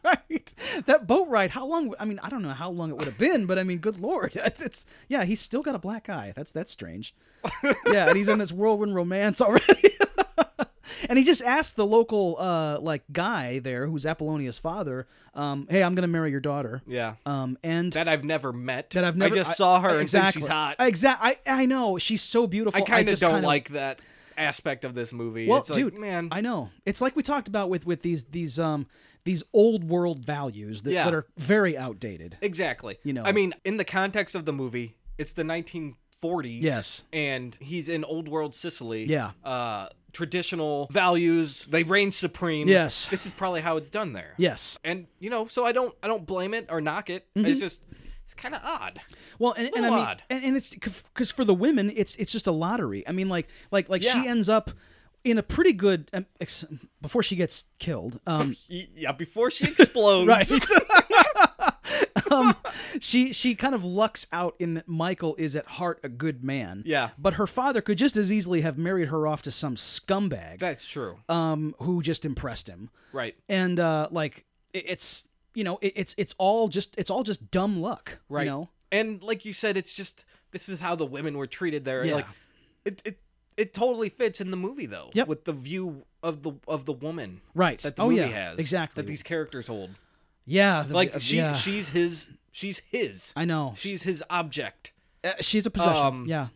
S2: right? That boat ride. How long? I mean, I don't know how long it would have been, but I mean, good lord, it's yeah. He's still got a black eye. That's that's strange. yeah, and he's in this whirlwind romance already. and he just asked the local uh like guy there, who's Apollonia's father, um, "Hey, I'm gonna marry your daughter."
S1: yeah.
S2: Um, and
S1: that I've never met.
S2: that I've never.
S1: I just saw her and think
S2: exactly.
S1: she's hot. I,
S2: Exactly. I, I know she's so beautiful.
S1: kind of
S2: just
S1: don't
S2: kinda-
S1: like that aspect of this movie.
S2: Well,
S1: it's like,
S2: dude,
S1: man,
S2: I know it's like we talked about with with these these um these old world values that,
S1: Yeah.
S2: that are very outdated.
S1: exactly.
S2: You know.
S1: I mean, in the context of the movie, it's the 1940s.
S2: Yes.
S1: and he's in old world Sicily.
S2: Yeah.
S1: uh, traditional values they reign supreme.
S2: Yes.
S1: this is probably how it's done there.
S2: Yes.
S1: and you know, so I don't, I don't blame it or knock it.
S2: Mm-hmm.
S1: It's just, it's kind of odd.
S2: Well, and, and I
S1: Little
S2: mean,
S1: odd.
S2: and, and it's because for the women, it's it's just a lottery. I mean, like like like she
S1: Yeah.
S2: ends up in a pretty good um, ex- before she gets killed. Um,
S1: Y- Yeah, before she explodes.
S2: um, she she kind of lucks out in that Michael is at heart a good man.
S1: Yeah.
S2: But her father could just as easily have married her off to some scumbag
S1: That's true.
S2: um who just impressed him.
S1: Right.
S2: And uh like it, it's you know, it, it's it's all just it's all just dumb luck.
S1: right
S2: You know?
S1: and like you said it's just this is how the women were treated there
S2: Yeah.
S1: like it, it it totally fits in the movie though
S2: Yep.
S1: with the view of the of the woman
S2: Right.
S1: that the
S2: oh
S1: movie
S2: yeah.
S1: has
S2: Exactly.
S1: that these characters hold
S2: yeah. the-
S1: like
S2: uh,
S1: she
S2: yeah.
S1: she's his she's his
S2: I know.
S1: she's his object
S2: Uh, she's a possession.
S1: um,
S2: yeah.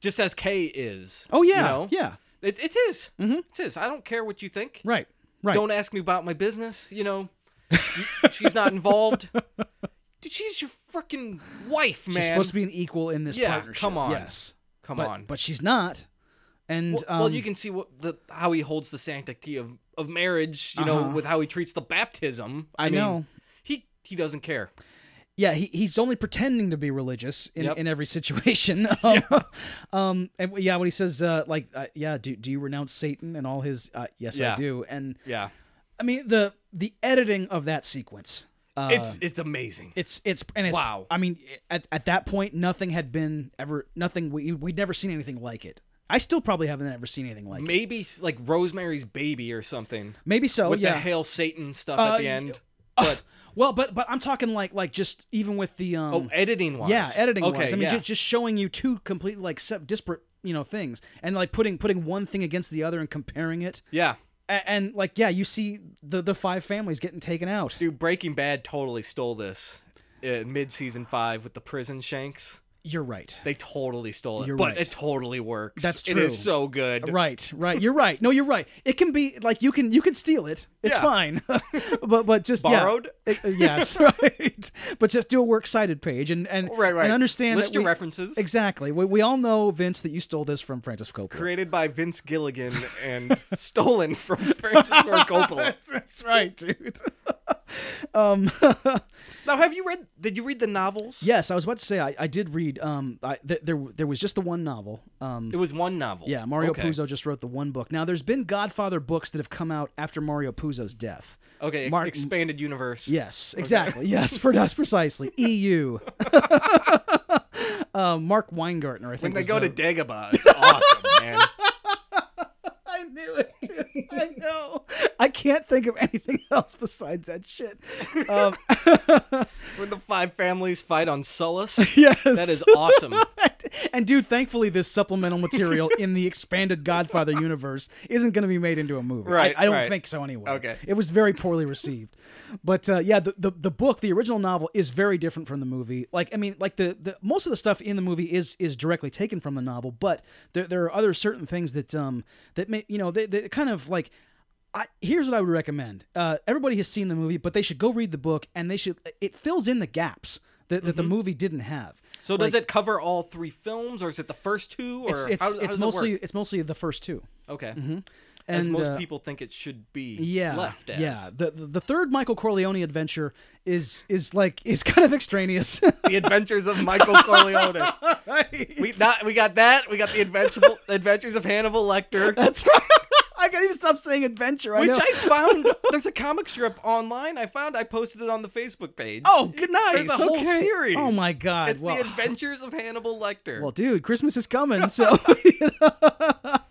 S1: just as Kay is
S2: Oh yeah.
S1: you know?
S2: Yeah.
S1: it, it's his mm-hmm. it's his I don't care what you think
S2: Right. Right.
S1: don't ask me about my business you know You- she's not involved Dude, she's your freaking wife, man.
S2: She's supposed to be an equal in this
S1: Yeah,
S2: partnership.
S1: come on.
S2: Yes.
S1: Come
S2: but,
S1: on.
S2: But she's not. And
S1: well,
S2: um,
S1: well, you can see what the how he holds the sanctity of, of marriage, you know,
S2: Uh-huh.
S1: with how he treats the baptism. I,
S2: I
S1: mean,
S2: know.
S1: he he doesn't care.
S2: Yeah, he, he's only pretending to be religious in,
S1: Yep.
S2: in every situation. Um, yeah. um, and yeah, when he says, uh, like, uh, yeah, do, do you renounce Satan and all his, uh, yes, I
S1: Yeah.
S2: do. And
S1: Yeah,
S2: I mean, the the editing of that sequence. Uh,
S1: it's it's amazing.
S2: it's it's and it's,
S1: Wow.
S2: I mean, at, at that point, nothing had been ever nothing. We we'd never seen anything like it. I still probably haven't ever seen anything like it.
S1: Maybe s- like Rosemary's Baby or something
S2: Maybe so.
S1: with
S2: oh, yeah.
S1: the hail Satan stuff
S2: Uh,
S1: at the end.
S2: Uh,
S1: But
S2: well, but but I'm talking like like just even with the um
S1: oh, editing wise,
S2: yeah editing
S1: Okay,
S2: wise. I mean,
S1: yeah.
S2: just, just showing you two completely like se- disparate you know things and like putting putting one thing against the other and comparing it
S1: yeah,
S2: and, and like yeah, you see the the five families getting taken out.
S1: dude, Breaking Bad totally stole this in mid season five with the prison shanks.
S2: You're right.
S1: They totally stole it,
S2: You're
S1: but
S2: right.
S1: it totally works.
S2: That's
S1: It is
S2: true.
S1: so good.
S2: Right, right. You're right. No, you're right. It can be like you can you can steal it. It's
S1: Yeah.
S2: fine. but but just yeah.
S1: Borrowed?
S2: It- uh, yes, right. But just do a works cited page and and
S1: Right, right.
S2: and understand
S1: List
S2: that
S1: your
S2: we-
S1: references.
S2: Exactly. We, we all know Vince that you stole this from Francis Coppola.
S1: created by Vince Gilligan and stolen from Francis Ford Coppola.
S2: That's right, dude.
S1: Now, have you read? Did you read the novels?
S2: yes, I was about to say I, I did read. Um, I, th- there there was just the one novel. Um,
S1: It was one novel.
S2: yeah, Mario
S1: okay.
S2: Puzo just wrote the one book. Now there's been Godfather books that have come out after Mario Puzo's death.
S1: Okay, ex-
S2: Mark-
S1: expanded universe.
S2: Yes, exactly. Yes, for us precisely. EU. uh, Mark Weingartner, I think.
S1: When they
S2: was
S1: go
S2: the-
S1: to Dagobah, it's awesome, man.
S2: I knew it. Dude. I know. I can't think of anything else besides that shit. Um,
S1: When the five families fight on Sullus,
S2: yes,
S1: that is awesome.
S2: and dude, thankfully, this supplemental material in the expanded Godfather universe isn't going to be made into a movie. I-
S1: Right,
S2: I, don't
S1: right.
S2: think so anyway.
S1: Okay.
S2: It was very poorly received, but uh, yeah, the, the the book, the original novel, is very different from the movie. Like, I mean, like the, the most of the stuff in the movie is is directly taken from the novel, but there there are other certain things that um that may you know they, they kind of like. I, here's what I would recommend. Uh, everybody has seen the movie, but they should go read the book, and they should. It fills in the gaps that, that the movie didn't have.
S1: Mm-hmm. So does
S2: Like-
S1: it cover all three films, or is it the first two? Or
S2: it's it's,
S1: how, how
S2: it's
S1: does it
S2: mostly
S1: work?
S2: it's mostly the first two.
S1: okay.
S2: And
S1: as most
S2: uh,
S1: people think it should be
S2: yeah,
S1: left as.
S2: yeah. The, the the third Michael Corleone adventure is is like is kind of extraneous.
S1: The Adventures of Michael Corleone.
S2: right.
S1: We not we got that. We got the Adventures Adventures of Hannibal Lecter.
S2: That's right. I gotta stop saying adventure. I
S1: Which
S2: know.
S1: I found. There's a comic strip online. I found. I posted it on the Facebook page.
S2: oh, good night.
S1: there's a whole series.
S2: Oh my god.
S1: it's
S2: well,
S1: the Adventures of Hannibal Lecter.
S2: well, dude, Christmas is coming, so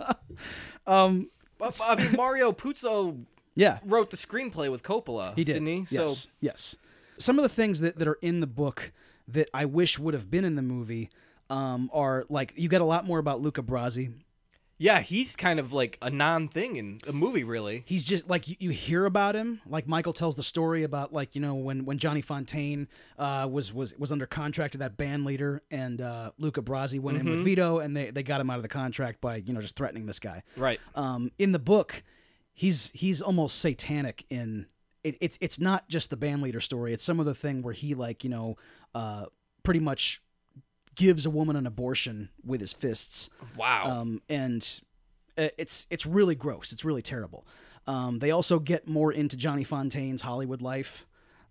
S2: um,
S1: But, I mean, Mario Puzo
S2: yeah.
S1: wrote the screenplay with Coppola.
S2: He did.
S1: not he?
S2: Yes.
S1: So
S2: yes. Some of the things that, that are in the book that I wish would have been in the movie um, are like you get a lot more about Luca Brasi.
S1: yeah, he's kind of like a non-thing in the movie, really.
S2: He's just like you, you hear about him. Like Michael tells the story about like you know when when Johnny Fontaine uh, was was was under contract to that band leader and uh, Luca Brasi went in with Vito and they they got him out of the contract by you know just threatening this guy.
S1: Right.
S2: um, in the book, he's he's almost satanic in it, it's it's not just the band leader story. It's some other thing where he like you know uh, pretty much gives a woman an abortion with his fists,
S1: Wow.
S2: um, and uh, it's it's really gross. It's really terrible. Um, they also get more into Johnny Fontaine's Hollywood life,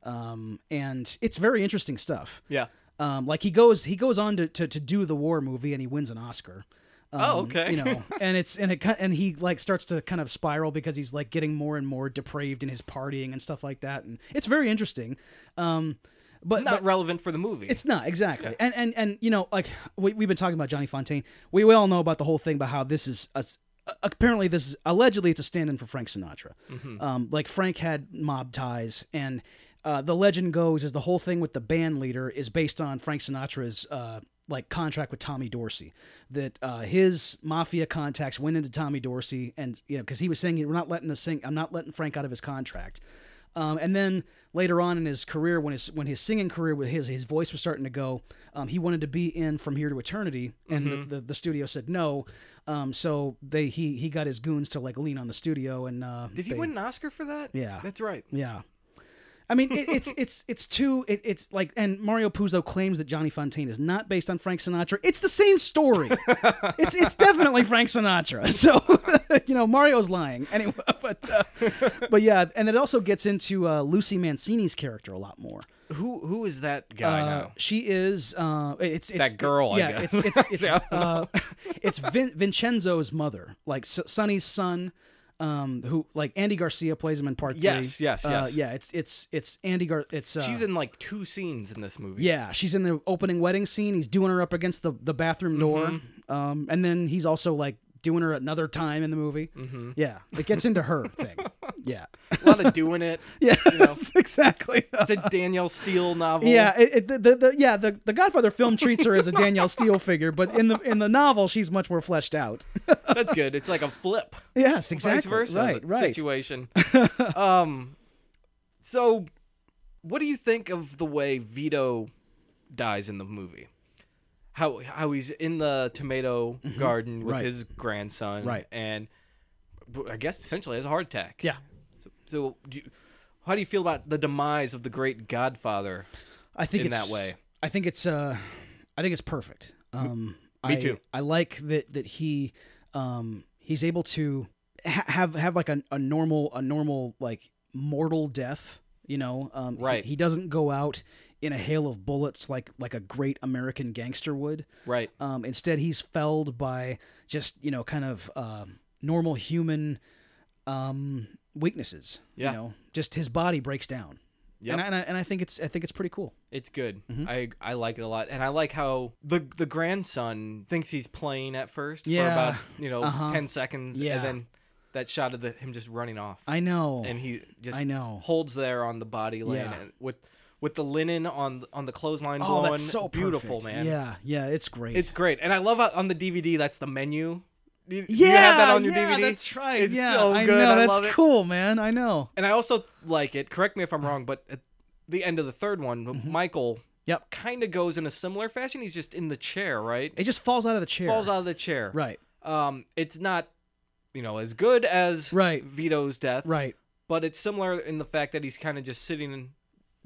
S2: um, and it's very interesting stuff.
S1: yeah.
S2: Um, like he goes he goes on to, to, to do the war movie and he wins an Oscar. Um,
S1: Oh, okay.
S2: you know, and it's and it ki- and he like starts to kind of spiral because he's like getting more and more depraved in his partying and stuff like that, and it's very interesting. Um, but,
S1: Not
S2: but
S1: relevant for the movie.
S2: it's not exactly, and and and you know, like we we've been talking about Johnny Fontaine. We, we all know about the whole thing about how this is a, s- apparently this is allegedly it's a stand-in for Frank Sinatra. Um, like Frank had mob ties, and uh, the legend goes is the whole thing with the band leader is based on Frank Sinatra's uh, like contract with Tommy Dorsey. That uh, his mafia contacts went into Tommy Dorsey, and you know because he was saying we're not letting this thing, I'm not letting Frank out of his contract. Um, and then later on in his career, when his when his singing career, with his his voice was starting to go, um, he wanted to be in From Here to Eternity, and the, the, the studio said no. Um, so they he he got his goons to like lean on the studio, and uh,
S1: Did he
S2: they-
S1: win an Oscar for that?
S2: Yeah.
S1: That's right.
S2: Yeah, I mean, it, it's it's it's too it, it's like and Mario Puzo claims that Johnny Fontaine is not based on Frank Sinatra. It's the same story. it's it's definitely Frank Sinatra. So you know Mario's lying anyway. But uh, but yeah, and it also gets into uh, Lucy Mancini's character a lot more.
S1: Who who is that guy
S2: Uh,
S1: now?
S2: She is uh, it's, it's
S1: That girl, I
S2: Yeah,
S1: guess.
S2: it's it's it's
S1: Yeah, I don't
S2: uh, it's Vin- Vincenzo's mother, like S- Sonny's son. Um, who like Andy Garcia plays him in part
S1: Yes,
S2: three.
S1: yes,
S2: Uh,
S1: yes.
S2: yeah, it's it's it's Andy Gar. It's uh,
S1: She's in like two scenes in this movie.
S2: yeah, she's in the opening wedding scene. He's doing her up against the the bathroom door,
S1: Mm-hmm.
S2: um, and then he's also like doing her another time in the movie. Mm-hmm. Yeah, it gets into her thing. Yeah,
S1: a lot of doing it.
S2: yeah,
S1: know.
S2: exactly.
S1: It's a Danielle Steele novel.
S2: Yeah, it, it, the, the, the yeah the, the Godfather film treats her as a Danielle Steele figure, but in the in the novel she's much more fleshed out.
S1: that's good. It's like a flip,
S2: yes, exactly.
S1: vice versa,
S2: right, right.
S1: Situation. um, so what do you think of the way Vito dies in the movie? How how he's in the tomato garden with
S2: Mm-hmm. right.
S1: his grandson,
S2: Right.
S1: And I guess essentially has a heart attack.
S2: yeah,
S1: So do you, how do you feel about the demise of the great Godfather?
S2: I think
S1: in
S2: it's,
S1: that way.
S2: I think it's uh, I think it's perfect. Um,
S1: Me
S2: I,
S1: too.
S2: I like that that he, um, he's able to ha- have have like a, a normal a normal like mortal death. You know, um, he-
S1: Right.
S2: He, doesn't go out in a hail of bullets like like a great American gangster would.
S1: Right.
S2: Um, instead, he's felled by just you know kind of uh, normal human um, weaknesses.
S1: Yeah.
S2: You know, just his body breaks down.
S1: Yep.
S2: And I, and, I, and I think it's I think it's pretty cool.
S1: It's good.
S2: Mm-hmm.
S1: I I like it a lot, and I like how the the grandson thinks he's playing at first for
S2: Yeah.
S1: about you know
S2: Uh-huh.
S1: ten seconds,
S2: Yeah.
S1: and then that shot of the, him just running off,
S2: I know.
S1: and he just
S2: I know.
S1: holds there on the body line
S2: Yeah.
S1: and with with the linen on on the clothesline
S2: Oh,
S1: blowing.
S2: that's so
S1: beautiful,
S2: perfect.
S1: man.
S2: Yeah, yeah, it's great.
S1: It's great, and I love how on the DVD that's the menu. You, you
S2: yeah,
S1: have that on your
S2: yeah,
S1: DVD.
S2: That's right.
S1: It's
S2: yeah,
S1: so
S2: I
S1: good.
S2: know.
S1: I
S2: that's
S1: love it.
S2: cool, man. I know.
S1: And I also like it. Correct me if
S2: Uh-huh.
S1: I'm wrong, but at the end of the third one, Michael
S2: Mm-hmm. Yep.
S1: kind of goes in a similar fashion. He's just in the chair, right?
S2: It just falls out of the chair.
S1: Falls out of the chair.
S2: Right.
S1: Um, it's not, you know, as good as
S2: Right.
S1: Vito's death,
S2: Right.
S1: But it's similar in the fact that he's kind of just sitting and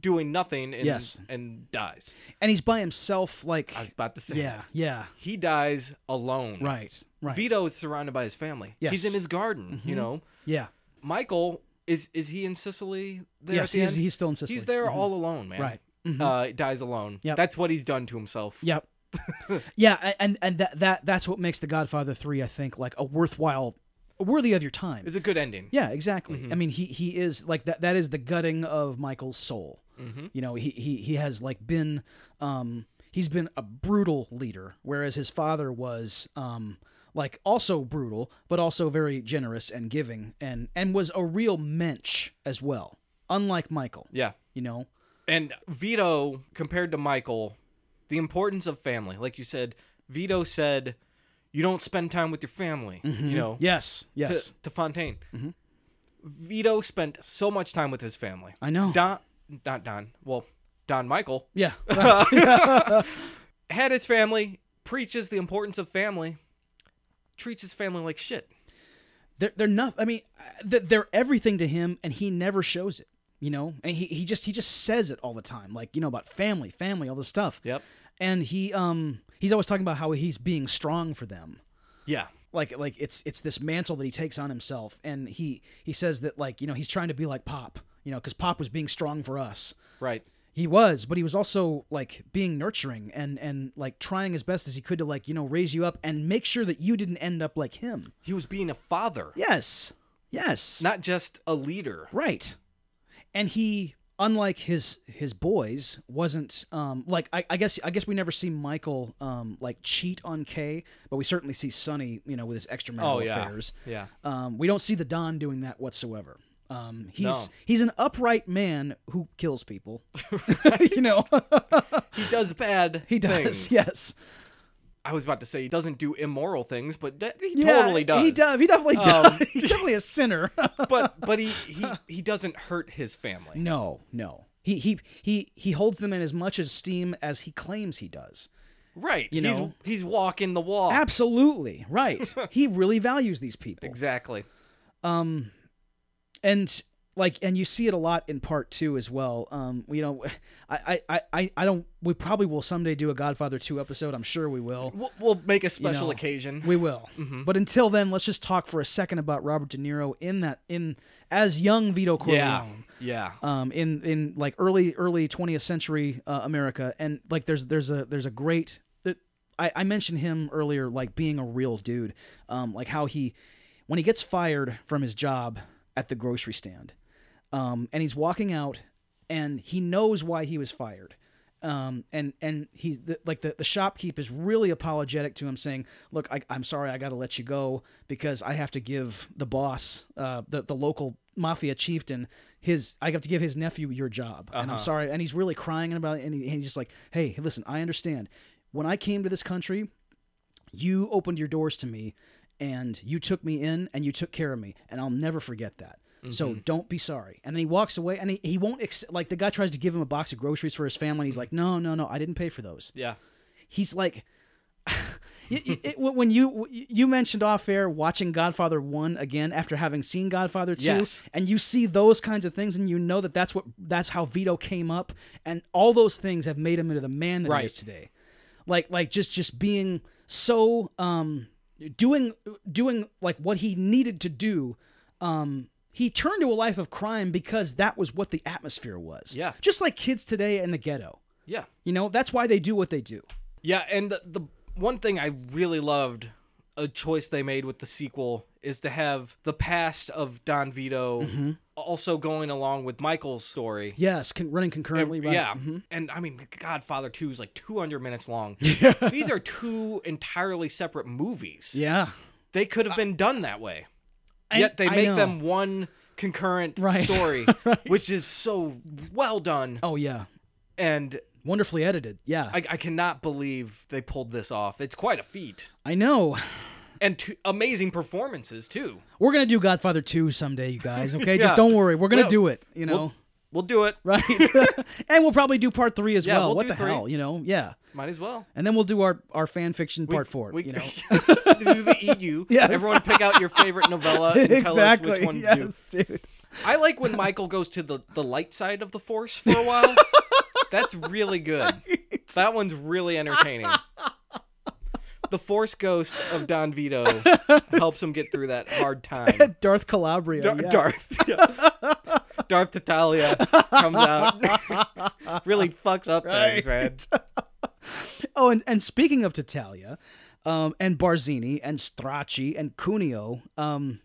S1: doing nothing, and
S2: Yes.
S1: and dies.
S2: And he's by himself. Like.
S1: I was about to say,
S2: yeah. Yeah.
S1: he dies alone.
S2: Right. Right.
S1: Vito is surrounded by his family.
S2: Yes. Mm-hmm.
S1: he's in his garden. You know,
S2: Yeah.
S1: Michael is is he in Sicily? There
S2: Yes.
S1: at the
S2: He's
S1: end?
S2: he's still in Sicily.
S1: He's there all alone, man.
S2: mm-hmm. Right. Mm-hmm.
S1: Uh, dies alone.
S2: Yep.
S1: That's what he's done to himself.
S2: Yep. yeah, a- and and that that that's what makes The Godfather 3 I think like a worthwhile worthy of your time.
S1: It's a good ending.
S2: Yeah, exactly. I mean, he he is like that. That is the gutting of Michael's soul. You know, he he he has like been um he's been a brutal leader, whereas his father was um like also brutal, but also very generous and giving, and and was a real mensch as well. Unlike Michael,
S1: Yeah.
S2: you know.
S1: And Vito, compared to Michael, the importance of family. Like you said, Vito said, "You don't spend time with your family." You know,
S2: Yes,
S1: to,
S2: Mm-hmm. yes, Mm-hmm.
S1: to Fontaine. Vito spent so much time with his family.
S2: I know.
S1: Don, not Don. Well, Don Michael
S2: yeah, right.
S1: had his family. Preaches the importance of family. Treats his family like shit.
S2: they're they're not. I mean, uh, they're- they're everything to him, and he never shows it. You know, and he, he just he just says it all the time, like you know about family, family, all this stuff.
S1: Yep.
S2: And he um he's always talking about how he's being strong for them,
S1: Yeah.
S2: like like it's it's this mantle that he takes on himself, and he he says that like you know he's trying to be like Pop, you know, because Pop was being strong for us.
S1: Right.
S2: He was, but he was also like being nurturing and and like trying as best as he could to like you know raise you up and make sure that you didn't end up like him.
S1: He was being a father,
S2: Yes, yes.
S1: not just a leader.
S2: Right. And he, unlike his his boys, wasn't um like I, I guess I guess we never see Michael um like cheat on Kay, but we certainly see Sonny, you know, with his extramarital
S1: Oh, yeah.
S2: affairs.
S1: Yeah.
S2: Um we don't see the Don doing that whatsoever. Um he's
S1: No.
S2: he's an upright man who kills people. you know.
S1: He does bad.
S2: he does.
S1: Things.
S2: Yes.
S1: I was about to say he doesn't do immoral things, but that- he
S2: Yeah,
S1: totally does.
S2: He does. He definitely does.
S1: Um,
S2: he's definitely a sinner.
S1: but but he, he he doesn't hurt his family.
S2: no, no. He he he he holds them in as much esteem as he claims he does.
S1: Right.
S2: You
S1: he's
S2: know?
S1: he's walking the wall.
S2: Absolutely right. he really values these people,
S1: Exactly.
S2: um, and like and you see it a lot in part two as well um you know i i i, I don't we probably will someday do a godfather 2 episode i'm sure we will
S1: We'll, we'll make a special
S2: know,
S1: occasion.
S2: we will but until then let's just talk for a second about robert de niro in that in as young vito corleone
S1: yeah, yeah.
S2: um, in in like early early 20th century uh, America, and like there's there's a there's a great. th- I, I mentioned him earlier, like being a real dude, um, like how he when he gets fired from his job at the grocery stand, um, and he's walking out, and he knows why he was fired. Um, and and he's the, like the, the shopkeep is really apologetic to him, saying, "Look, I, I'm sorry, I got to let you go because I have to give the boss, uh, the the local mafia chieftain, his I have to give his nephew your job, and I'm sorry." And he's really crying about it, and, he, and he's just like, "Hey, listen, I understand. When I came to this country, you opened your doors to me and you took me in and you took care of me and i'll never forget that so don't be sorry and then he walks away and he, he won't ex- like the guy tries to give him a box of groceries for his family and he's like no no no i didn't pay for those
S1: Yeah.
S2: he's like it, it- it- when you you mentioned off air watching Godfather 1 again after having seen Godfather 2
S1: Yes.
S2: and you see those kinds of things and you know that that's what that's how Vito came up and all those things have made him into the man that he
S1: Right.
S2: is today like like just just being so um doing doing like what he needed to do um he turned to a life of crime because that was what the atmosphere was
S1: Yeah.
S2: just like kids today in the ghetto
S1: Yeah.
S2: you know that's why they do what they do
S1: Yeah, and the, the one thing I really loved a choice they made with the sequel is to have the past of Don Vito
S2: Mm-hmm.
S1: also going along with Michael's story.
S2: Yes, con- running concurrently. right.
S1: Yeah. And I mean Godfather 2 is like 200 minutes long. These are two entirely separate movies.
S2: Yeah.
S1: They could have been done that way.
S2: I-
S1: Yet they
S2: I
S1: make
S2: know.
S1: them one concurrent
S2: Right.
S1: story, which is so well done
S2: Oh yeah.
S1: and
S2: Wonderfully edited. Yeah. I,
S1: I, I cannot believe they pulled this off. It's quite a feat.
S2: know.
S1: and two, amazing performances too.
S2: We're gonna do Godfather two someday, you guys. Okay, just
S1: Yeah.
S2: don't worry. We're gonna
S1: Well,
S2: do it. You know,
S1: We'll do it.
S2: right? and we'll probably do part three as
S1: Yeah,
S2: well.
S1: we'll
S2: what
S1: do
S2: the
S1: three.
S2: hell? You know? Yeah.
S1: Might as well.
S2: And then we'll do our our fan fiction part four.
S1: We
S2: you know.
S1: do the EU.
S2: Yes.
S1: Everyone pick out your favorite novella and tell us which one you.
S2: dude.
S1: I like when Michael goes to the, the light side of the force for a while. That's really good. That one's really entertaining. The force ghost of Don Vito helps him get through that hard time.
S2: Darth Calabria.
S1: Dar-
S2: yeah.
S1: Darth. yeah. Darth Tatalia comes out. really fucks up things, man.
S2: Oh, and, and speaking of Titalia, um, and Barzini and Stracci and Cuneo, um,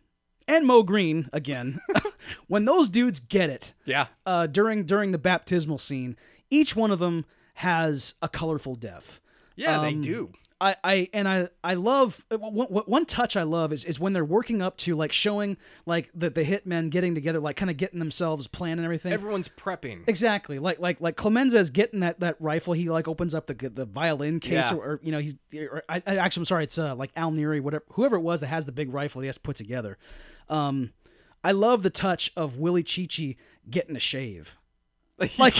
S2: and Mo Green again, when those dudes get it,
S1: Yeah.
S2: uh, during during the baptismal scene, each one of them has a colorful death.
S1: Yeah, they
S2: Um,
S1: do.
S2: I, I and I I love uh, one, one- one touch I love is, is when they're working up to like showing like the the hitmen getting together like kind of getting themselves planned and everything.
S1: Everyone's prepping.
S2: Exactly, like like like Clemenza's getting that that rifle. He like opens up the the violin case,
S1: Yeah.
S2: or, or you know he's. Or, I, I actually, I'm sorry, it's uh, like Al Neary, whatever, whoever it was that has the big rifle, he has to put together. Um, I love the touch of Willie Chichi getting a shave. Like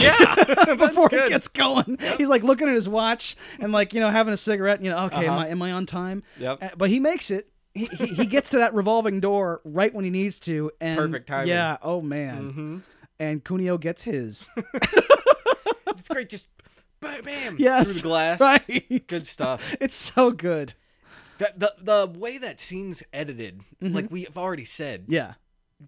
S2: yeah, before it gets going, he's like looking at his watch and like you know having a cigarette. You know, okay, am I am I on time?
S1: Uh-huh. Yep.
S2: Uh, But he makes it. He, he, he gets to that revolving door right when he needs to, and
S1: Perfect timing. Mm-hmm.
S2: Yeah. Oh man. And Cuneo gets his.
S1: It's great. Just bam, bam
S2: Yes.
S1: through the glass.
S2: Right.
S1: Good stuff.
S2: It's so good.
S1: That, the the way that scene's edited, like we've already said,
S2: Mm-hmm. Yeah.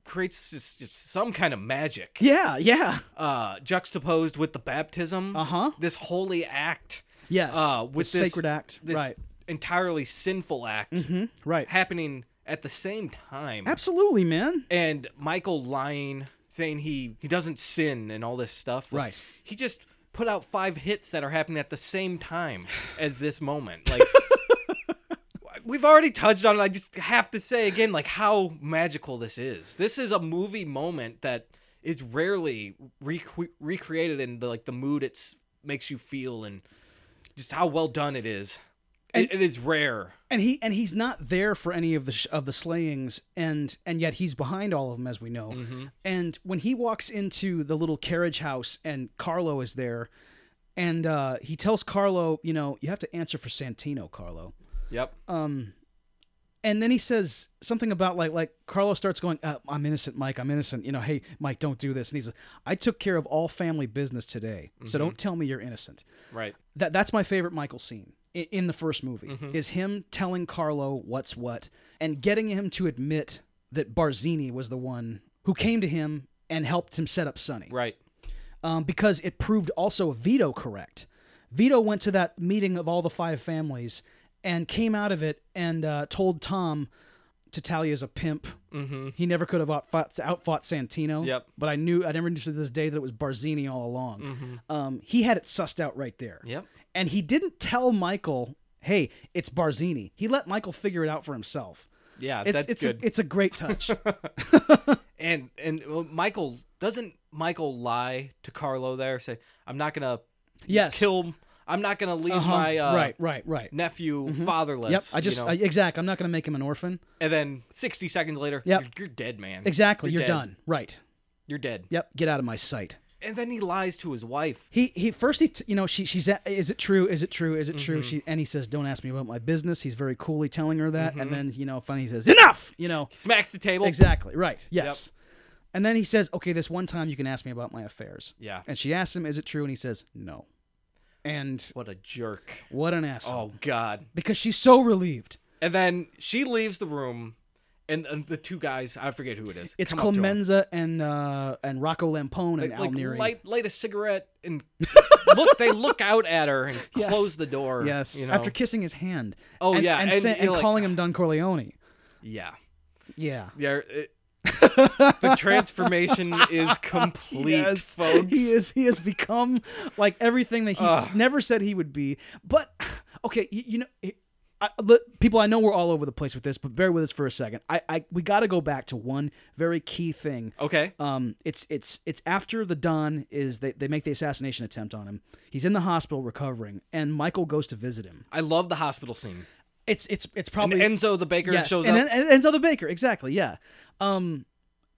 S1: creates just, just some kind of magic.
S2: Yeah. Yeah.
S1: Uh, juxtaposed with the baptism,
S2: Uh-huh.
S1: This holy act,
S2: Yes.
S1: Uh, with
S2: the
S1: this-
S2: sacred act.
S1: this
S2: right. Mm-hmm.
S1: entirely sinful act,
S2: Right.
S1: happening at the same time.
S2: Absolutely, man.
S1: and Michael lying, saying he he doesn't sin and all this stuff. Like,
S2: Right.
S1: He just put out five hits that are happening at the same time as this moment. Like we've already touched on it. I just have to say again, like how magical this is. This is a movie moment that is rarely recre- recreated in the like the mood it's makes you feel and just how well done it is. It- it is rare.
S2: And he and he's not there for any of the sh- of the slayings, and and yet he's behind all of them, as we know. And when he walks into the little carriage house, and Carlo is there, and uh, Uh, he tells Carlo, you know, you have to answer for Santino, Carlo.
S1: Yep.
S2: and then he says something about like like Carlos starts going, uh, "I'm innocent, Mike. I'm innocent. You know, hey, Mike, don't do this." And he's like, "I took care of all family business today, so don't tell me you're innocent."
S1: Right.
S2: That that's my favorite Michael scene in, in the first movie is him telling Carlo what's what and getting him to admit that Barzini was the one who came to him and helped him set up Sonny
S1: Right.
S2: um, because it proved also Vito correct. Vito went to that meeting of all the five families and came out of it and uh, told Tom Titalia's a pimp. Mm-hmm. He never could have outfought, outfought Santino.
S1: Yep.
S2: But I knew, I never knew to this day that it was Barzini all along. Um, he had it sussed out right there.
S1: Mm-hmm. Yep.
S2: And he didn't tell Michael, hey, it's Barzini. He let Michael figure it out for himself.
S1: Yeah,
S2: It's,
S1: that's
S2: it's,
S1: good.
S2: A, it's a great touch.
S1: and and well, Michael doesn't Michael lie to Carlo there say I'm not gonna
S2: yes.
S1: kill I'm not gonna leave
S2: Uh-huh.
S1: my uh,
S2: right, right, right.
S1: nephew fatherless.
S2: Yep. I just,
S1: you know?
S2: I, exact. I'm not going to make him an orphan.
S1: and then 60 seconds later,
S2: Yep.
S1: you're, you're dead, man.
S2: Exactly. You're,
S1: dead.
S2: done. Right.
S1: You're dead.
S2: Yep. Get out of my sight.
S1: And then he lies to his wife.
S2: He he. First he t- you know she she's at, is it true? Is it true? Is it
S1: Mm-hmm.
S2: true? She and he says don't ask me about my business. He's very coolly telling her that,
S1: Mm-hmm.
S2: and then you know finally he says enough. You know
S1: Smacks the table.
S2: exactly right. Yes. And then he says okay, this one time you can ask me about my affairs.
S1: Yeah.
S2: And she asks him is it true, and he says no. And
S1: What a jerk.
S2: what an asshole!
S1: Oh God.
S2: Because she's so relieved.
S1: And then she leaves the room, and, and the two guys I forget who it is.
S2: It's
S1: come up to him.
S2: Clemenza and uh and Rocco Lampone and Al
S1: like
S2: Neri.
S1: light light a cigarette and look. They look out at her and
S2: Yes.
S1: close the door.
S2: Yes,
S1: you know?
S2: after kissing his hand.
S1: Oh,
S2: and,
S1: yeah,
S2: and,
S1: and
S2: sa-
S1: you're
S2: and
S1: like- "Ah."
S2: calling him Don Corleone.
S1: yeah,
S2: Yeah,
S1: there. It, the transformation is complete, folks.
S2: he is. He has become like everything that he s-
S1: Ugh.
S2: never said he would be. But okay, you, you know, it- I, look, people, I know we're all over the place with this, but bear with us for a second. I, I we got to go back to one very key thing.
S1: Okay.
S2: Um, it's it's it's after the Don is they, they make the assassination attempt on him. He's in the hospital recovering, and Michael goes to visit him.
S1: I love the hospital scene.
S2: It's it's it's
S1: And
S2: probably
S1: Enzo the baker
S2: Oh, yes.
S1: shows
S2: and,
S1: up.
S2: and, and Enzo the Baker, exactly. Yeah. Um,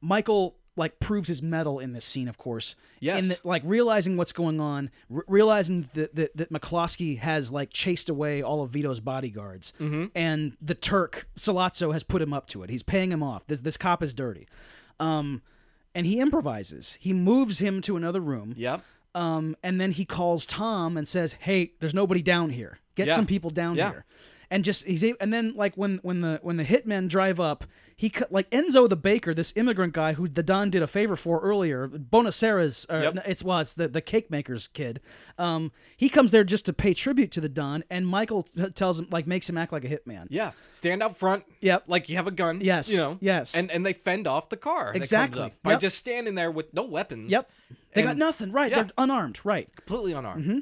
S2: Michael like proves his metal in this scene, of course.
S1: Yes.
S2: In that, like realizing what's going on, r- realizing that, that that McCloskey has like chased away all of Vito's bodyguards,
S1: Mm-hmm.
S2: and the Turk Salazzo has put him up to it. He's paying him off. This this cop is dirty. Um, and he improvises. He moves him to another room.
S1: yep.
S2: Um, and then he calls Tom and says, "Hey, there's nobody down here. Get
S1: Yeah.
S2: some people down
S1: Yeah.
S2: here." And just he's a- and then like when when the when the hitmen drive up, he cut like Enzo the baker, this immigrant guy who the Don did a favor for earlier, Bonacera's. Uh,
S1: Yep.
S2: no, It's well, it's the the cake maker's kid. Um, he comes there just to pay tribute to the Don, and Michael t- tells him like makes him act like a hitman.
S1: Yeah. Stand out front.
S2: Yep.
S1: Like you have a gun.
S2: Yes,
S1: You know.
S2: yes.
S1: And and they fend off the car. that comes
S2: Exactly.
S1: up By
S2: Yep.
S1: just standing there with no weapons.
S2: Yep. They got
S1: And
S2: nothing, right?
S1: yeah.
S2: They're unarmed, right?
S1: completely unarmed.
S2: Mm-hmm.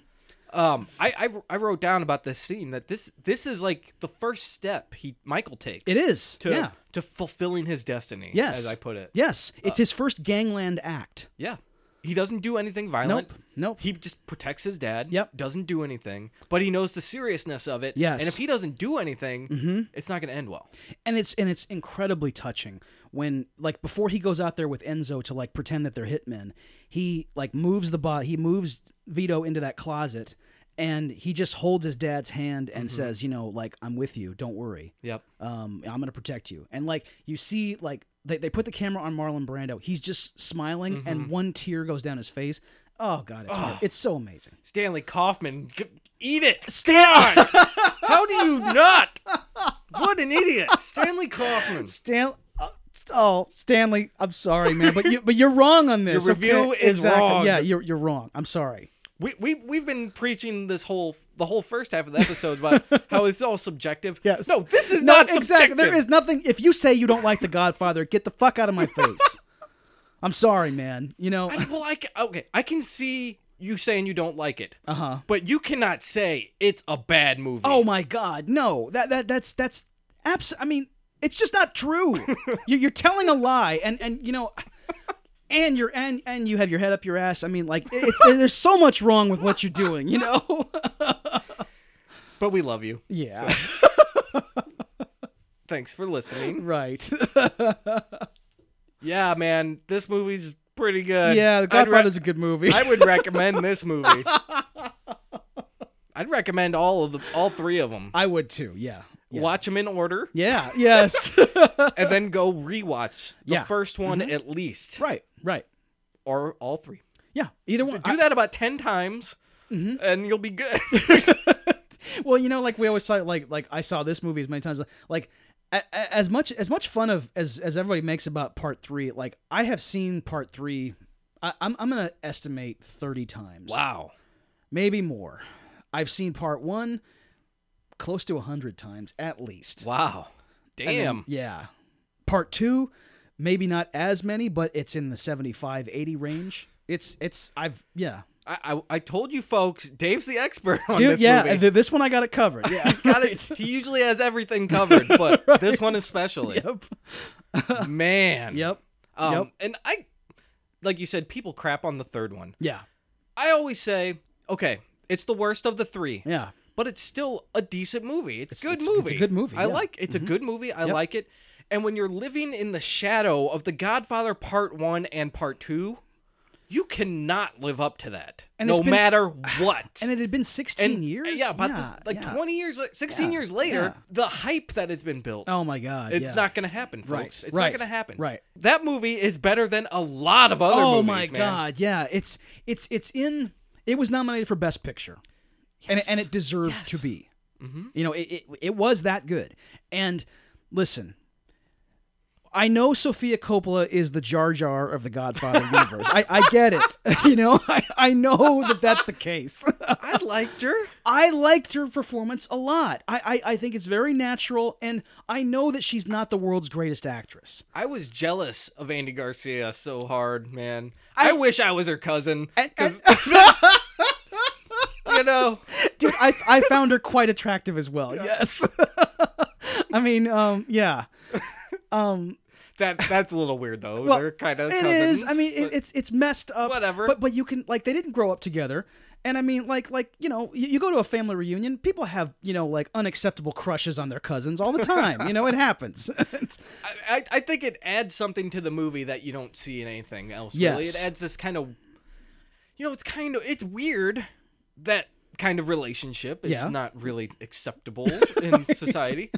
S1: Um, I, I I wrote down about this scene that this this is like the first step he Michael takes.
S2: It is,
S1: to
S2: yeah.
S1: to fulfilling his destiny.
S2: Yes,
S1: as I put it. Uh,
S2: Yes, it's his first gangland act.
S1: yeah. He doesn't do anything violent.
S2: Nope, nope.
S1: He just protects his dad.
S2: Yep.
S1: Doesn't do anything, but he knows the seriousness of it.
S2: Yes. Mm-hmm.
S1: And if he doesn't do anything, it's not going to end well.
S2: and it's and it's incredibly touching when like before he goes out there with Enzo to like pretend that they're hitmen, he like moves the bot he moves Vito into that closet and he just holds his dad's hand and says, you know, like I'm with you, don't worry.
S1: Yep.
S2: Um I'm going to protect you. And like you see like they they put the camera on Marlon Brando. He's just smiling and one tear goes down his face. Oh god, it's it's so amazing.
S1: Stanley Kaufman, g- eat it.
S2: Stan
S1: How do you not? What an idiot, Stanley Kaufman.
S2: Stan Oh, Stanley, I'm sorry, man, but you but you're wrong on this.
S1: Your review is
S2: exactly.
S1: wrong.
S2: Yeah, you're you're wrong. I'm sorry.
S1: We, we we've been preaching this whole the whole first half of the episode about how it's all subjective.
S2: Yes.
S1: No, this is
S2: No,
S1: not
S2: exactly.
S1: subjective.
S2: There is nothing. If you say you don't like The Godfather, get the fuck out of my face. I'm sorry, man. You know.
S1: I- well, I ca- okay, I can see you saying you don't like it. Uh huh. But you cannot say it's a bad movie.
S2: Uh-huh. Oh my God, no. That that that's that's abs. I mean, it's just not true. you're, you're telling a lie, and and you know. And you're and and you have your head up your ass. I mean, like it's, there's so much wrong with what you're doing, you know.
S1: but we love you.
S2: Yeah,
S1: Thanks for listening.
S2: right.
S1: Yeah, man, this movie's pretty good.
S2: Yeah, The
S1: I'd re-
S2: Godfather's a good movie.
S1: I would recommend this movie. I'd recommend all of the all three of them.
S2: I would too. Yeah.
S1: watch them in order,
S2: Yeah. Yes.
S1: and then go rewatch the
S2: Yeah. Mm-hmm.
S1: first one at least,
S2: right. Right.
S1: or all three.
S2: Yeah. Either one.
S1: Do that about ten times,
S2: Mm-hmm.
S1: and you'll be good.
S2: well, you know, like we always saw, like like I saw this movie as many times. Like a- a- as much as much fun of as as everybody makes about part three. Like I have seen part three. I, I'm I'm gonna estimate thirty times.
S1: wow.
S2: maybe more. I've seen part one close to a hundred times at least.
S1: Wow.
S2: And then-
S1: Damn.
S2: yeah. Part two, maybe not as many, but it's in the 75, 80 range. It's it's I've yeah.
S1: I, I I told you folks, Dave's the expert on
S2: Dude,
S1: this
S2: yeah,
S1: movie.
S2: th- this one I got it covered. Yeah.
S1: He's got it. He usually has everything covered, but this one especially.
S2: yep.
S1: Man.
S2: Yep.
S1: Um,
S2: Yep.
S1: And I, like you said, people crap on the third one.
S2: Yeah.
S1: I always say, okay, it's the worst of the three,
S2: Yeah.
S1: but it's still a decent movie. It's, a good
S2: it's- it's a
S1: movie.
S2: good movie,
S1: I
S2: yeah. Mm-hmm.
S1: like it's a good movie. I like it. And when you're living in the shadow of The Godfather Part One and Part Two, you cannot live up to that,
S2: And
S1: no
S2: it's been-
S1: matter what.
S2: And it had been 16 years?
S1: Yeah, about this- like
S2: yeah.
S1: 20 years, la- 16
S2: Yeah,
S1: years later,
S2: yeah.
S1: the hype that has been built.
S2: Oh my god.
S1: It's
S2: yeah.
S1: not going to happen, folks.
S2: Right,
S1: It's
S2: right,
S1: not going to happen.
S2: right.
S1: That movie is better than a lot of other
S2: Oh
S1: movies.
S2: my
S1: man.
S2: god. Yeah. It's it's it's in it was nominated for best picture. and it, and it deserved to be.
S1: Mm-hmm.
S2: You know, it, it it was that good. And listen, I know Sophia Coppola is the Jar Jar of the Godfather universe. I, I get it. You know, I, I know that that's the case.
S1: I liked her.
S2: I liked her performance a lot. I, I, I think it's very natural, and I know that she's not the world's greatest actress.
S1: I was jealous of Andy Garcia so hard, man. I, wish I was her cousin.
S2: And,
S1: 'cause,
S2: and-
S1: you know,
S2: dude, I, I found her quite attractive as well. Yes. I mean, um, yeah. Um,
S1: that that's a little weird though.
S2: Well,
S1: They're kind of
S2: It
S1: cousins.
S2: is. I mean, it,
S1: but-
S2: it's it's messed up.
S1: Whatever.
S2: But but you can like they didn't grow up together. And I mean, like like you know, you, you go to a family reunion, people have you know like unacceptable crushes on their cousins all the time. you know, it happens. It's-
S1: I, I- I think it adds something to the movie that you don't see in anything else. Really.
S2: Yes.
S1: It adds this kind of, you know, it's kind of it's weird that kind of relationship is
S2: Yeah.
S1: not really acceptable in society,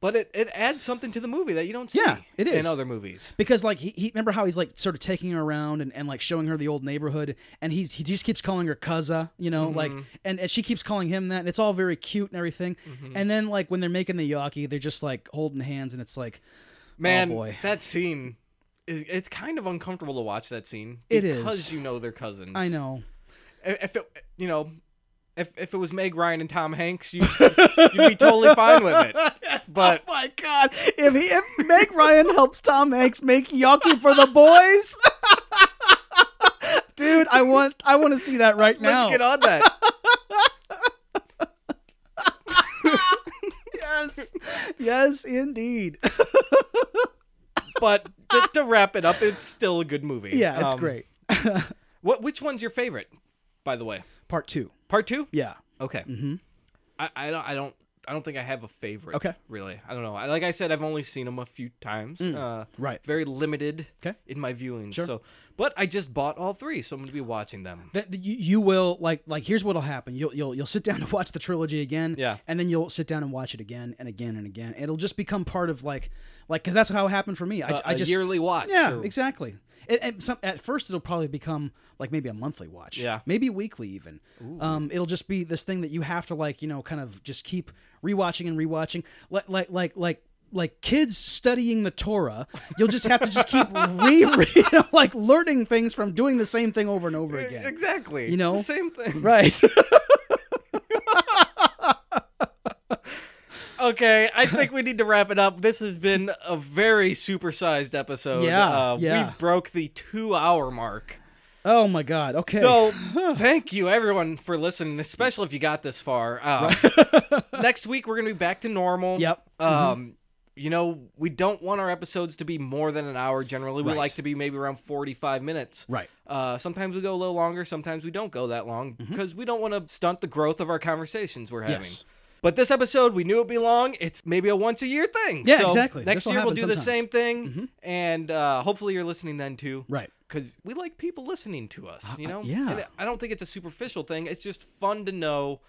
S1: but it, it adds something to the movie that you don't see.
S2: Yeah, it is.
S1: in other movies.
S2: because like he, he remember how he's like sort of taking her around and, and like showing her the old neighborhood, and he he just keeps calling her Cuzza, you know,
S1: Mm-hmm.
S2: like and, and she keeps calling him that, and it's all very cute and everything.
S1: Mm-hmm.
S2: And then like when they're making the yaki, they're just like holding hands, and it's like
S1: Man,
S2: Oh, boy.
S1: that scene is it's kind of uncomfortable to watch that scene.
S2: It is.
S1: because you know they're cousins.
S2: I know,
S1: If if it, you know. If, if it was Meg Ryan and Tom Hanks, you, you'd be totally fine with it. But
S2: oh my god! If he, if Meg Ryan helps Tom Hanks make yaki for the boys, dude, I want I want to see that right now.
S1: let's get on that.
S2: Yes, yes, indeed.
S1: but to, to wrap it up, it's still a good movie.
S2: Yeah, it's
S1: Um,
S2: great.
S1: What? Which one's your favorite? By the way,
S2: Part two.
S1: part two.
S2: Yeah.
S1: Okay. Mm-hmm. I, I don't. I don't. I don't think I have a favorite.
S2: Okay. Mm.
S1: Really, I don't know. I, like I said, I've only seen them a few times. Uh,
S2: right.
S1: Very limited.
S2: 'Kay.
S1: In my viewing. Sure. So, but I just bought all three, so I'm gonna be watching them.
S2: That that you, you will like like here's what'll happen. You'll you'll you'll sit down to watch the trilogy again.
S1: Yeah.
S2: And then you'll sit down and watch it again and again and again. It'll just become part of like like because that's how it happened for me. I,
S1: A-
S2: I
S1: a
S2: just
S1: yearly watch.
S2: Yeah,
S1: or-
S2: exactly. It, and some, at first, it'll probably become like maybe a monthly watch.
S1: Yeah.
S2: Maybe weekly even. Um, it'll just be this thing that you have to like, you know, kind of just keep rewatching and rewatching. Like, like, like, like, like kids studying the Torah, you'll just have to just keep re, re- you know, like learning things from doing the same thing over and over
S1: E,
S2: again.
S1: Exactly.
S2: You know?
S1: it's the same thing.
S2: Right.
S1: Okay, I think we need to wrap it up. This has been a very supersized episode.
S2: Yeah,
S1: uh,
S2: yeah.
S1: We've broke the two-hour mark.
S2: oh my God. Okay.
S1: So thank you everyone for listening, especially if you got this far. Uh, next week we're gonna be back to normal.
S2: Yep. Mm-hmm.
S1: Um, you know we don't want our episodes to be more than an hour. Generally, we
S2: Right.
S1: like to be maybe around forty-five minutes.
S2: Right.
S1: Uh, sometimes we go a little longer. Sometimes we don't go that long because we don't want to stunt the growth of our conversations we're having.
S2: Mm-hmm. Yes.
S1: But this episode, we knew it'd be long. It's maybe a once a year thing.
S2: Yeah,
S1: So
S2: exactly.
S1: Next
S2: This'll
S1: year, we'll
S2: happen
S1: do the
S2: sometimes. Mm-hmm.
S1: same thing. And uh, hopefully, you're listening then too
S2: Right.
S1: because we like people listening to us, you know?
S2: Uh, yeah.
S1: And I don't think it's a superficial thing. It's just fun to know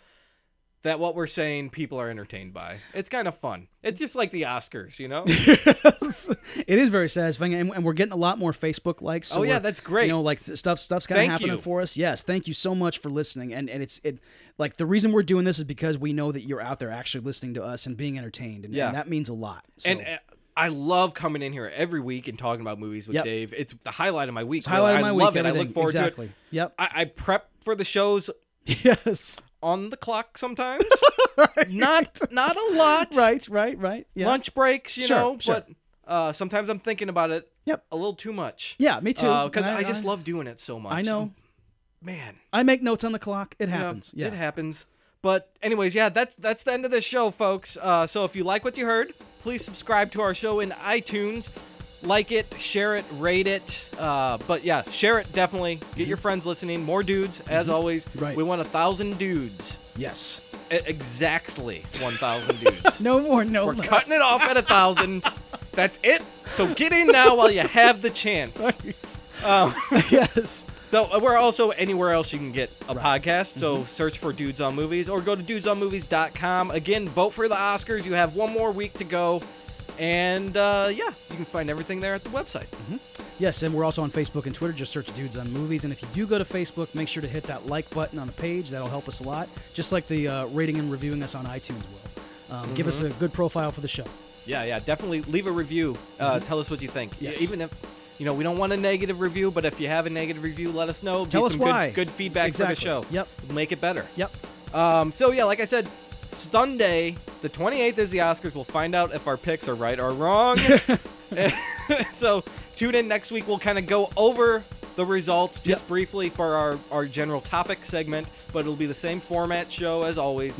S1: that what we're saying people are entertained by. It's kind of fun. It's just like the Oscars, you know?
S2: it is very satisfying, and, and we're getting a lot more Facebook likes. So
S1: Oh, yeah,
S2: we're-
S1: that's great.
S2: You know, like th- stuff stuff's kind of
S1: Thank
S2: happening
S1: you.
S2: for us. Yes, thank you so much for listening. And and it's it like the reason we're doing this is because we know that you're out there actually listening to us and being entertained, and,
S1: Yeah.
S2: and that means a lot. So.
S1: And uh, I love coming in here every week and talking about movies with
S2: Yep.
S1: Dave. It's the highlight of my week. really.
S2: highlight of
S1: I
S2: my
S1: love
S2: week.
S1: it. I look
S2: everything.
S1: forward
S2: exactly.
S1: to it.
S2: Yep.
S1: I, I prep for the shows
S2: Yes.
S1: on the clock sometimes. Not not a lot.
S2: Right. Right. Right. Yeah.
S1: Lunch breaks, you
S2: Sure,
S1: know,
S2: sure.
S1: but uh, sometimes I'm thinking about it
S2: Yep.
S1: a little too much.
S2: Yeah. Me too.
S1: Because
S2: And
S1: Uh, I, just love doing it so much.
S2: I know.
S1: Man.
S2: I make notes on the clock. It
S1: you know,
S2: happens. Yeah.
S1: It happens. But anyways, yeah, that's that's the end of this show, folks. Uh, so if you like what you heard, please subscribe to our show in iTunes. Like it, share it, rate it. Uh, but yeah, share it definitely. Get your friends listening. More dudes, as always.
S2: Mm-hmm. Right.
S1: We want a thousand dudes.
S2: Yes.
S1: E- exactly one thousand dudes.
S2: No more. No
S1: We're
S2: less.
S1: cutting it off at a thousand. That's it. So get in now while you have the chance. Um,
S2: yes.
S1: so uh, we're also anywhere else you can get a podcast. So
S2: Mm-hmm.
S1: search for Dudes on Movies or go to dudesonmovies.com. Again, vote for the Oscars. You have one more week to go. And uh, yeah, you can find everything there at the website.
S2: Mm-hmm. Yes, and we're also on Facebook and Twitter. Just search Dudes on Movies. And if you do go to Facebook, make sure to hit that like button on the page. That'll help us a lot, just like the uh, rating and reviewing us on iTunes will. Um, Give us a good profile for the show.
S1: Yeah, yeah, definitely leave a review. Uh, Tell us what you think.
S2: Mm-hmm. Yes.
S1: Even if you know we don't want a negative review, but if you have a negative review, let us know. Be
S2: Tell us
S1: some
S2: why.
S1: Good, good feedback for
S2: Exactly.
S1: the show.
S2: Yep.
S1: make it better.
S2: Yep.
S1: Um, so yeah, like I said, Sunday the 28th is the Oscars. We'll find out if our picks are right or wrong. so tune in next week. We'll kind of go over the results just
S2: Yep.
S1: briefly for our our general topic segment, but it'll be the same format show as always.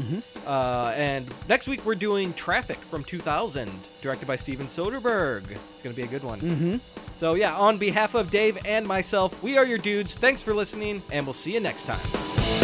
S1: Uh, and next week we're doing Traffic from 2000, directed by Steven Soderbergh. It's gonna be a good one. Mm-hmm. So yeah, on behalf of Dave and myself, we are your dudes. Thanks for listening, and we'll see you next time.